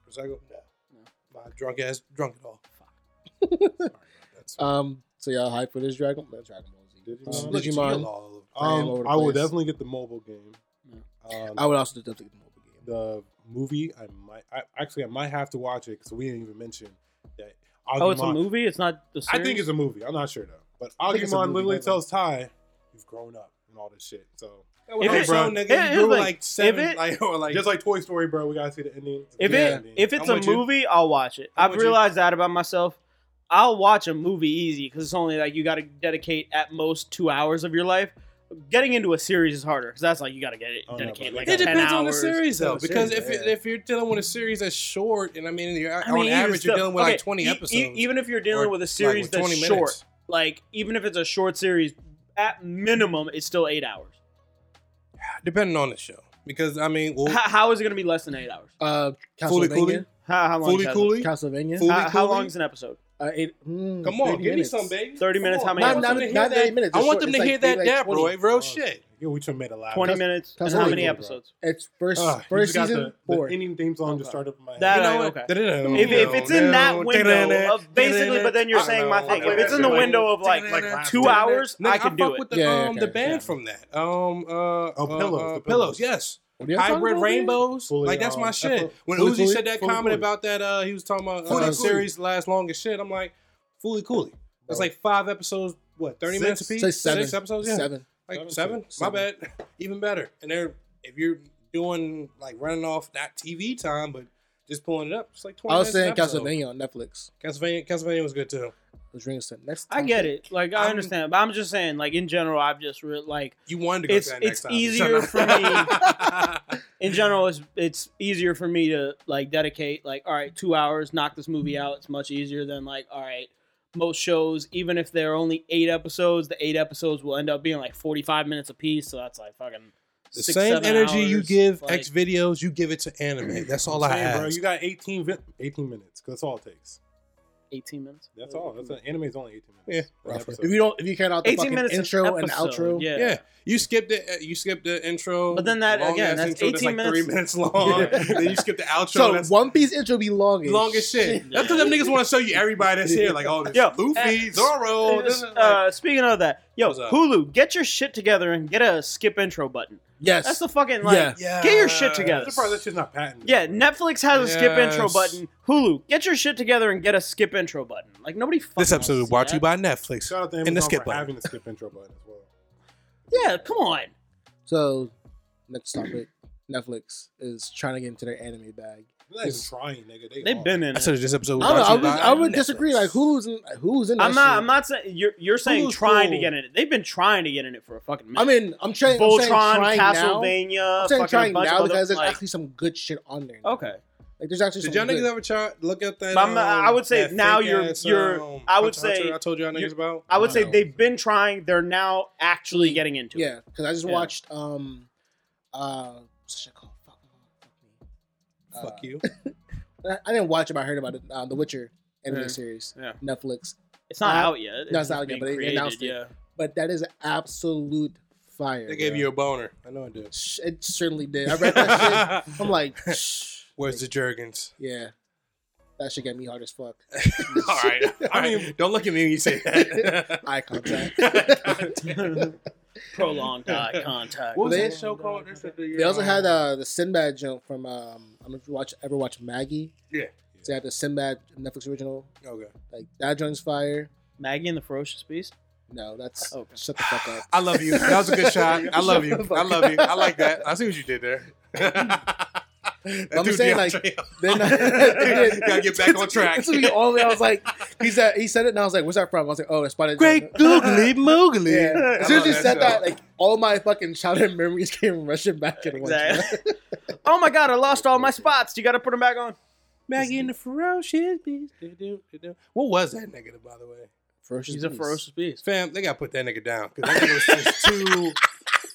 S3: Prosecco? No. My drunk ass, drunk it all.
S2: Um, so y'all hype for this Dragon? Ball? Dragon Ball Z.
S4: Did you
S2: Um,
S4: mind?
S2: Did you
S3: Look,
S2: mind?
S3: chill all over.
S2: I am
S4: Um,
S2: over the
S4: I will
S2: place.
S4: definitely get the mobile game. Um,
S2: I would also definitely get the mobile game.
S4: the movie, I might I, actually I might have to watch it because we didn't even mention that.
S1: Oh, it's a
S4: Agumon-
S1: movie. It's not. The
S4: I think it's a movie. I'm not sure though. But
S2: think it's a
S4: Agumon
S2: movie,
S4: literally
S2: never.
S4: tells Ty, "You've grown up and all this shit." So
S3: If
S1: it-
S3: it's so,
S4: bro,
S3: nigga,
S1: it-
S3: you
S1: it's
S3: grew
S1: like-
S3: like, seven,
S1: if it-
S3: like, or like,
S4: just like Toy Story, bro, we gotta see the ending.
S1: If
S4: Yeah.
S1: it if it's
S3: I'm
S1: a
S3: with you.
S1: movie, I'll watch it.
S3: I'm
S1: I've
S3: with you.
S1: realized that about myself. I'll watch a movie easy because it's only like you got to dedicate at most two hours of your life. Getting into a series is harder because that's like you got to get it
S4: Oh, no,
S1: dedicate
S4: but
S1: like
S3: it
S1: 10
S3: depends on the
S1: hours.
S3: series though,
S2: on the
S3: because
S2: series,
S3: if
S2: yeah.
S3: if you're dealing with a series that's short, and I mean, you're,
S1: I mean,
S3: on
S1: even
S3: average,
S1: still-
S3: you're dealing with
S1: okay,
S3: like 20
S1: e- e-
S3: episodes,
S1: even if you're dealing
S3: Or,
S1: with a
S3: like,
S1: series
S3: with
S1: that's
S3: 20
S1: short,
S3: minutes.
S1: like even if it's a short series, at minimum it's still eight hours.
S3: depending on the show. Because I mean, well,
S1: How, how is it going to be less than eight hours?
S2: Uh,
S3: Fooly
S2: Castlevania.
S3: Cooly?
S1: How, how long?
S3: Fully
S1: is that?
S3: Cooley,
S2: Castlevania.
S3: Fooly
S1: How, how
S3: Cooly?
S1: long is an episode?
S2: Uh, eight, mm,
S3: Come on,
S2: 30
S3: give me
S2: minutes.
S3: some, baby.
S1: 30
S3: Come
S1: minutes,
S3: on.
S1: how many
S3: I
S2: Not,
S3: want
S1: episodes?
S2: not,
S3: them to hear
S2: not
S3: that-
S2: 30 minutes.
S3: I
S2: It's
S3: want
S2: short.
S3: them
S2: It's
S3: to
S2: like-
S3: hear that
S2: like
S3: dap,
S2: 20.
S3: Roy. Real shit.
S4: Yeah, we should made a lot.
S1: Twenty
S4: That's-
S1: minutes
S2: Cas-
S1: and how
S2: Fully
S1: many
S4: Cooly, bro.
S1: episodes?
S2: It's first
S4: Ugh, Ah, you
S2: first
S4: just got
S2: season
S4: the,
S2: four.
S4: The ending theme song
S1: Okay.
S4: just started in my head.
S1: That
S3: You know
S1: I-
S3: what?
S1: okay. If,
S3: If,
S1: if it's in that window of basically, but then you're
S4: I don't
S1: saying my
S4: know.
S1: thing. If it's in the
S4: Like,
S1: window of like
S4: like last
S1: two
S4: week.
S1: hours, I can do
S3: fuck
S1: it.
S3: With the,
S2: Yeah, yeah,
S3: um,
S2: okay,
S3: the band
S2: yeah.
S3: from that. Um, uh, uh,
S4: Oh, Pillows, the
S3: uh,
S4: Pillows.
S3: pillows. Yes,
S2: What are y'all talking
S3: hybrid
S2: about, man?
S3: rainbows.
S4: Fully,
S3: like that's
S4: um,
S3: my shit.
S4: Apple-
S3: when
S4: Fully
S3: Uzi
S4: Cooley?
S3: said that
S4: Fully
S3: comment
S4: Cooley.
S3: about that, uh, he was talking about
S2: Fully
S3: uh,
S2: Cooley.
S3: series last longest shit. I'm like, fully coolly. That's like five episodes. What thirty
S4: Six.
S3: minutes a piece?
S2: Say seven.
S3: Six episodes. Yeah,
S2: Seven.
S3: like
S4: Seven,
S3: seven.
S2: seven.
S3: My bad. Even better. And they're if you're doing like running off not TV time, but just pulling it up, it's like twenty.
S2: I was
S3: minutes an
S2: saying Castlevania
S3: episode.
S2: on Netflix.
S3: Castlevania. Castlevania was good too.
S2: Let's ring us up. Next.
S1: I get it. Like I
S3: I'm-
S1: understand, but I'm just saying. Like in general, I've just re- like
S3: You wanted to go
S1: It's-
S3: to that
S1: it's
S3: next time.
S1: easier
S3: Shut
S1: for
S3: up.
S1: in general, it's it's easier for me to like dedicate like all right, two hours, knock this movie out. It's much easier than like all right, most shows. Even if they're only eight episodes, the eight episodes will end up being like 45 minutes apiece. So that's like fucking
S3: the
S1: six,
S3: same
S1: seven
S3: energy you
S1: hours.
S3: give
S1: Like,
S3: X videos, you give it to anime. That's all I
S4: Same,
S3: have.
S4: bro. You got 18, vi- 18 minutes. 'cause that's all it takes.
S1: 18 minutes.
S4: That's all. That's an anime's only 18 minutes.
S3: Yeah,
S4: An
S3: roughly.
S4: episode.
S2: If you don't, if you count out the
S1: 18
S2: fucking
S1: minutes an
S2: intro and
S1: episode,
S2: outro,
S3: yeah. you skip the uh, you skip the intro,
S1: But then that-
S3: long
S1: again,
S3: ass
S1: that's
S3: intro
S1: 18
S3: like three minutes long. then you skip the outro.
S2: so
S3: that's
S2: One Piece intro be long. as
S3: long as shit. That's what them niggas want to show you. Everybody that's here, like all this
S1: Yo,
S3: Luffy,
S1: uh,
S3: Zoro. Oh, This is like,
S1: uh, speaking of that, yo,
S3: What's up?
S1: Hulu, get your shit together and get a skip intro button.
S2: Yes.
S1: That's the fucking like.
S2: Yeah.
S3: yeah,
S1: get your shit together.
S4: I'm surprised that shit's not patented.
S1: Yeah, Netflix has a skip intro
S3: Yes.
S1: button. Hulu, get your shit together and get a skip intro button. Like nobody. Fucking
S3: This episode
S1: wants
S3: is
S1: to
S3: brought
S1: see
S3: to you by Netflix.
S4: Shout out to
S3: And the
S4: Amazon
S3: skip
S4: for
S3: button.
S4: having the skip intro button as well.
S1: that. Yeah, come on.
S2: So, next topic, Netflix is trying to get into their anime bag.
S4: They're not even trying, nigga. They
S1: They've
S4: are.
S1: been in
S3: I
S1: it.
S3: said this episode. Was
S2: I don't know. I
S3: brought
S2: would,
S3: to
S2: I
S3: you by
S2: would
S3: Netflix.
S2: disagree. Like, who's in, who's in? That
S1: I'm not.
S2: shit?
S1: I'm not saying you're. You're saying
S3: Hulu's
S1: trying to
S3: cool.
S1: get in it. They've been trying to get in it for a fucking minute.
S2: I mean, I'm trying. I'm
S1: Voltron,
S2: saying trying Now.
S1: Castlevania,
S2: I'm
S1: fucking
S2: saying
S1: a
S2: trying
S1: bunch
S2: now
S1: of other-
S2: because there's
S1: like-
S2: actually some good shit on there. now.
S1: okay.
S2: Like, there's actually
S3: Did y'all
S2: some.
S3: niggas
S2: Good.
S3: ever try look at that?
S1: But I'm not-
S3: um,
S1: I would say
S3: that
S1: now
S3: fake
S1: you're-
S3: ass,
S1: you're-
S3: um,
S1: I would
S3: Hunter x Hunter
S1: say
S3: I told y'all niggas
S1: you're-
S3: about.
S1: I would say
S2: Wow.
S1: they've been trying. They're now actually getting into it.
S2: Yeah, because I just
S1: Yeah.
S2: watched um, uh, what's that shit called? Fuck, fuck me. Uh,
S3: Fuck you.
S2: I, I didn't watch it, but I heard about it. Uh, the Witcher anime
S1: Yeah.
S2: series,
S1: Yeah.
S2: Netflix.
S1: It's not
S2: Uh,
S1: out yet.
S2: no, it's
S1: just
S2: not out yet,
S1: being
S2: but they
S1: created,
S2: announced it.
S1: Yeah.
S2: But that is absolute fire.
S3: They gave
S2: bro.
S3: you a boner. I know I did.
S2: Sh- It certainly did. I read that shit. I'm like,
S3: Where's the Jergens?
S2: yeah, that should get me hard as fuck.
S3: All right. I
S4: mean-
S3: mean, don't look at me when you say that.
S2: Eye contact.
S1: Prolonged eye contact.
S2: What was that
S3: show called? They
S2: They also had uh, the Sinbad jump from um, I don't know if you watch ever watch Maggie.
S3: Yeah.
S2: They had the Sinbad Netflix original.
S3: Okay.
S2: Like that joint's fire.
S1: Maggie and the Ferocious Beast.
S2: No, that's
S3: Oh,
S1: Okay.
S2: shut the fuck up.
S3: I love you. That was a good shot. I love you.
S2: Shut the
S3: I
S2: fuck
S3: love you.
S2: up.
S3: I like that. I see what you did there.
S2: I'm
S3: dude,
S2: saying, like,
S3: DeAndre.
S2: Then
S3: gotta get back on track.
S2: That's the only I was like, he's at, he said it, and I was like, "Where's that from?" I was like, "Oh, it's Spotted."
S3: googly moogly.
S2: Yeah. As soon as you
S3: I love that
S2: said
S3: show.
S2: that, like all my fucking childhood memories came rushing back at once.
S1: Exactly. oh my god, I lost all my spots. You got to put them back on.
S3: Maggie and the ferocious beast. What was that nigga, by the way?
S2: Ferocious
S1: He's a
S2: Beast.
S1: ferocious beast.
S3: Fam, they gotta put that nigga down because that nigga was just too.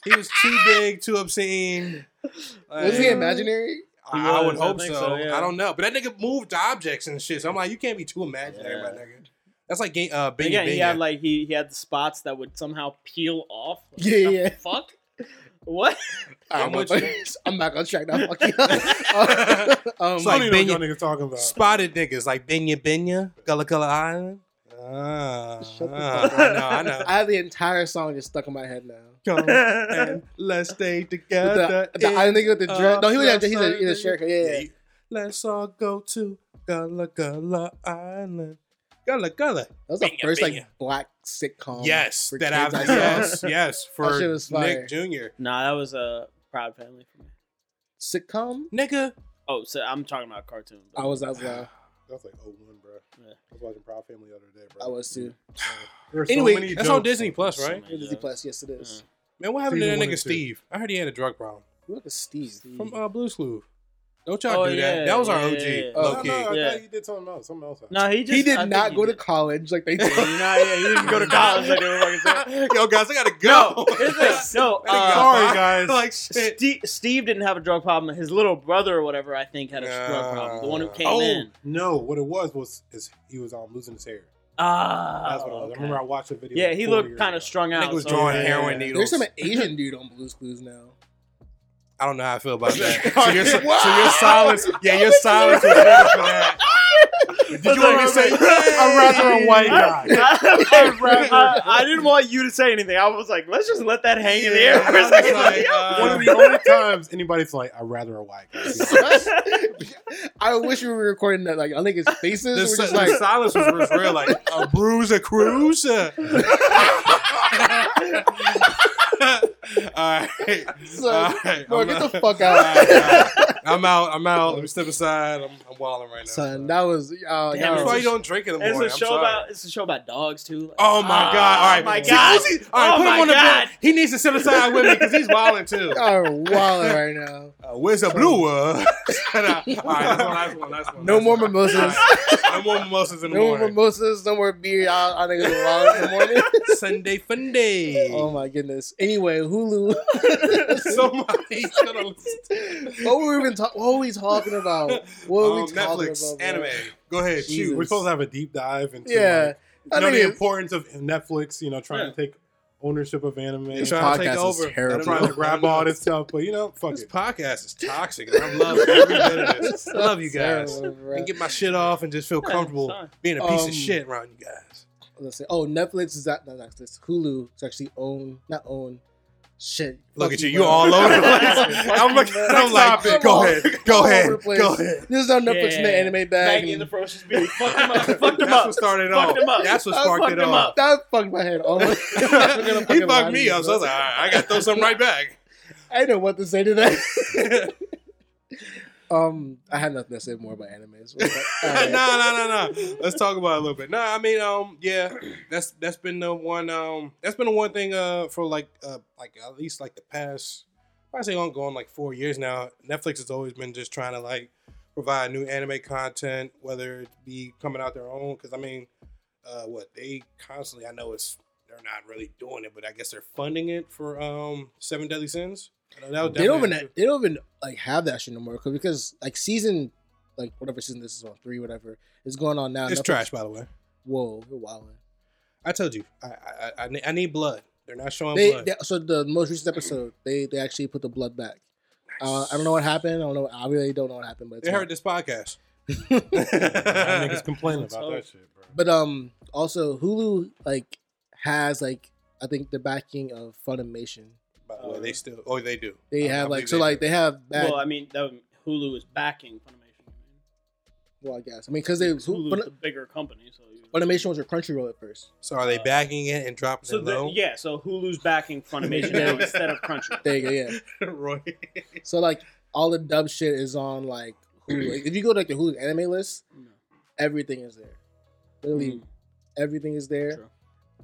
S3: He was too big, too obscene.
S2: Was
S3: Like,
S2: he imaginary?
S1: He
S3: I, I would
S1: was, I
S3: hope so.
S1: think so, yeah.
S3: I don't know, but that nigga moved objects and shit. So I'm like, you can't be too imaginary,
S2: Yeah.
S3: my nigga. That's like game, uh,
S1: But
S3: Bing
S1: again, he
S3: Bing.
S1: had like he he had the spots that would somehow peel off. Like,
S2: Yeah,
S1: the
S2: yeah.
S1: Fuck. What?
S2: I
S3: I'm
S2: don't know,
S3: with
S2: but
S3: you.
S2: I'm not gonna track that fucking. up. um,
S3: It's
S2: like,
S3: like
S4: what y'all
S3: Benya-
S4: niggas talking about.
S3: spotted niggas like Benya Benya, Gullah Gullah Island. Ah,
S2: Shut the
S3: ah,
S2: fuck
S3: I know, I know.
S2: I have the entire song just stuck in my head now.
S3: Come and let's stay
S2: With
S3: together.
S2: the, the, I think with the
S3: Uh,
S2: dread. No, he was
S3: that's
S2: he's a, he's a, he's a
S3: something.
S2: sheriff. Yeah, yeah.
S3: you- Let's all go to Gullah Gullah Island. Gullah Gullah.
S2: That was the
S3: Bing,
S2: first
S3: bing.
S2: like black sitcom.
S3: yes,
S2: Oh, for
S3: that
S2: kids
S3: I've
S2: saw.
S3: yes, yes for
S2: shit was fire.
S3: Nick Jr.
S1: Nah, that was a proud family for me.
S2: sitcom.
S3: Nigga,
S1: Oh, so I'm talking about cartoons.
S2: I was, I was, uh,
S4: That's like 01, bro.
S1: Yeah.
S4: I was watching Proud Family the other day, bro.
S2: I was too.
S4: There were so
S3: anyway,
S4: many
S3: that's on
S4: jokes.
S3: Disney Plus, right?
S1: Yeah.
S2: Disney Plus, yes, it is.
S3: Man, what happened
S4: Season
S3: to
S4: one
S3: that nigga
S4: and two.
S3: Steve? I heard he had a drug problem
S1: Mm.
S2: Look at Steve.
S3: from uh, Blue Sleuth. Don't y'all
S1: Oh,
S3: do
S1: yeah,
S3: that. That was our
S1: yeah,
S3: OG.
S1: yeah, yeah.
S2: Oh,
S3: Low
S4: No,
S3: key.
S4: no, I
S1: Yeah.
S4: thought you did something else. Something else. happened.
S1: No, he just
S2: he did
S1: I think
S2: not
S1: he
S2: go to
S1: did.
S2: college like they
S1: Nah,
S2: did.
S1: yeah, he didn't go to college. Like they were fucking saying.
S3: Yo, guys, I gotta go.
S1: Here's the thing. No, uh,
S4: Sorry, guys.
S3: like shit.
S1: Steve, Steve didn't have a drug problem. His little brother or whatever, I think, had a drug
S3: Nah.
S1: problem. The one who came
S3: Oh.
S1: in.
S4: No, what it was was is he was um, losing his hair.
S1: Ah,
S4: That's what it was. I remember I watched a video.
S1: yeah,
S4: like
S1: he
S4: four
S1: looked
S4: years
S1: kind
S4: ago.
S1: of strung out.
S3: Nigga was
S1: so-
S3: drawing
S1: yeah,
S3: heroin
S1: yeah, yeah.
S3: needles.
S2: There's some Asian dude on Blue's Clues now.
S3: I don't know how I feel about that.
S4: Wow.
S3: so, your, so your silence, yeah, your silence was bigger for that. Did you want me to say?
S4: I'm rather a white guy.
S1: I, I didn't want you to say anything. I was like, let's just let that hang in the air for a second. Like,
S3: uh,
S4: One of the only times anybody's like, I'd rather a white guy.
S2: I wish we were recording that. Like I think his faces
S3: the,
S2: were
S3: si-
S2: just
S3: the
S2: like
S3: silence was, was real, like a bruiser cruiser. All right,
S2: So,
S3: all right.
S2: bro,
S3: I'm
S2: get
S3: out.
S2: the fuck
S3: All
S2: out.
S3: right, all right. I'm out. I'm out. Let me step aside. I'm, I'm wilding right now.
S2: Son, that was uh,
S1: Damn,
S3: That's
S2: y'all-
S3: why you don't drink in the
S1: it's
S3: morning.
S1: a
S3: I'm
S1: show
S3: sorry.
S1: about it's a show about dogs too. Like,
S3: Oh my god! All right,
S1: Oh my
S3: See,
S1: god!
S3: Uzi- all right,
S1: Oh
S3: put him
S1: my
S3: on the
S1: God.
S3: bench. He needs to sit aside with me because he's wilding too.
S2: y'all are wilding right now.
S3: Uh, where's the blue one? all right, that's one, last one, last one.
S2: No
S3: last
S2: more
S3: one.
S2: mimosas.
S3: No more mimosas in the
S2: No more
S3: morning.
S2: mimosas. No more beer. Y'all, I think it's wild in the morning.
S3: Sunday fun day.
S2: Oh my goodness. Anyway, Hulu.
S3: Somebody's gonna listen.
S2: what were we even ta- What were we talking about? What were
S3: Um,
S2: we talking
S3: Netflix
S2: about? bro?
S3: anime. Go ahead,
S2: Jesus.
S3: shoot.
S4: We're supposed to have a deep dive into
S2: Yeah,
S4: like,
S2: I
S4: you know,
S2: think
S4: the
S2: it's-
S4: importance of Netflix. You know, trying to take ownership of anime.
S3: They're
S2: This
S3: trying to
S2: podcast
S3: take
S2: is
S3: over. They're
S2: terrible.
S3: trying to grab all this.
S4: stuff, but you know, fuck
S3: This
S4: it.
S3: podcast is toxic. and I love every bit of this. I
S2: So
S3: love you guys.
S2: terrible, bro.
S3: And get my shit off and just feel
S1: Yeah,
S3: comfortable
S1: it's fine.
S3: being a piece
S2: Um,
S3: of shit around you guys.
S2: let's say, oh, Netflix is that not Netflix. Hulu is actually own, not own. Shit.
S3: Look
S2: Fuck
S3: at you.
S2: bro.
S3: You all over the place. I'm like, I'm like go ahead. Go
S2: All over
S3: ahead.
S2: the place.
S3: Go ahead.
S2: This is on Netflix in the
S1: Yeah.
S2: anime bag.
S1: Maggie and the
S2: and
S1: Ferocious Bee. Fuck him up. Fuck him
S3: That's
S1: up.
S3: what started it
S1: Fucked
S3: off.
S1: him up.
S3: That's what
S1: I
S3: sparked
S1: fucked
S3: it
S1: him
S3: off.
S1: up.
S2: that fucked my head. all- I'm
S3: he
S2: not gonna fucking lie
S3: fucked
S2: to
S3: me
S2: you,
S3: up, so I
S2: bro.
S3: was like, all right, I gotta throw something right back.
S2: I didn't know what to say to that. um, I had nothing to say more about animes. All
S3: no,
S2: right.
S3: no, no, no. Let's talk about it a little bit. No, I mean, um, yeah, that's that's been the one, um, that's been the one thing, uh, for like, uh, like at least like the past, I say ongoing like four years now. Netflix has always been just trying to like provide new anime content, whether it be coming out their own. Because I mean, uh, what they constantly, I know it's they're not really doing it, but I guess they're funding it for um Seven Deadly Sins. I know that was
S2: they don't even
S3: definitely-
S2: they don't even like have that shit no more 'cause- because like season like whatever season this is on three whatever is going on now.
S3: It's
S2: Netflix-
S3: trash, by the way.
S2: Whoa, you're wilding.
S3: I told you, I I, I, I need- I need blood. They're not showing
S2: They,
S3: Oh, blood.
S2: they- so the most recent episode they they actually put the blood back. Uh, I don't know what happened. I don't know. I really don't know what happened, but it's
S3: They
S2: not-
S3: heard this podcast.
S4: Y'all niggas complaining
S1: That's all.
S4: about that shit, bro.
S2: But um, also Hulu like has like I think the backing of Funimation.
S3: By the way, they still, oh, they do.
S2: They
S3: I- I
S2: have
S3: believe
S2: like so like
S3: do.
S2: they have bad.
S1: Well,
S2: Well,
S1: I mean, that would- Hulu is backing Funimation.
S2: I guess I mean because they
S1: Hulu's
S2: Hulu,
S1: the bigger company, so you
S2: Funimation was your Crunchyroll at first.
S3: So are they backing it and dropping
S1: So
S3: it
S1: the,
S3: low?
S1: yeah, so Hulu's backing Funimation now instead of Crunchy.
S2: There you go. Yeah.
S3: Roy.
S2: So like all the dub shit is on like
S3: Mm.
S2: Hulu. Like, if you go to like the Hulu anime list,
S1: No.
S2: everything is there. Literally
S3: Mm.
S2: everything is there.
S1: True.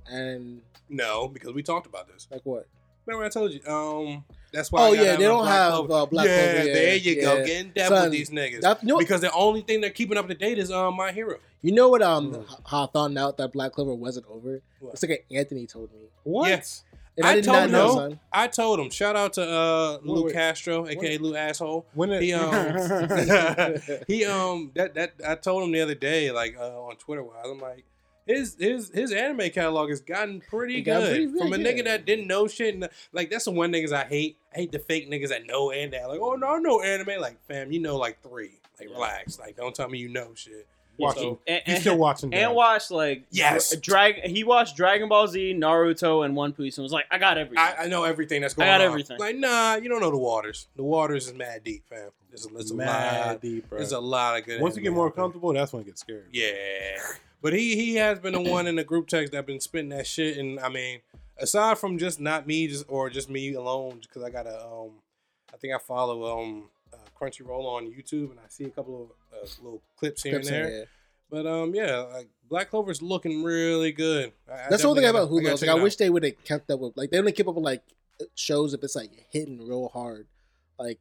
S2: And
S3: No, because we talked about this.
S2: like what?
S3: Remember I told you. Um, that's why.
S2: oh
S3: I got
S2: yeah,
S3: out
S2: they
S3: of
S2: don't
S3: Black
S2: have
S3: Clover.
S2: uh, Black
S3: yeah,
S2: Clover.
S3: there you go. Getting depth
S2: Son,
S3: with these niggas.
S2: That, you, know,
S3: because the only thing they're keeping up to date is um My Hero.
S2: you know what? Um, how I found out that Black Clover wasn't over.
S3: Mm. What?
S2: It's like an Anthony told me,
S3: What?
S2: and I,
S3: I
S2: did
S3: told
S2: not know.
S3: him.
S2: Son.
S3: I told him. Shout out to uh Lou
S4: wait.
S3: Castro, aka Lou Asshole.
S4: When it,
S3: He um he um that that I told him the other day, like uh, on Twitter wise, I'm like his his his anime catalog has gotten pretty
S2: It got
S3: good
S2: pretty good,
S3: from a
S2: yeah.
S3: nigga that didn't know shit. And, like that's the one niggas I hate. I hate the fake niggas that know and that like, oh no, I know anime. Like fam, you know like three. Like relax. Like don't tell me you know shit.
S4: watching.
S3: So,
S1: And,
S4: He's still watching.
S1: and
S4: that.
S1: watched like
S3: Yes.
S1: drag. He watched Dragon Ball Z, Naruto, and One Piece, and was like, I got everything.
S3: I, I know everything that's
S1: I
S3: going
S1: got
S3: on.
S1: everything.
S3: Like nah, you don't know the waters. The waters is mad deep, fam. There's a, there's a lot.
S4: mad deep, bro.
S3: There's a lot of good.
S4: Once you get
S3: anime
S4: more
S3: out there.
S4: comfortable, that's when it gets scary.
S3: Yeah. But he he has been the one in the group text that been spitting that shit. And I mean, aside from just not me just or just me alone, because I got a um, I think I follow um uh, Crunchyroll on YouTube, and I see a couple of uh, little clips here
S2: Clips in
S3: and there.
S2: there.
S3: But um, yeah, like Black Clover's looking really good. I- I
S2: That's the one thing about
S3: definitely
S2: Hulu. I,
S3: gotta- gotta
S2: like,
S3: check
S2: I
S3: it out.
S2: wish they would have kept up with like they only keep up with like shows if it's like hitting real hard. Like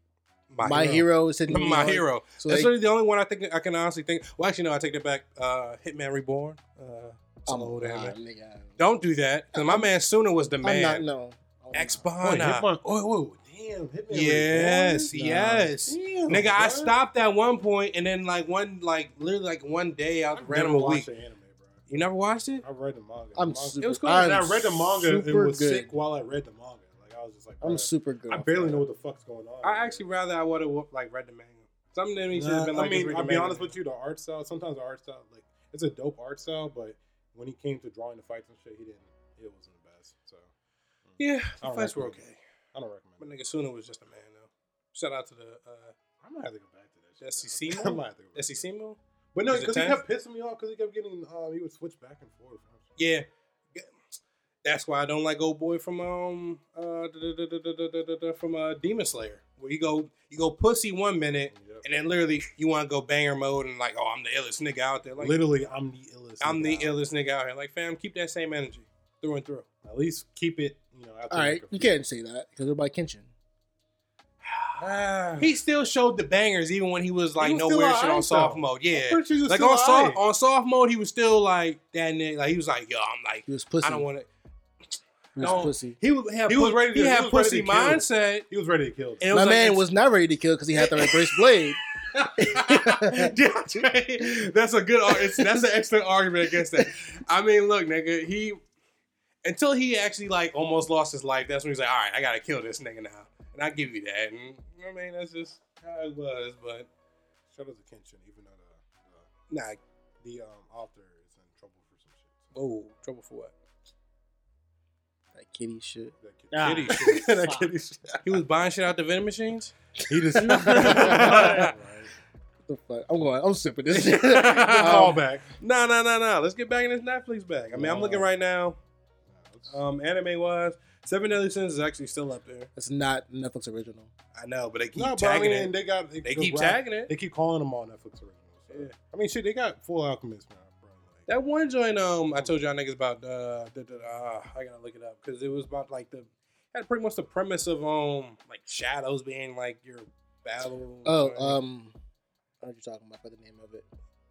S2: My, Hero. is hitting real
S3: My
S2: hard.
S3: hero.
S2: So
S3: That's
S2: they-
S3: really the only one I think I can honestly think. Well, actually, no, I take that back. Uh, Hitman Reborn. Uh, it's an
S2: I'm-
S3: old
S2: nah,
S3: anime.
S2: Oh, nigga,
S3: Don't do that. 'cause my man Suna was the
S2: I'm
S3: man.
S2: not no. I'm not.
S3: Ex Bana.
S4: Hitman- Oh, whoa, damn! Hitman
S3: Yes,
S2: Nah.
S3: yes.
S4: Damn,
S3: Nigga, I
S4: what?
S3: stopped at one point and then like one like literally like one day I was
S4: I've
S3: random
S4: never
S3: a
S4: watched
S3: week.
S4: the anime, bro.
S3: You never watched it?
S4: I read the manga. The
S2: I'm
S4: manga-
S2: super.
S3: It was cool.
S2: I'm
S4: and I read the manga. It
S2: super
S4: was
S2: good.
S4: sick while I read the manga. Like I was just like,
S2: I'm
S4: bro,
S2: super good.
S4: I
S2: off
S4: barely
S2: that.
S4: know what the fuck's going on.
S3: I actually rather I would have like read the manga. Some of them you should
S4: Nah,
S3: have been like.
S4: I mean, I'll be honest with you. The art style. Sometimes the art style, like, it's a dope art style, but when he came to drawing the fights and shit, he didn't. It wasn't the best. So
S3: you. Yeah,
S4: I
S3: the
S4: don't
S3: fights were
S4: recommend
S3: okay.
S4: I don't
S3: But
S4: recommend. it.
S3: nigga Suna was just a man though. Shout out to the uh,
S4: I might have to go back to that. shit,
S3: That's
S4: bro.
S3: Sisimo?
S4: I might have to go
S3: uh
S4: back.
S3: Simo.
S4: But no,
S3: Is it
S4: because he
S3: 10?
S4: kept pissing me off because he kept getting. Um, he would switch back and forth.
S3: Yeah. That's why I don't like old boy from um uh da- da- da- da- da- da- da- da- from uh Demon Slayer. Where you go you go pussy one minute
S4: Yep.
S3: and then literally you want to go banger mode and like, oh, I'm the illest nigga out there. Like,
S4: Literally, I'm the illest.
S3: I'm the
S4: nigga out.
S3: illest nigga out here. Like, fam, keep that same energy through and through.
S4: At least keep it. You know. out
S2: All
S4: there
S2: right,
S4: like a
S2: you
S4: few-
S2: can't say that because they're by Kenshin.
S3: He still showed the bangers even when he was like
S4: He was
S3: no
S4: still
S3: weird
S4: alright,
S3: shit on soft
S4: though.
S3: mode.
S4: I'm
S3: Yeah,
S4: pretty sure he was
S3: like
S4: still
S3: on soft
S4: alright.
S3: on soft mode, he was still like that nigga. Like he was like, yo, I'm like,
S2: He was pussy.
S3: I don't want to.
S2: He was
S3: no.
S2: pussy.
S3: He was
S4: he
S3: he
S4: was ready to-
S3: He
S4: he
S3: had
S4: was ready
S3: pussy
S4: to kill him.
S3: mindset.
S4: He was ready to kill.
S3: and it
S2: My
S3: like,
S2: man
S3: it's-
S2: was not ready to kill because he had the reverse blade.
S3: DeAndre, that's a good. ar- It's, that's an excellent argument against that. I mean, look, nigga, he until he actually like almost lost his life. That's when he's like, all right, I gotta kill this nigga now, and I give you that. And I mean, that's just how it was. But
S4: Shout out to Kenshin, even though
S3: nah,
S4: the the, the um author is in trouble for some shit.
S3: oh, trouble for what?
S2: That kitty shit.
S4: That kid-
S1: Ah.
S4: kitty shit. that
S1: Fuck.
S4: kitty shit.
S3: He was buying shit out the vending machines.
S4: He just
S2: Right. What the fuck? I'm going. I'm sipping this shit.
S3: Um,
S4: call back.
S3: No, no, no, no. Let's get back in this Netflix bag. I mean, I'm looking right now. Um, anime wise, Seven Deadly Sins is actually still up there.
S2: It's not Netflix original.
S3: I know, but they keep
S4: no, but I
S3: tagging
S4: mean,
S3: it.
S4: they got
S3: They keep
S4: rap-
S3: tagging it.
S4: They keep calling them all Netflix originals. So.
S3: Yeah.
S4: I mean, shit, they got Full Alchemist now, bro. Like,
S3: That one joint, um, I told y'all niggas about. Uh, da, da, da, ah, I gotta look it up because it was about like the had pretty much the premise of um like shadows being like your battle.
S2: Oh,
S3: joint.
S2: um, I know what you're talking about by the name of it.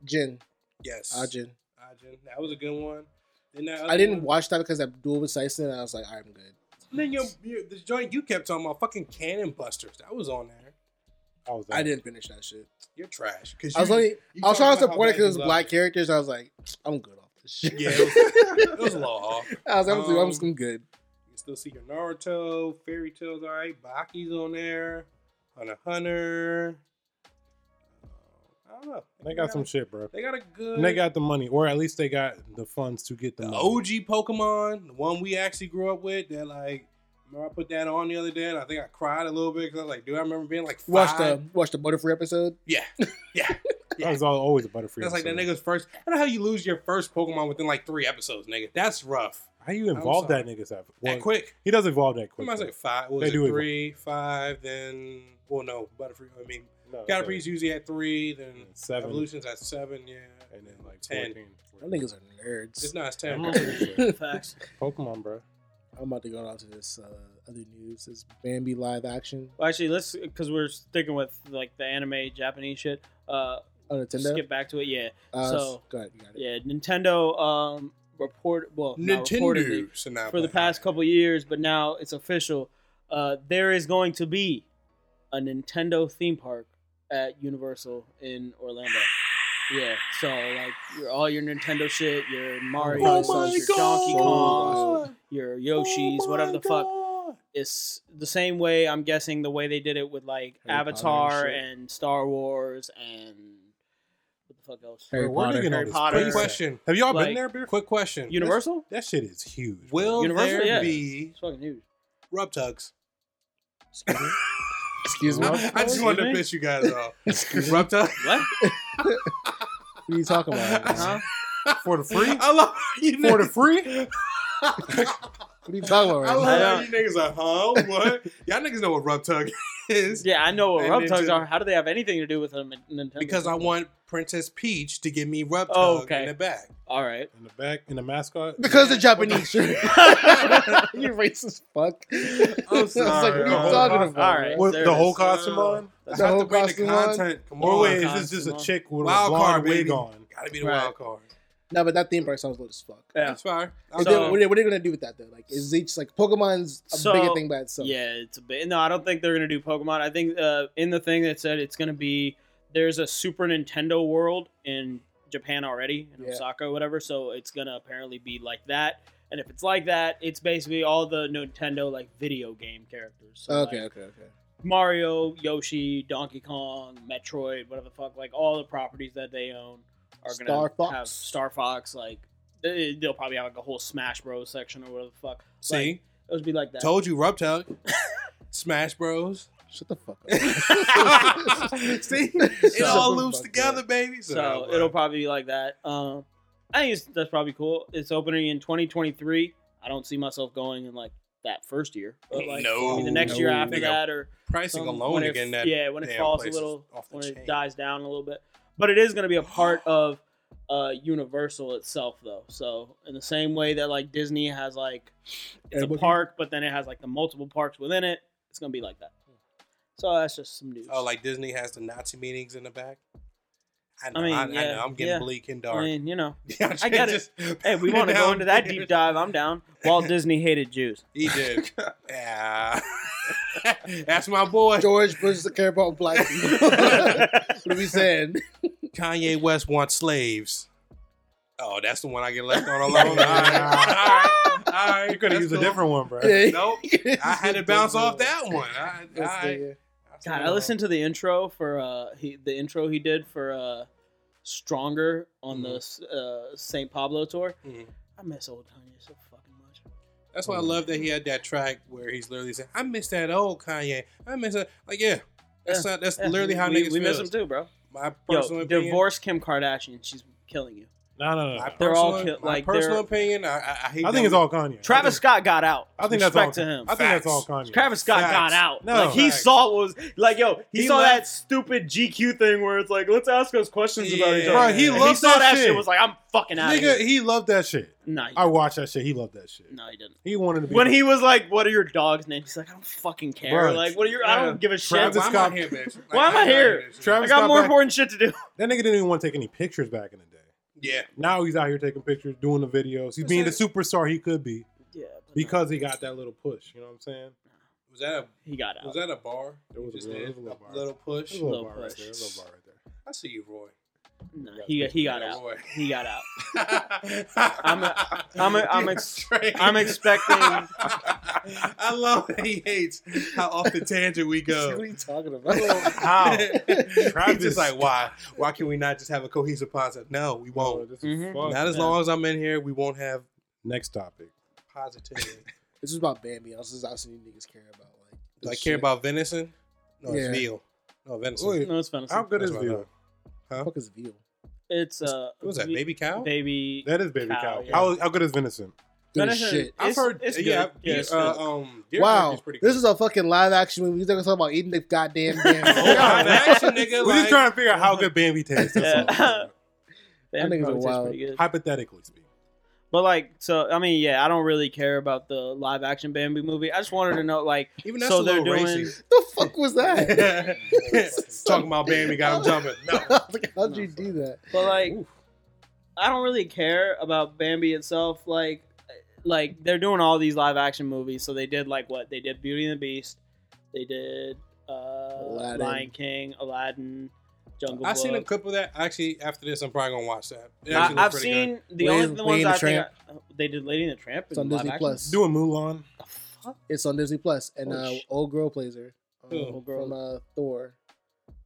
S2: Jin.
S3: yes,
S2: Ajin.
S3: Ajin. That was a good one. And that
S2: I didn't watch that because I duel with Sison and I was like, I'm good.
S3: And then your, your the joint you kept talking about fucking Cannon Busters. That was on there.
S4: I was.
S2: I didn't finish that shit.
S3: You're trash. Because
S2: I was only, I was trying to support it because it was black characters. I was like, I'm good off this shit.
S3: Yeah, it was, it was a little off. You
S2: I was like, I'm,
S3: Um,
S2: I'm, just- I'm good.
S3: can still see your Naruto, Fairy Tales, all right. Baki's on there. Hunter x Hunter. Uh, I don't know.
S4: They got some shit, bro.
S3: They got a good.
S4: And they got the money, or at least they got the funds to get the
S3: Uh, the
S4: money.
S3: OG Pokemon, the one we actually grew up with. That like, remember I put that on the other day, and I think I cried a little bit because I was like, dude, I remember being like five.
S2: Watch the watch the Butterfree episode.
S3: Yeah, yeah.
S4: That was all, always a Butterfree.
S3: That's like that
S4: episode.
S3: nigga's first. I don't know how you lose your first Pokemon within like three episodes, nigga. That's rough.
S4: How you involve
S3: sorry.
S4: that nigga stuff?
S3: That
S4: Well,
S3: quick.
S4: He does involve that
S3: I
S4: quick.
S3: might say five. What
S4: They
S3: was
S4: do
S3: it
S4: it.
S3: three, five, then well, no, Butterfree. I mean,
S4: No,
S3: Caterpie's usually at three, then
S4: seven,
S3: Evolution's at seven, yeah,
S4: and then like
S3: ten.
S4: fourteen.
S2: Them niggas are nerds.
S3: It's not it's ten.
S1: Facts.
S4: Pokemon, bro.
S2: I'm about to go on to this uh, other news. This Bambi live action
S1: Well, actually, let's because we're sticking with like the anime Japanese shit. Uh,
S2: on Nintendo.
S1: skip back to it. Yeah,
S2: Uh,
S1: so-
S2: go ahead, you got it.
S1: yeah. Nintendo um report well not reportedly,
S3: Nintendo Sinatra.
S1: for the past couple years, but now it's official. Uh, there is going to be a Nintendo theme park at Universal in Orlando. Yeah, so like your all your Nintendo shit, your Mario,
S2: Oh
S1: stuff,
S2: my
S1: your Donkey
S2: God.
S1: Kong, your Yoshis,
S3: Oh
S1: whatever the fuck. It's the same way I'm guessing the way they did it with like
S2: Harry
S1: Avatar
S2: Potter and shit.
S1: and Star Wars and what the fuck else?
S2: Harry
S4: Where
S2: Potter.
S4: they getting all
S5: Harry
S4: this
S5: Potter.
S4: crazy
S3: Quick
S5: Fair.
S4: stuff?
S3: question.
S4: Have y'all
S1: Like,
S4: been there, beer?
S3: Quick question.
S1: Universal?
S4: That shit is huge. bro.
S3: Will
S1: Universal,
S3: there
S1: yeah.
S3: be
S1: It's fucking huge.
S3: rub tugs?
S2: Excuse me. Excuse me.
S3: I, I just wanted to
S1: Excuse me?
S3: piss you guys off. rub tugs.
S1: What?
S2: What are you talking about?
S1: Huh?
S4: for the free?
S3: I love you.
S4: For the
S3: niggas-
S4: free?
S2: What are you talking about
S3: I
S2: right
S1: I
S2: now?
S3: love how you niggas are, huh? What? Y'all niggas know what rub tug is.
S1: Yeah, I know what
S3: And
S1: rub tugs
S3: Nintendo.
S1: are. How do they have anything to do with them? Nintendo?
S3: Because I want Princess Peach to give me rub tug
S1: Oh, okay.
S3: in the back.
S1: all right,
S4: In the back, in the mascot.
S2: Because the Japanese shirt. you racist fuck. I was like, what are you
S3: sorry.
S2: talking
S1: All
S2: about?
S1: right.
S2: bro?
S4: With
S1: There
S4: the
S1: it
S4: whole
S1: is.
S4: costume
S3: Wow.
S4: on?
S2: The
S3: I have
S2: whole
S3: to bring the
S2: costume on?
S3: content. Come
S4: Or
S3: on.
S4: wait, is this just
S1: costume
S4: a
S1: on.
S4: chick with a
S3: Wild
S4: blonde
S3: card,
S4: wig
S3: baby.
S4: on?
S3: Gotta be the
S1: Right.
S3: wild card.
S2: No, but that theme park sounds old as fuck.
S1: Yeah.
S3: That's fine. I'll
S2: Is
S1: So-
S2: there- what, are, what are they gonna do with that though? Like, is each like Pokemon's a
S1: So-
S2: bigger thing by itself?
S1: yeah, it's a bit. No, I don't think they're gonna do Pokemon. I think uh, in the thing that said it's gonna be there's a Super Nintendo World in Japan already in
S2: Yeah.
S1: Osaka, or whatever. So it's gonna apparently be like that. And if it's like that, it's basically all the Nintendo like video game characters. So,
S2: Okay,
S1: like,
S2: okay, okay.
S1: Mario, Yoshi, Donkey Kong, Metroid, whatever the fuck, like all the properties that they own are gonna
S2: Star Fox.
S1: have Star Fox. Like they- they'll probably have like a whole Smash Bros section or whatever the fuck.
S3: See?
S1: It would be like that.
S3: Told you, rub tug. Smash Bros.
S2: Shut the fuck
S3: See,
S2: up.
S3: it
S1: So-
S3: all loops together, baby.
S1: so
S3: So
S1: it'll probably be like that. Um, I think it's, that's probably cool. It's opening in 2023. I don't see myself going in like that first year, but like
S3: No.
S1: maybe the next year
S2: No.
S1: after
S3: Nigga,
S1: that, or
S3: pricing
S1: some-
S3: alone
S1: when it-
S3: again. That
S1: yeah, when it
S3: damn
S1: falls a
S3: place is
S1: little,
S3: off the
S1: when
S3: chain.
S1: it dies down a little bit. But it is going to be a part of uh, Universal itself, though. So in the same way that like Disney has like it's a
S2: Everybody-
S1: park, but then it has like the multiple parks within it, it's going to be like that. So that's just some news.
S3: Oh, like Disney has the Nazi meetings in the back. I know. I
S1: mean,
S3: I
S1: yeah,
S3: know. I'm getting
S1: yeah.
S3: bleak and
S1: I
S3: dark.
S1: mean, you know,
S3: Yeah,
S1: I get it. hey, we want to go into that deep dive. I'm down. Walt Disney hated Jews.
S3: He did. yeah. That's my boy.
S2: George Bush doesn't care about black people. what are we saying?
S3: Kanye West wants slaves. Oh, that's the one I get left on alone. all right, all right, all right.
S4: You could have
S3: That's
S4: used a
S3: cool.
S4: different one, bro.
S2: Yeah.
S3: Nope. I had to bounce off that one. I, all
S2: That's
S3: right.
S2: the-
S1: God, I listened to the intro for uh he the intro he did for uh Stronger on
S3: Mm-hmm.
S1: the uh St. Pablo tour.
S3: Mhm.
S1: I miss old Kanye so fucking much.
S3: That's why I love that he had that track where he's literally saying, "I miss that old Kanye. I miss that." Like, yeah, that's not. That's
S1: Yeah,
S3: literally how
S1: we,
S3: niggas
S1: we miss
S3: feel.
S1: him too, bro.
S3: My
S1: Yo,
S3: personal opinion.
S1: divorce Kim Kardashian. She's killing you.
S4: No, no, no.
S3: My
S4: no.
S1: They're all
S3: personal-
S1: kill-
S3: my
S1: like,
S3: personal
S1: they're-
S3: opinion. I, I, I hate.
S4: I
S3: that
S4: think it's
S3: we-
S4: all Kanye.
S1: Travis Scott got out.
S4: I think that's all.
S1: respect to him.
S4: I think that's all
S3: Facts.
S4: Kanye.
S1: Travis Scott got
S3: Facts.
S1: out.
S4: No.
S1: like he
S3: Facts.
S1: saw what was like, yo, he,
S3: He
S1: saw
S3: left-
S1: that stupid GQ thing where it's like, let's ask us questions about each
S3: Yeah.
S1: other.
S4: Bro, he
S1: And
S4: loved
S1: saw
S4: that
S1: that shit.
S4: shit.
S1: Was like, I'm fucking out.
S4: Nigga, he loved that shit.
S1: nah, he,
S4: I watched that shit. He loved that shit.
S1: no, he didn't.
S4: He wanted to be
S1: When he was like, "What are your dog's names?" He's like, "I don't fucking care.
S4: Bro,
S1: like, what are your? I
S3: yeah.
S1: don't give a shit.
S4: Travis
S1: Why-
S3: Why am
S4: Scott-
S3: I here, bitch? Like,
S1: Why am I
S3: I'm not
S1: here?
S3: this shit.
S1: I
S4: Travis
S1: got
S4: Scott
S1: more
S4: back-
S1: important shit to do."
S4: That nigga didn't even want to take any pictures back in the day.
S3: Yeah.
S4: Now he's out here taking pictures, doing the videos. He's being the superstar he could be
S1: Yeah,
S4: because he got that little push. You know what I'm saying?
S3: Was that a
S1: he got out.
S3: Was that a bar?
S4: There was a
S3: Just
S4: little-
S3: did
S4: there was a little bar.
S3: push.
S4: There's a little
S1: Little
S4: bar right
S1: push.
S4: there. There's a little bar right there.
S3: I see you, Roy.
S1: Nah, he he got out.
S3: Roy.
S1: He got out.
S3: I'm
S1: a- I'm a- I'm ex-
S3: straight.
S1: I'm expecting.
S3: I love that he hates how off the tangent we
S2: What are
S3: go.
S2: you talking about?
S4: How?
S3: He's
S4: Travis.
S3: just like, why? Why can we not just have a cohesive concept? No, we
S4: Bro,
S3: won't.
S4: this is
S1: Mhm.
S4: fucked.
S3: Not as long as I'm in here, we won't have
S4: Next topic.
S3: positivity.
S2: This is about Bambi. I was just asking you niggas care about like.
S3: Do I
S2: this
S3: care
S2: shit.
S3: about venison? No,
S2: Yeah.
S3: it's veal. No, venison.
S4: Wait,
S1: No, it's fantasy.
S4: how good
S3: That's
S4: is
S3: what I
S4: Vito?
S2: What the fuck is veal?
S1: It's uh,
S3: What was that?
S1: ve-
S3: Baby cow?
S1: baby.
S4: That is baby
S1: Cow,
S4: cow.
S1: yeah.
S4: How, how good is venison?
S2: Good as
S1: Venison-
S2: shit.
S1: It's-
S4: I've heard.
S1: it's
S4: yeah,
S1: good.
S4: yeah,
S1: Yeah, it's
S4: uh,
S1: good.
S4: um, deer
S2: Wow,
S4: jerky's pretty
S2: this
S4: good.
S2: is a fucking live action movie. You're talking about eating the goddamn damn.
S4: God,
S3: Oh, action, nigga,
S4: We're
S3: like-
S4: just trying to figure out how good Bambi tastes. That's
S1: Yeah.
S4: all.
S1: That
S2: nigga's a
S1: probably tastes
S2: wild-
S1: pretty good.
S4: Hypothetically speaking.
S1: But like, so I mean, yeah, I don't really care about the live action Bambi movie. I just wanted to know, like,
S3: Even that's
S1: so
S3: a
S1: they're
S3: little
S1: doing.
S3: racist.
S2: the fuck was that?
S4: Talking about Bambi got him jumping. No.
S2: Like, How'd you do that?
S1: But like, I don't really care about Bambi itself. Like, like they're doing all these live action movies. So they did like what they did: Beauty and the Beast. They did uh,
S2: Aladdin.
S1: Lion King, Aladdin, Jungle
S4: I
S1: Book.
S4: seen a clip of that. Actually, after this, I'm probably gonna watch that. It
S1: I,
S4: actually looked
S1: I've
S4: pretty
S1: seen the
S2: Lady-
S1: only the
S2: Lady
S1: ones
S2: and
S1: I
S2: the
S1: think I, uh, they did. Lady and the Tramp.
S2: It's
S1: in
S2: on
S1: live
S2: Disney
S1: action.
S2: Plus.
S4: good. doing Mulan.
S2: It's on Disney Plus, and
S1: Oh,
S2: uh,
S1: shit.
S2: old girl plays her um,
S4: Who?
S1: Old girl.
S2: from uh, Thor.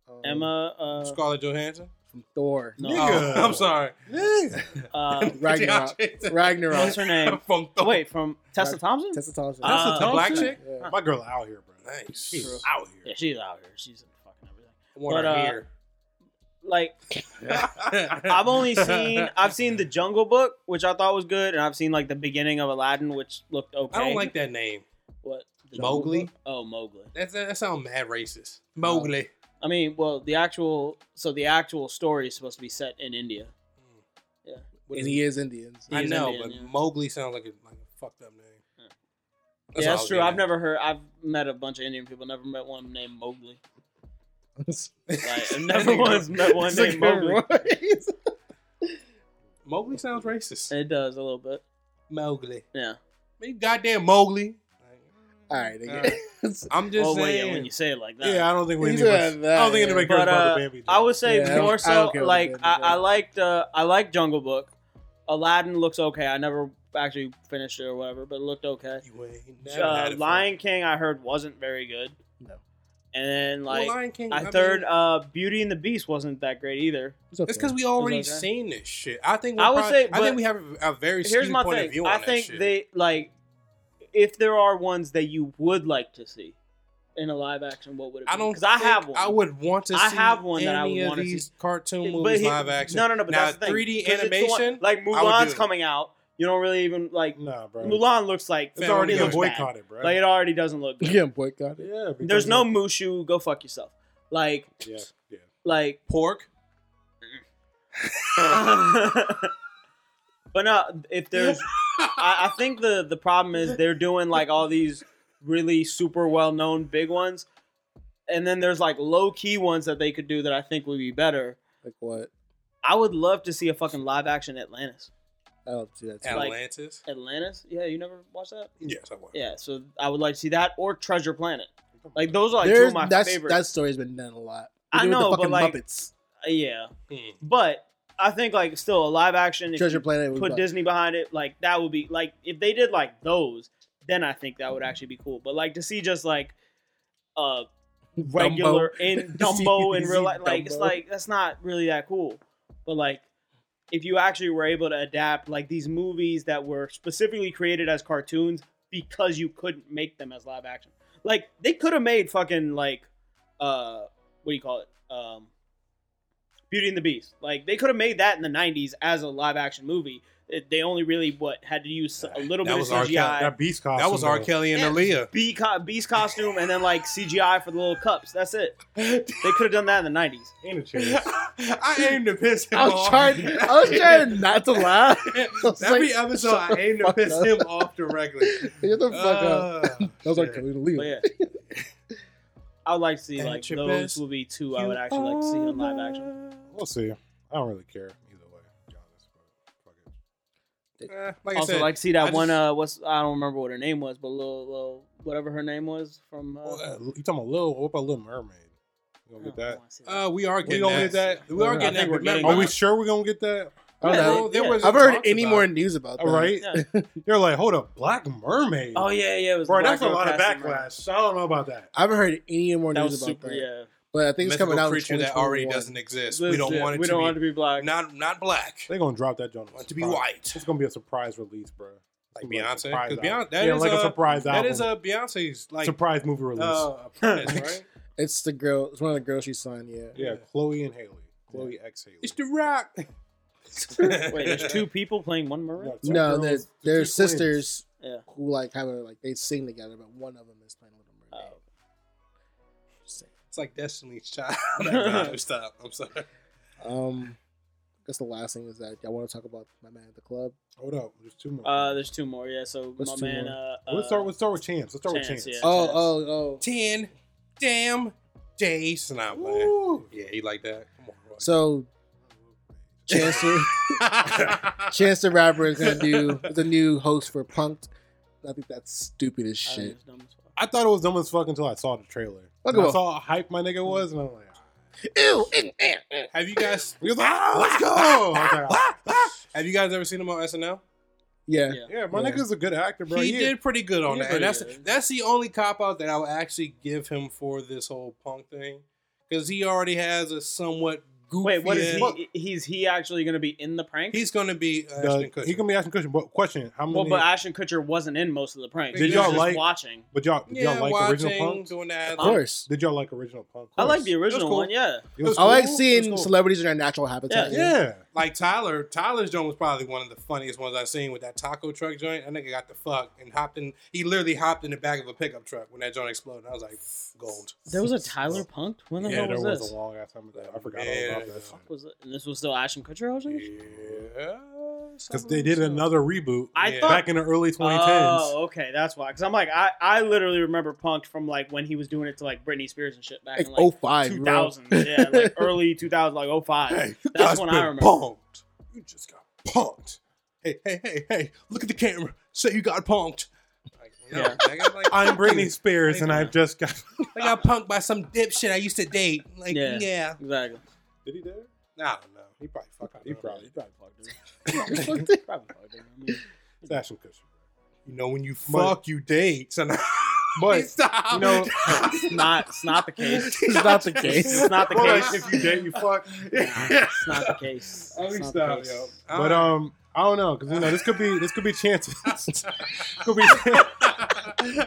S2: Um,
S1: Emma. Uh,
S4: Scarlett Johansson.
S2: from Thor.
S1: no,
S4: Oh, I'm sorry.
S1: uh,
S2: Ragnarok.
S4: That's
S1: what's
S2: Ragnarok.
S1: her name?
S4: From Thor.
S1: Wait, from Tessa Thompson.
S2: Tessa Thompson.
S1: Uh,
S4: That's
S1: Thompson?
S4: a black chick.
S2: Yeah.
S4: My girl out here, bro. Nice.
S1: True.
S4: She's out here.
S1: Yeah, she's out here. She's in fucking everything.
S4: I want
S1: But,
S4: her
S1: uh,
S4: here.
S1: Like I've only seen I've seen the Jungle Book, which I thought was good, and I've seen like the beginning of Aladdin, which looked okay.
S4: I don't like that name.
S1: what The Jungle
S4: Mowgli.
S1: Book? Oh, Mowgli.
S4: That's that, that sounds mad racist. Mowgli.
S1: I mean, well, the actual so the actual story is supposed to be set in India.
S2: and he is Indian. so-
S1: He
S4: I
S1: is
S4: know,
S1: Indian,
S4: but
S1: yeah.
S4: Mowgli sounds like a like a fucked up name.
S1: Yeah.
S4: That's
S1: yeah,
S4: all I
S1: that's
S4: was
S1: true.
S4: getting
S1: I've
S4: at.
S1: never heard. I've met a bunch of Indian people. Never met one named Mowgli. Like, I've never once met one
S2: It's like
S1: named Mowgli.
S2: hemorrhoids.
S4: Mowgli sounds racist.
S1: It does a little bit.
S4: Mowgli.
S1: Yeah.
S4: You goddamn Mowgli.
S2: All right,
S1: Uh,
S2: nigga.
S4: Alright. I'm just
S1: oh wait,
S4: saying.
S1: yeah, when you say it like that.
S4: yeah, I don't think we.
S2: He's
S4: anybody- I
S2: at that,
S4: don't think
S2: yeah.
S4: anybody cares
S1: but
S4: about the
S1: uh,
S4: Bambi.
S1: I would say
S2: Yeah, I
S1: more
S2: don't- I don't
S1: so
S2: care about
S1: like
S2: Bambi
S1: I,
S2: Jones.
S1: I liked uh, I liked Jungle Book. Aladdin looks okay. I never actually finished it or whatever, but it looked okay.
S4: you ain't never had
S1: Uh,
S4: it for-
S1: Lion King I heard wasn't very good.
S2: No.
S1: And then
S4: Well,
S1: like
S4: Lion King.
S1: I
S4: mean,
S1: third uh, Beauty and the Beast wasn't that great either.
S2: It's okay.
S4: It's because we already
S1: It's okay.
S4: seen this shit. I think. We're
S1: I would
S4: probably-
S1: say,
S4: I
S1: but-
S4: think we have a, a very
S1: Here's
S4: skewed
S1: my
S4: point of
S1: thing.
S4: view
S1: I
S4: on that
S1: think
S4: shit.
S1: they like if there are ones that you would like to see in a live action, what would it be?
S4: I don't.
S1: because I
S4: think
S1: have one.
S4: I would want to. See
S1: I have one that I
S4: any
S1: would
S4: of
S1: wanna see.
S4: these cartoon
S1: But
S4: movies
S1: he-
S4: live action.
S1: No, no, no. But
S4: now,
S1: that's the thing.
S4: 3D
S1: 'Cause it's the one-
S4: animation.
S1: like
S4: would do
S1: Mulan's
S4: it.
S1: coming out. You don't really even like
S4: Nah, bro.
S1: Mulan looks like
S4: it's already
S1: it
S4: been
S1: looks bad.
S4: boycotted, bro.
S1: Like it already doesn't look
S2: you
S1: good.
S2: can't boycott it.
S4: yeah.
S1: There's no Mushu. Go fuck yourself. Like,
S4: Yeah, yeah.
S1: like.
S4: pork.
S1: but no, if there's, I, I think the the problem is they're doing like all these really super well known big ones, and then there's like low key ones that they could do that I think would be better.
S2: Like what?
S1: I would love to see a fucking live action Atlantis.
S2: I don't do that. Too.
S1: Like-
S4: Atlantis.
S1: Atlantis? Yeah, you never watched that?
S4: yes, I was.
S1: Yeah, so I would like to see that or Treasure Planet. Like those are like two
S2: There's-
S1: of my
S2: that's,
S1: favorite.
S2: That story's been done a lot.
S1: I
S2: do it with
S1: know,
S2: the
S1: but,
S2: fucking
S1: like,
S2: Muppets.
S1: yeah,
S4: Hmm.
S1: but I think like still a live action. if
S2: Treasure
S1: you
S2: Planet. was
S1: put
S2: about-
S1: Disney behind it, like that would be like if they did like those, then I think that would actually be cool. But like to see just like uh
S2: Dumbo.
S1: regular in
S2: To see-
S1: Dumbo in
S2: to
S1: real
S2: see
S1: life, like it's
S2: Dumbo.
S1: like that's not really that cool. But like if you actually were able to adapt like these movies that were specifically created as cartoons because you couldn't make them as live action. Like they could have made fucking like uh what do you call it? Um Beauty and the Beast. Like they could have made that in the 90s as a live action movie. It- they only really what had to use a little
S4: That
S1: bit of
S4: was R. Kelly.
S1: CGI,
S4: That beast costume. That was R.
S5: though.
S4: Kelly and
S1: Yeah.
S4: Aaliyah.
S1: Bee co- Beast costume, and then like CGI for the little cups. That's it. They could have done that in the 90s.
S4: I aimed to piss him
S2: I was
S4: off.
S2: trying. I was trying not to laugh. was
S4: Every
S2: like,
S4: episode,
S2: shut
S4: I
S2: the
S4: aimed to
S2: fuck
S4: piss
S2: up.
S4: him off directly.
S2: Get the fuck up.
S4: Ah,
S2: That was like
S4: shit.
S1: Uh, But
S2: leave.
S1: yeah. I would like to see
S4: At
S1: like
S4: your
S1: those
S4: best,
S1: would be two I would actually like to see in live action.
S4: We'll see. I don't really care either way. to be honest, but fuck it. Eh, like I
S1: also
S4: said,
S1: like to see that
S4: I
S1: one
S4: just-
S1: uh what's I don't remember what her name was, but little little whatever her name was from uh,
S4: well, uh, you talking about Lil? What about Little Mermaid? You gonna get
S1: I
S4: that?
S1: wanna see
S4: Uh, we are getting
S3: gonna
S4: that.
S3: get
S4: that. We are
S2: I
S4: getting
S1: think
S4: that.
S1: we're
S4: but
S1: getting
S2: Oh,
S4: Are we
S1: that.
S4: sure we're gonna get that?
S2: I don't
S1: Yeah,
S2: know.
S1: well, there was
S2: I've heard any more news about that.
S4: All right,
S1: Yeah.
S4: you're like, hold up, Black Mermaid.
S1: oh yeah, yeah, it was
S4: bro,
S1: the
S4: that's a
S1: black girl
S4: lot of
S1: casting, right?
S4: backlash. I don't know about that.
S2: I haven't heard any more
S1: That
S2: news
S1: was
S2: about
S1: super,
S2: that.
S1: yeah.
S2: But I think it's coming out. in
S3: creature that already
S2: 2021.
S3: doesn't exist. We don't
S1: Legit,
S3: want it
S1: we
S3: to
S1: don't
S3: be,
S1: want it to be black.
S3: not not black.
S4: They're gonna drop that joint.
S3: Want to be white.
S4: It's gonna be a surprise release, bro.
S3: Like
S4: It's gonna be a
S3: Beyonce.
S4: surprise
S3: 'Cause
S4: album.
S3: Beyonce- that
S4: yeah,
S3: is
S4: like a,
S3: a-
S4: surprise album.
S3: That is a Beyonce's like Oh,
S4: surprise movie release.
S3: uh, apprentice, right?
S2: It's the girl. It's one of the girls she signed. Yeah.
S4: yeah, Chloe and Haley.
S3: Chloe exhale.
S4: It's the rock.
S1: Wait, there's two people playing one Mariah.
S2: No, they're,
S3: there's
S2: they're sisters
S1: Yeah.
S2: who like have a like they sing together, but one of them is playing Little Mermaid.
S1: Oh.
S2: Just saying.
S3: It's like Destiny's Child. No, Stop. I'm sorry.
S2: Um, I guess the last thing is that y'all want to talk about my man at the club.
S4: Hold up. There's two more.
S1: Uh, there's two more. Yeah. So
S2: What's two
S1: my man.
S2: more?
S1: Uh,
S4: let's
S1: uh,
S4: start. Let's start with Chance. Let's start
S1: Chance,
S4: with Chance.
S1: yeah.
S2: Oh, oh, oh.
S3: Ten damn days. Nah, man.
S4: Ooh.
S3: Yeah, he like that. Come on, bro.
S2: So Chance the, Chance the Rapper is gonna do the new host for Punked. I think that's stupid as
S1: I think
S2: shit.
S1: it's dumb as fuck.
S4: I thought it was dumb as fuck until I saw the trailer.
S2: Look
S4: And I
S2: at
S4: saw how hype my nigga was, and I'm like,
S2: Ew, ew, ew, ew.
S3: Have you guys?
S4: he was like, ah, let's go. I was like, ah.
S3: Have you guys ever seen him on SNL?
S2: Yeah,
S4: Yeah, my
S2: Yeah.
S4: nigga's a good actor, bro.
S3: he did pretty good on
S1: He
S3: that,
S1: did
S3: and that's
S1: pretty good.
S3: that's the only cop out that I'll actually give him for this whole punk thing, because he already has a somewhat goofy.
S1: Wait, what is
S3: ass-
S1: he? He's he actually gonna be in the prank?
S3: He's going to be Ashton
S4: The,
S3: Kutcher.
S4: Uh, he can be asking question, but question: How many?
S1: well, but Ashton Kutcher wasn't in most of the pranks.
S3: Did
S1: He was
S3: y'all
S1: just
S4: like-
S1: watching?
S4: but y'all, did
S3: yeah,
S4: y'all like
S3: watching,
S4: original punk?
S3: doing that.
S2: of course.
S4: Did y'all like original punk?
S1: I like the original
S3: cool.
S1: one. Yeah.
S4: It was
S2: I like
S4: cool.
S2: seeing
S4: It was cool.
S2: celebrities in their natural habitat.
S4: Yeah,
S3: Like Tyler, Tyler's joint was probably one of the funniest ones I've seen with that taco truck joint. That nigga got the fuck and hopped in. He literally hopped in the back of a pickup truck when that joint exploded. I was like, gold.
S1: There was a Tyler Punked. When the
S4: yeah.
S1: hell
S4: there
S1: was,
S4: was
S1: this?
S4: a long ass time ago. I forgot
S3: Yeah.
S4: all about that.
S1: Fuck was it? And this was still Ashton Kutcher hosting. this?
S4: Because
S3: Because
S4: they did another reboot
S1: I
S3: Yeah.
S1: thought.
S4: back in the early 2010s.
S1: Oh, okay, that's why. Because I'm like, I, I literally remember Punked from like when he was doing it to like Britney Spears and shit back
S2: like
S1: in
S2: oh
S1: like
S2: five,
S1: 2000, yeah, like early 2000, like 05.
S4: Hey, you
S1: That's
S4: guys
S1: when I
S4: been
S1: remember.
S4: punked. You just got punked. Hey, hey, hey, hey! Look at the camera. Say you got punked.
S3: Like, no,
S1: Yeah.
S3: nigga, like,
S4: I'm
S3: fuck you.
S4: Britney Spears, and I've just got.
S3: I got punked by some dipshit I used to date. Like,
S1: Yeah.
S3: yeah.
S1: Exactly.
S4: Did he dare?
S3: I don't know. He probably fucking.
S4: He probably, he probably plugged it.
S2: bro.
S1: Probably. I mean,
S4: It's Ashton Kutcher.
S3: You know when you
S4: But-
S3: fuck, you date. So now,
S4: But
S3: stop.
S4: you know,
S1: it's not. It's not the case.
S2: it's not the case.
S1: It's not the
S4: well,
S1: case.
S4: like, if you date, you fuck.
S1: It's not the case.
S3: Let me
S1: It's not the
S3: stop,
S1: case.
S3: yo.
S4: But um, I don't know because you know this could be this could be chances. could be.
S1: Yeah.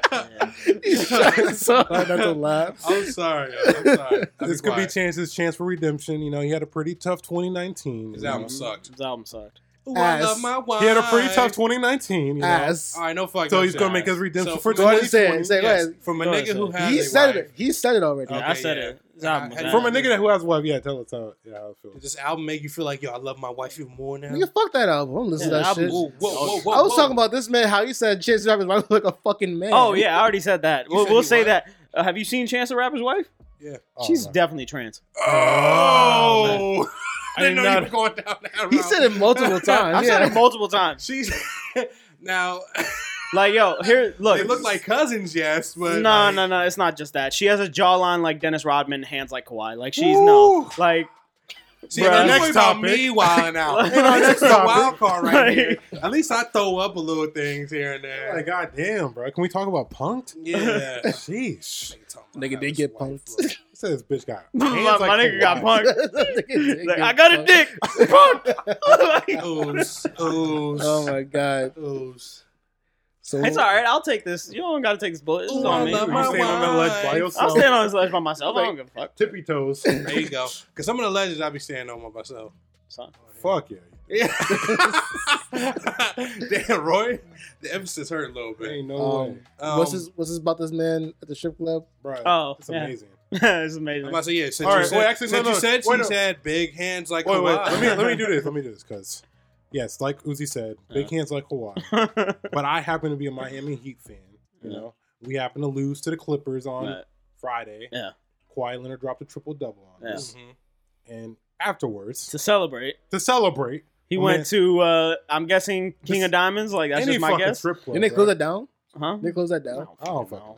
S2: Not to laugh.
S3: I'm sorry, yo. I'm sorry. I'll
S4: this could be
S3: quiet.
S4: chances. Chance for redemption. You know, he had a pretty tough 2019.
S3: His
S4: you know.
S3: album sucked.
S1: His album sucked.
S3: Ooh,
S2: Ass.
S3: wife.
S4: He had a pretty tough 2019. You know.
S2: Ass.
S3: All right, no fuck.
S4: So
S3: that
S4: he's
S3: shit.
S4: gonna make his redemption
S3: So
S4: for
S2: Go ahead and say
S4: 2020.
S2: it. Say it. Go
S3: Yes,
S2: ahead.
S3: from a
S1: Go ahead,
S3: nigga who
S1: say
S3: has
S2: He
S3: a
S2: said
S3: wife.
S2: it. He said it already.
S1: Yeah,
S3: Okay,
S1: I said
S3: yeah.
S1: it. His album was
S3: Uh,
S1: bad.
S4: From a
S3: Yeah.
S4: nigga that who has a wife, yeah, tell us how, yeah, how it
S3: Does
S4: feels.
S3: this album make you feel like yo, I love my wife even more now?
S2: Nigga, fuck that album. Don't listen
S1: Yeah,
S2: to that
S1: album-
S2: shit.
S3: Whoa, whoa, whoa, whoa,
S2: I was
S3: whoa.
S2: talking about this man how he said Chance the Rapper might look like a fucking man.
S1: Oh yeah, I already said that.
S3: You Oh,
S1: We'll,
S3: said
S1: we'll
S3: he
S1: say
S3: what?
S1: that. Uh, have you seen Chance the Rapper's wife?
S3: Yeah.
S1: She's
S4: man.
S1: definitely trans.
S3: Oh, I didn't know
S4: I did
S3: you
S4: not-
S3: were going down that road.
S2: He said it multiple times.
S1: I've
S2: yeah.
S1: said it multiple times.
S3: She's now
S1: Like yo, here, look.
S3: they look like cousins, yes, but
S1: no,
S3: like,
S1: no, no. It's not just that. She has a jawline like Dennis Rodman, hands like Kawhi. Like she's no, like
S3: See,
S1: Bruh.
S3: the next
S4: Next
S3: about
S4: topic.
S3: me wilding out.
S1: Like-
S3: You know, this is a wild card right
S1: Like-
S3: here. At least I throw up a little things here and there.
S4: Like, goddamn, bro. Can we talk about punked?
S3: yeah.
S4: Sheesh.
S2: Nigga did get punked.
S4: He said this bitch got.
S1: my,
S4: hands
S1: my
S4: like
S1: nigga got
S4: Kawhi.
S1: punked. Like, I got a dick. Like,
S3: Ooze,
S2: Oh
S3: ooze,
S2: my god.
S3: ooze.
S2: So
S1: it's all right. I'll take this. You don't gotta take this bullet. This is
S3: Ooh,
S1: on
S3: I
S1: me.
S3: love
S4: You
S3: my
S4: stand on that ledge by
S3: wife.
S1: I'll
S4: yourself.
S1: stand on this ledge by myself. I don't give a fuck.
S4: Tippy toes.
S3: There you go. Because some of the legends I be standing on by myself.
S1: Son.
S4: Fuck yeah.
S3: Yeah. Damn, Roy. The emphasis hurt a little bit.
S4: Ain't no way.
S2: Um,
S3: Um,
S2: what's this? What's this about this man at the strip club?
S4: Bro.
S1: Oh,
S4: It's
S1: yeah.
S4: amazing.
S1: it's
S3: I'm
S1: amazing.
S3: about to say, yeah, since
S4: All
S3: you
S4: right,
S3: said,
S4: wait, actually,
S3: since
S4: no,
S3: you
S4: no.
S3: said
S4: Wait,
S3: she's
S4: no.
S3: had big hands like
S4: Wait, wait.
S3: Kawhi.
S4: Let me, let me do this. Let me do this because, yes, like Uzi said, big hands like Kawhi. but I happen to be a Miami Heat fan. You
S1: Yeah.
S4: know, we happen to lose to the Clippers on
S1: Right.
S4: Friday.
S1: Yeah.
S4: Kawhi Leonard dropped a triple double on
S1: Yeah.
S3: Mm-hmm.
S4: us, and afterwards
S1: to celebrate,
S4: to celebrate,
S1: he
S4: Oh,
S1: went
S4: man.
S1: to uh, I'm guessing King
S4: This-
S1: of Diamonds. Like that's
S4: any
S1: just my
S4: fucking
S1: guess.
S4: strip club.
S2: Didn't they
S4: bro.
S2: close that down?
S1: Huh?
S2: Didn't they close that down?
S4: I don't fucking know, bro.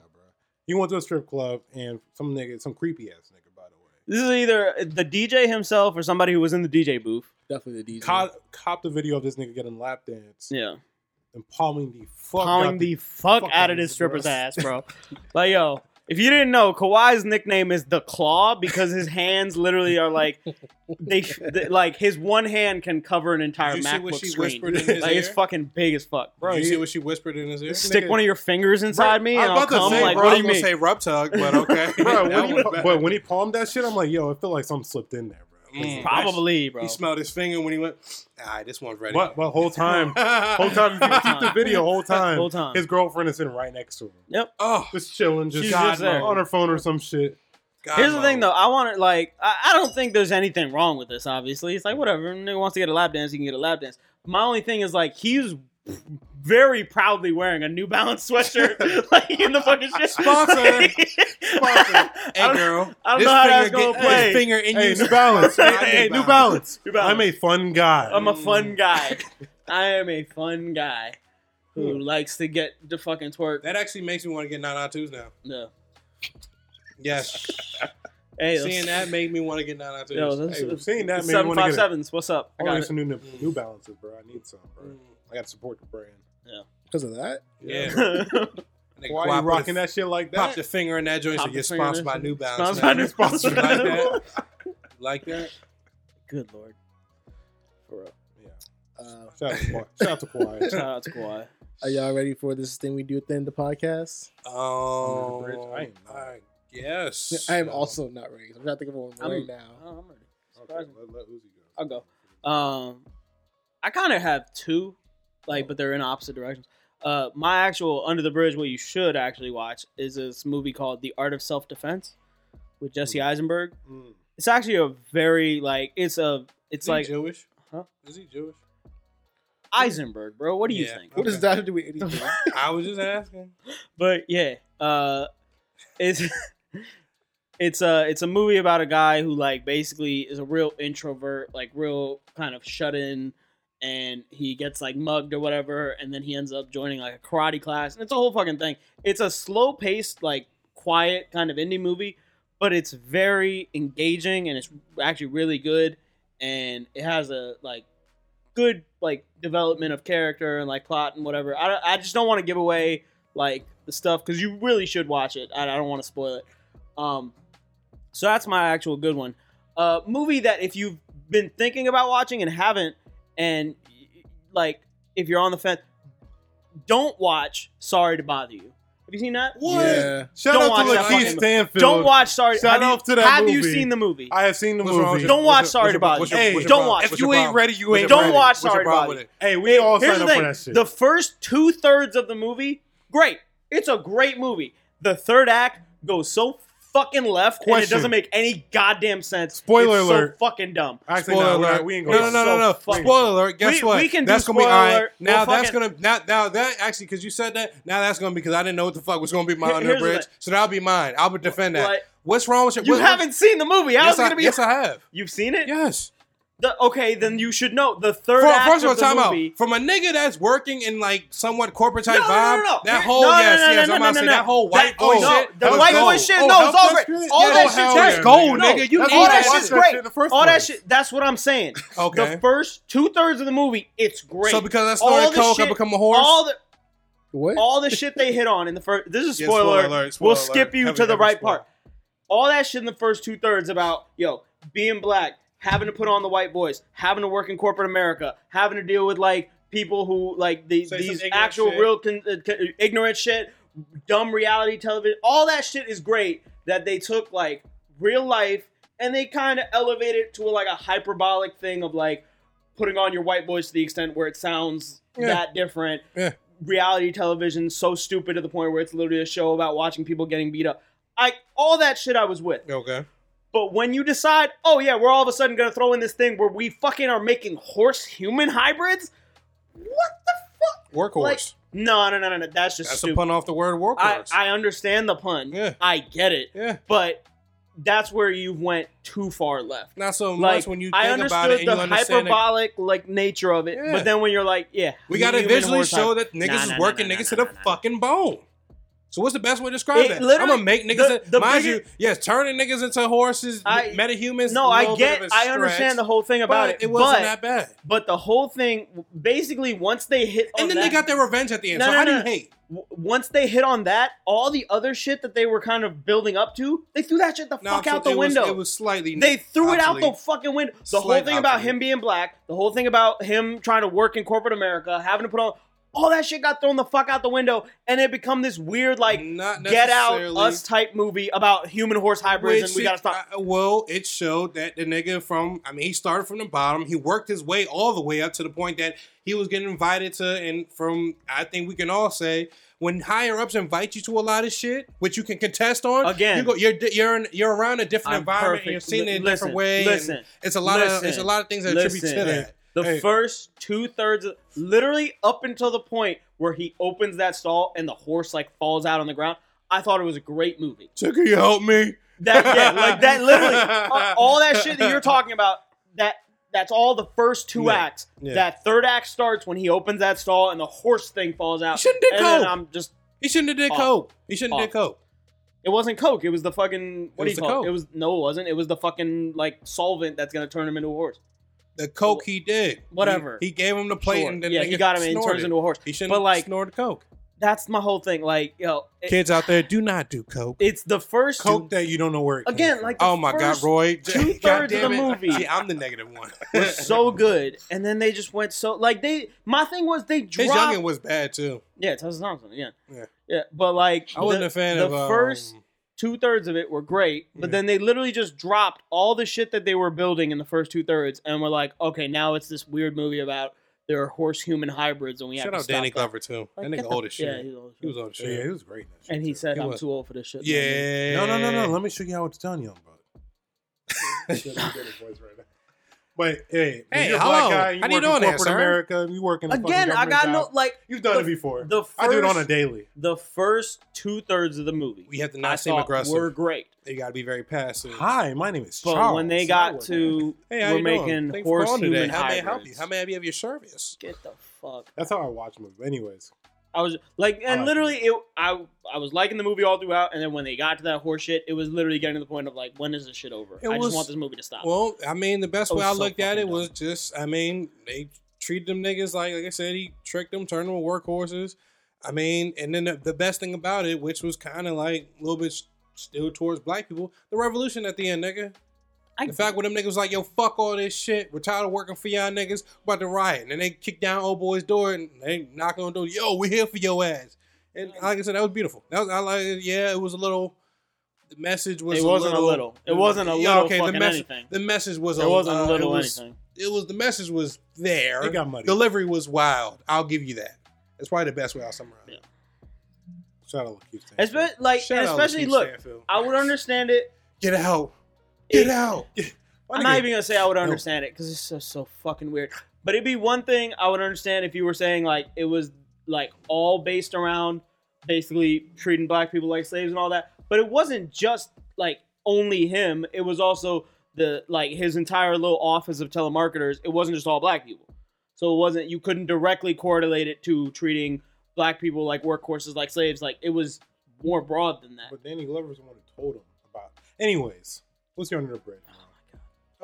S4: He went to a strip club and some nigga, some creepy ass nigga, by the way,
S1: This is either the DJ himself or somebody who was in the DJ booth.
S2: Definitely the DJ.
S4: caught copped a video of this nigga getting lap dance
S1: Yeah.
S4: and palming the fuck
S1: Calling
S4: out
S1: the fuck
S4: fuck
S1: out
S4: out
S1: of
S4: of
S1: this
S4: this
S1: stripper's
S4: bro.
S1: ass, bro. like, yo, if you didn't know, Kawhi's nickname is the Claw because his hands literally are like, they, they- like his one hand can cover an entire
S3: Did you see what
S1: MacBook
S3: she
S1: screen.
S3: whispered in his
S1: Like it's
S3: ear?
S1: fucking big as fuck.
S3: Bro, you
S4: he-
S3: see what she whispered in his ear?
S1: Stick
S4: nigga-
S1: one of your fingers inside me
S3: I
S1: and
S3: was
S1: I'll
S3: about to
S1: come.
S3: say,
S1: like,
S3: bro,
S1: what
S3: I
S1: do
S3: was
S1: you mean?
S3: gonna say rub tug, but okay.
S4: bro.
S3: That
S4: When he,
S3: was bad.
S4: but when he palmed that shit, I'm like, yo, I feel like something slipped in there, bro.
S3: Mm.
S1: Probably, bro.
S3: He smelled his finger when he went. Ah, this one's ready.
S4: What? Well, whole time, whole time. You keep the video whole time.
S1: Whole time.
S4: His girlfriend is sitting right next to him,
S3: Oh,
S4: just chilling, just,
S1: She's just there.
S4: on her phone or some shit.
S3: God,
S1: Here's the
S3: my
S1: thing, though.
S3: Lord.
S1: I want it like I, I don't think there's anything wrong with this. Obviously, it's like whatever. If a nigga wants to get a lap dance, he can get a lap dance. My only thing is like he's very proudly wearing a New Balance sweatshirt, like in the fucking shit.
S3: Sponsor.
S1: Sponsor. I
S3: Hey,
S1: don't-
S3: girl.
S1: I don't
S3: this
S1: know how
S3: finger
S1: that's gonna
S3: get-
S1: play.
S3: This finger in
S4: Hey,
S3: you.
S4: New Balance.
S3: New
S4: hey, New Balance.
S1: New Balance.
S4: I'm a fun guy.
S1: I'm a fun guy. I am a fun guy who likes to get the fucking twerk.
S3: That actually makes me want to get 992s now.
S1: No.
S3: Yes.
S1: Hey, those-
S3: Seeing that made me want to get 992s.
S1: Yo, that's-
S4: Hey, we've seen that. Maybe
S1: seven
S4: want to
S1: five
S4: get it.
S1: sevens. What's up? I
S4: I got
S1: got it. Mm.
S4: some new, new Balances, bro. I need some, bro. I got to support the brand.
S2: because of that.
S3: yeah. Nigga,
S4: Why
S3: why
S4: are
S3: put
S4: you
S3: a-
S4: rocking that shit like
S3: Pop
S4: that?
S3: the finger in that joint. So
S1: Pop the
S3: you're
S1: finger in
S3: sponsored
S1: that
S3: by
S1: shit.
S3: New Balance.
S1: Sponsored
S3: now.
S1: by New Balance.
S3: You like that? Like that?
S1: Good lord. For real.
S2: Uh,
S4: Shout out to Kawhi. Shout out to Kawhi.
S1: Shout out to Kawhi.
S2: are y'all ready for this thing we do at the end of the podcast?
S3: Oh,
S4: Under the bridge? I am not.
S3: I guess. Um,
S2: I am also not ready. I'm trying to think of one
S1: I'm-
S2: right now.
S1: Oh, I'm ready.
S4: Okay, let, let Uzi go.
S1: I'll go. Um, I kind of have two, like, but they're in opposite directions. Uh, my actual Under the Bridge, what you should actually watch is this movie called The Art of Self Defense with Jesse Eisenberg.
S3: Mm.
S1: It's actually a very like it's a it's
S3: Is he
S1: like
S3: Jewish?
S1: Huh?
S3: Is he Jewish?
S1: Eisenberg, bro. What do you
S3: Yeah.
S1: think?
S2: What does that have to do with anything?
S3: I was just asking.
S1: But yeah, uh, it's it's a it's a movie about a guy who like basically is a real introvert, like real kind of shut in, and he gets like mugged or whatever, and then he ends up joining like a karate class, and it's a whole fucking thing. It's a slow paced, like quiet kind of indie movie, but it's very engaging and it's actually really good, and it has a like good like development of character and like plot and whatever. I don't- I just don't want to give away like the stuff because you really should watch it. I, I don't want to spoil it. Um, so that's my actual good one. Uh, movie that if you've been thinking about watching and haven't, and y- like if you're on the fence, don't watch. Sorry to bother you. Have you seen that?
S4: What?
S2: Yeah.
S4: Shout
S1: Don't
S4: out
S1: watch
S4: to
S1: that
S4: Lakeith
S1: fucking-
S4: Stanfield.
S1: Don't watch. Sorry.
S4: Shout
S1: have you,
S4: out to that
S1: Have you
S4: movie.
S1: seen the movie?
S4: I have seen the
S3: What's wrong
S4: movie.
S3: with
S1: Don't
S3: your-
S1: watch
S3: what's
S1: Sorry
S3: your-
S1: to Bother
S3: what's
S1: You.
S3: your-
S4: Hey,
S3: what's your
S1: don't
S3: problem?
S1: watch.
S3: If
S4: What's
S3: you
S4: your
S3: ain't
S4: problem?
S3: ready, you
S4: What's
S3: ain't
S4: your
S1: Don't
S3: ready.
S4: problem?
S1: watch
S3: What's your
S1: Sorry to
S3: problem
S1: Bother
S3: with it?
S4: Hey, we all
S1: Here's
S4: signed
S1: the
S4: up for
S1: thing:
S4: that shit.
S1: the first two thirds of the movie, great. It's a great movie. The third act goes so fucking left, and it
S4: Question.
S1: doesn't make any goddamn sense.
S4: Spoiler
S1: It's
S4: alert.
S1: So fucking dumb.
S4: Actually,
S3: Spoiler
S4: no, we're
S3: alert.
S4: not, we ain't
S3: no,
S4: going
S3: no, no, no, no.
S1: So fucking-
S3: Spoiler alert. Guess
S1: We-
S3: what?
S1: we can do
S3: that's gonna be
S1: spoiler
S3: all right.
S1: alert.
S3: Now
S1: We'll
S3: that's
S1: fucking-
S3: gonna now now that actually because you said that now that's gonna be because I didn't know what the fuck was gonna be my
S1: Here-
S3: under the
S1: here's the
S3: bridge.
S1: thing.
S3: So that'll be mine. I would defend that.
S1: Like,
S3: What's wrong with your?
S1: you
S3: what- what-
S1: haven't seen the movie. How's
S3: Yes,
S1: it
S3: I,
S1: gonna be?
S3: yes, I have.
S1: You've seen it.
S3: Yes.
S1: The- okay, then you should know the third
S3: For,
S1: act
S3: first of all,
S1: of the
S3: time out
S1: movie.
S3: from a nigga that's working in like somewhat corporate type
S1: No, no,
S3: vibe.
S1: no, no.
S3: That
S1: Here-
S3: whole
S1: no, no,
S3: yes,
S1: no,
S3: yes.
S1: no,
S3: I'm
S1: no,
S3: about
S1: no,
S3: to say
S1: no.
S3: that whole white
S1: That-
S3: boy
S1: oh, no,
S3: shit.
S1: the
S3: that was
S1: white
S3: gold. Oh,
S1: boy shit. no, it's all great. All
S3: Yeah,
S1: that
S3: oh,
S1: shit's
S3: hell
S1: great.
S3: yeah, gold,
S1: No,
S3: nigga. You
S1: all
S3: need
S1: that
S3: that
S1: shit's
S3: shit.
S1: great.
S4: The first
S1: all that
S4: place.
S1: shit. That's what I'm saying.
S3: Okay.
S1: The first two thirds of the movie, it's great.
S3: So because I
S1: All
S3: snorted
S1: the
S3: coke, I
S1: shit-
S3: become a horse.
S1: all the
S2: What?
S3: Oh.
S1: all the shit they hit on in the first. This is
S3: Yeah,
S1: spoiler.
S3: spoiler alert, spoiler
S1: we'll
S3: alert.
S1: skip you
S3: Heavy,
S1: to the
S3: heavy
S1: right
S3: spoiler.
S1: part. All that shit in the first two thirds about yo being black, having to put on the white voice, having to work in corporate America, having to deal with like people who like the,
S3: Say some
S1: these
S3: ignorant
S1: actual
S3: shit.
S1: real con- uh, con- ignorant shit, dumb reality television. All that shit is great that they took like real life and they kind of elevated it to like a hyperbolic thing of like putting on your white voice to the extent where it sounds
S3: Yeah.
S1: that different reality television so stupid to the point where it's literally a show about watching people getting beat up. I all that shit I was with.
S3: Okay.
S1: But when you decide, oh yeah, we're all of a sudden gonna throw in this thing where we fucking are making horse human hybrids, what the fuck?
S3: Workhorse.
S1: Like, No, no, no, no, no. That's just
S3: That's a
S1: stupid.
S3: pun off the word
S1: I,
S3: workhorse.
S1: I understand the pun.
S3: Yeah.
S1: I get it.
S3: yeah.
S1: But that's where you went too far left.
S3: Not so
S1: Like
S3: much when you
S1: I
S3: think about
S1: understood
S3: it and you
S1: the
S3: understand that
S1: hyperbolic like nature of it,
S3: Yeah.
S1: but then when you're like, yeah,
S3: we gotta
S1: human
S3: visually
S1: horse
S3: show
S1: hybrid.
S3: that niggas
S1: Nah,
S3: is
S1: nah, nah,
S3: working
S1: nah,
S3: niggas
S1: nah,
S3: to the
S1: nah, nah, nah.
S3: fucking bone. So what's the best way to describe
S1: It
S3: that? I'm
S1: literally-
S3: gonna make niggas.
S1: the-
S3: to-
S1: the
S3: mind
S1: biggest-
S3: you, yes, turning niggas into horses,
S1: I-
S3: metahumans.
S1: No,
S3: a
S1: I
S3: little bit
S1: get,
S3: of a
S1: I
S3: stretch,
S1: understand the whole thing
S3: but
S1: about it.
S3: It wasn't
S1: but,
S3: that bad.
S1: but the whole thing, basically, once they hit, on
S3: And then
S1: Oh, that,
S3: they got their revenge at the end.
S1: No,
S3: so
S1: no,
S3: how do
S1: no.
S3: you hate?
S1: w- once they hit on that, all the other shit that they were kind of building up to, they threw that shit the fuck
S3: so
S1: out the
S3: it was-
S1: window.
S3: it was slightly.
S1: they threw it out the
S3: obsolete.
S1: fucking window. The whole
S3: Slight
S1: thing about
S3: obsolete.
S1: him being black, the whole thing about him trying to work in corporate America, having to put on all that shit got thrown the fuck out the window, and it become this weird like
S3: not
S1: Get Out
S3: necessarily.
S1: Us type movie about human horse hybrids,
S3: Which
S1: and we
S3: it-
S1: gotta stop.
S3: uh, well, it showed that the nigga from, I mean, he started from the bottom. He worked his way all the way up to the point that he was getting invited to, and from, I think we can all say, when higher ups invite you to a lot of shit, which you can contest on,
S1: Again.
S3: you go, you're di- you're in, you're around a different
S1: I'm
S3: environment, and you're
S1: perfect.
S3: seeing it
S1: Li-
S3: in a
S1: listen,
S3: different way. and
S1: Listen,
S3: it's a lot of
S1: listen,
S3: it's a lot of things that
S1: listen.
S3: attribute to that.
S1: The
S3: Hey.
S1: first two thirds, literally up until the point where he opens that stall and the horse like falls out on the ground. I thought it was a great movie.
S3: So can you help me?
S1: That yeah, like that literally uh, all that shit that you're talking about. That that's all the first two
S3: Yeah.
S1: acts.
S3: Yeah.
S1: That third act starts when he opens that stall and the horse thing falls
S3: He
S1: out.
S3: shouldn't have did
S1: and then
S3: coke.
S1: I'm just.
S3: He shouldn't have did
S1: Off.
S3: coke. He shouldn't have
S1: Off.
S3: did coke.
S1: It wasn't coke. It was the fucking what do
S3: was
S1: you
S3: the
S1: call
S3: coke.
S1: it? It was no, it wasn't. It was the fucking like solvent that's gonna turn him into a horse.
S3: The coke he did.
S1: Whatever.
S3: He, he gave him the plate
S1: Sure.
S3: and then
S1: yeah,
S3: nigga
S1: he got him and he
S3: snorted.
S1: turns into a horse.
S3: He shouldn't
S1: But, like-
S3: snort coke.
S1: That's my whole thing. Like yo, it-
S3: Kids out there, do not do coke.
S1: it's the first
S3: Coke that you don't know where. It came
S1: Again,
S3: from.
S1: like the
S3: oh my god,
S1: first
S3: Roy,
S1: two-thirds
S3: God
S1: of the
S3: damn it.
S1: movie.
S3: See, I'm the negative one.
S1: was so good, and then they just went so like they. My thing was they
S3: His
S1: dropped.
S3: youngin was bad too.
S1: yeah, Tessa Thompson. Yeah,
S3: Yeah.
S1: yeah. But like,
S3: I wasn't
S1: the,
S3: a fan
S1: the
S3: of um,
S1: first two thirds of it were great, but
S3: Yeah.
S1: then they literally just dropped all the shit that they were building in the first two thirds, and were like, okay, now it's this weird movie about their horse human hybrids, and we
S3: Shout
S1: have to
S3: out
S1: stop
S3: Danny
S1: that.
S3: Glover too.
S1: Like,
S3: That
S1: get
S3: nigga
S1: the-
S3: old as
S1: Yeah,
S3: shit.
S1: he's old as
S3: He
S1: shit.
S3: was old as
S4: Yeah,
S3: shit.
S4: it was great. in that shit,
S1: And he
S4: too.
S1: said,
S3: He
S1: "I'm
S3: was-
S1: too old for this shit." man."
S3: Yeah.
S4: No, no, no, no. Let me show you how it's done, young brother. Shit, I'm getting voice right now. But hey, when
S3: Hey,
S4: you're a black
S3: hello.
S4: guy, you
S3: How do you
S4: work in
S3: doing there,
S4: corporate
S3: sir?
S4: America, you work in a fucking
S1: Again, I
S4: government
S1: got
S4: job.
S1: no like.
S4: You've done
S1: the-
S4: it before.
S1: The first,
S4: I do it on a daily.
S1: the first two thirds of the movie.
S3: We have to
S1: I
S3: not seem
S1: thought Were
S3: aggressive.
S1: great.
S3: You got to be very passive.
S4: Hi, my name is
S1: But
S4: Charles.
S1: when they
S4: I
S1: got
S4: work in-
S1: to
S3: Hey, how
S1: we're
S3: you
S1: making
S3: doing? Thanks for
S1: horse
S3: calling
S1: human
S3: today. How may I
S1: hybrids.
S3: help you? How may I be of your service?
S1: Get the fuck.
S4: That's how I watch movies. Anyways,
S1: I was like, and
S4: like
S1: literally, it. I I was liking the movie all throughout, and then when they got to that horse shit, it was literally getting to the point of like, when is this shit over?
S3: It
S1: I
S3: was-
S1: just want this movie to stop.
S3: Well, I mean, the best
S1: Oh,
S3: way I
S1: so
S3: looked at it
S1: fucking
S3: was just, I mean, they treated them niggas like, like I said, he tricked them, turned them workhorses. I mean, and then the, the best thing about it, which was kind of like a little bit s- still towards black people, the revolution at the end, nigga.
S1: I-
S3: the fact when them niggas was like, yo, fuck all this shit. We're tired of working for y'all niggas. We're about to riot. And then they kicked down old boy's door and they knock on the door. Yo, we're here for your ass. And like I said, that was beautiful. That was, I like, it. yeah, it was a little. The message was
S1: it wasn't a little, It wasn't a
S3: Yeah,
S1: little fucking
S3: the message,
S1: anything.
S3: the message was
S1: it wasn't
S3: uh,
S1: a little
S3: it was,
S1: anything.
S3: It was the message was there.
S4: it got muddy.
S3: Delivery was wild. I'll give you that. That's probably the best way I'll summarize it.
S4: Shout out to Keith Stanfield.
S1: Espe- like,
S3: Shout
S1: and
S3: out
S1: especially
S3: Lakeith
S1: look,
S3: Stanfield.
S1: I would understand it.
S3: Get out. Get
S1: if-
S3: out.
S1: I'm not even gonna say I would understand it because it's so so fucking weird. But it'd be one thing I would understand if you were saying like it was like all based around basically treating black people like slaves and all that. But it wasn't just like only him. It was also the like his entire little office of telemarketers. It wasn't just all black people. So it wasn't you couldn't directly correlate it to treating black people like workhorses like slaves. Like it was more broad than that.
S4: But Danny Glover's the one who told him about. Anyways, what's your under the bridge?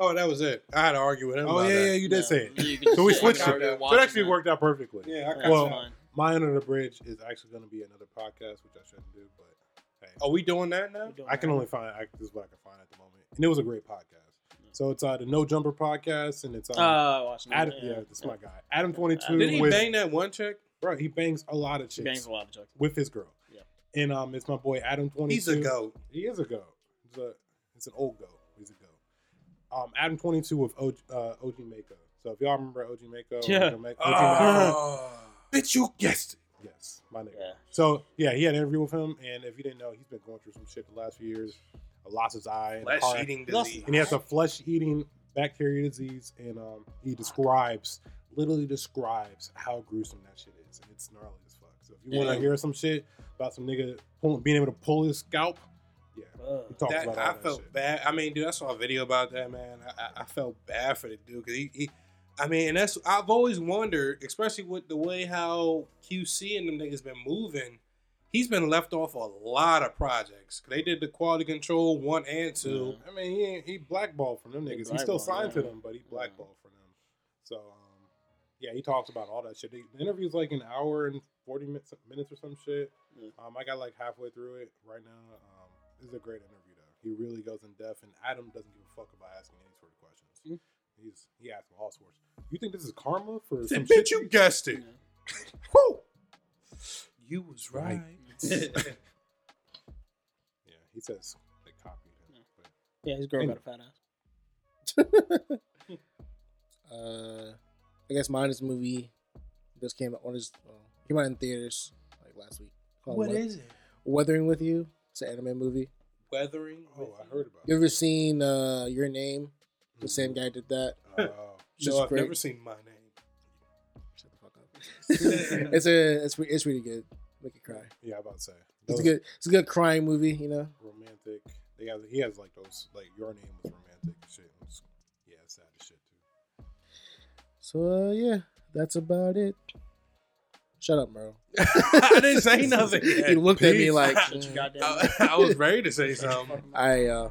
S3: Oh, that was it. I had to argue with him.
S4: Oh
S3: about
S4: yeah, yeah,
S3: that.
S4: you did say it.
S1: You can
S4: So we
S1: say-
S4: switched
S1: I'm
S4: it.
S1: already
S4: So it actually
S1: watching that.
S4: worked out perfectly.
S3: Yeah, I
S1: Yeah,
S3: caught
S1: it's
S4: Well,
S1: fine.
S4: My under the bridge is actually going to be another podcast, which I shouldn't do, but
S3: Are we doing that now?
S4: I can only find I, this is what I can find at the moment. And it was a great podcast. So it's uh, the No Jumper podcast, and it's uh,
S1: Uh, I watched it.
S4: Adam, yeah, that's my guy, Adam Twenty Two.
S3: Did he
S4: with,
S3: bang that one chick?
S4: Bro, he bangs a lot of chicks
S1: She bangs a lot of jokes.
S4: with his girl.
S1: Yeah.
S4: And um, it's my boy Adam Twenty Two.
S3: He's a goat.
S4: He is a goat. He's a he's an old goat. He's a goat. Um, Adam Twenty Two with OG, uh, OG Mako. So if y'all remember OG Mako,
S1: Yeah.
S4: OG Mako,
S3: Ah. bitch, you guessed.
S4: yes, my nigga.
S1: Yeah.
S4: So yeah, he had an interview with him, and if you didn't know, he's been going through some shit the last few years. Lost his eye, and a
S3: Flesh
S4: car
S3: eating
S1: Lost-
S3: disease.
S4: and he has a flesh-eating bacteria disease, and um, he describes, literally describes how gruesome that shit is, and it's gnarly as fuck. So if you want to
S1: Damn.
S4: hear some shit about some nigga pulling, being able to pull his scalp, yeah, he talks
S3: That,
S4: about all
S3: I
S4: that
S3: felt
S4: shit.
S3: bad. I mean, dude, I saw a video about that, man. I, I- I felt bad for the dude because he, he, I mean, and that's I've always wondered, especially with the way how QC and them niggas been moving. He's been left off a lot of projects. They did the quality control one and two.
S4: I mean, he ain't, he blackballed from them
S1: He
S4: niggas. He's still
S1: blackballed,
S4: signed to
S1: yeah.
S4: them, but he blackballed from them. So um, yeah, he talks about all that shit. The the interview's like an hour and forty minutes, minutes or some shit.
S1: Yeah.
S4: Um, I got like halfway through it right now. Um, this is a great interview though. He really goes in depth, and Adam doesn't give a fuck about asking any sort of questions.
S1: Mm.
S4: He's he asks all sorts. You think this is karma for
S3: Said,
S4: some
S3: bitch,
S4: shit?
S3: you guessed it. Whew. You was right.
S4: Yeah, he says they copied him. But
S1: Yeah, his girl got a fat ass.
S2: Uh, I guess mine is a movie. Just came out. One is uh, came out in theaters like last week. Called
S3: What
S2: Weth-
S3: is it?
S2: Weathering with You? It's an anime movie.
S3: Weathering.
S4: oh, I heard about
S2: You
S4: it.
S2: ever seen uh Your Name? The
S4: Mhm.
S2: same guy did that.
S4: Oh.
S2: It's
S3: No,
S2: just
S3: I've
S2: great.
S3: never seen my name.
S2: Shut the fuck up. it's a it's re- it's really good. Make you cry.
S4: Yeah, I'm about to say.
S2: It's
S4: Those
S2: a good it's a good crying movie. You know.
S4: romantic. They have, he has like those, like, your name was romantic and shit. It was- yeah, it's sad as shit, too.
S2: So uh, yeah, that's about it. Shut up, bro.
S3: I didn't say nothing.
S2: He looked at me like,
S1: Shut your goddamn mouth.
S3: I, I was ready to say something.
S2: I uh,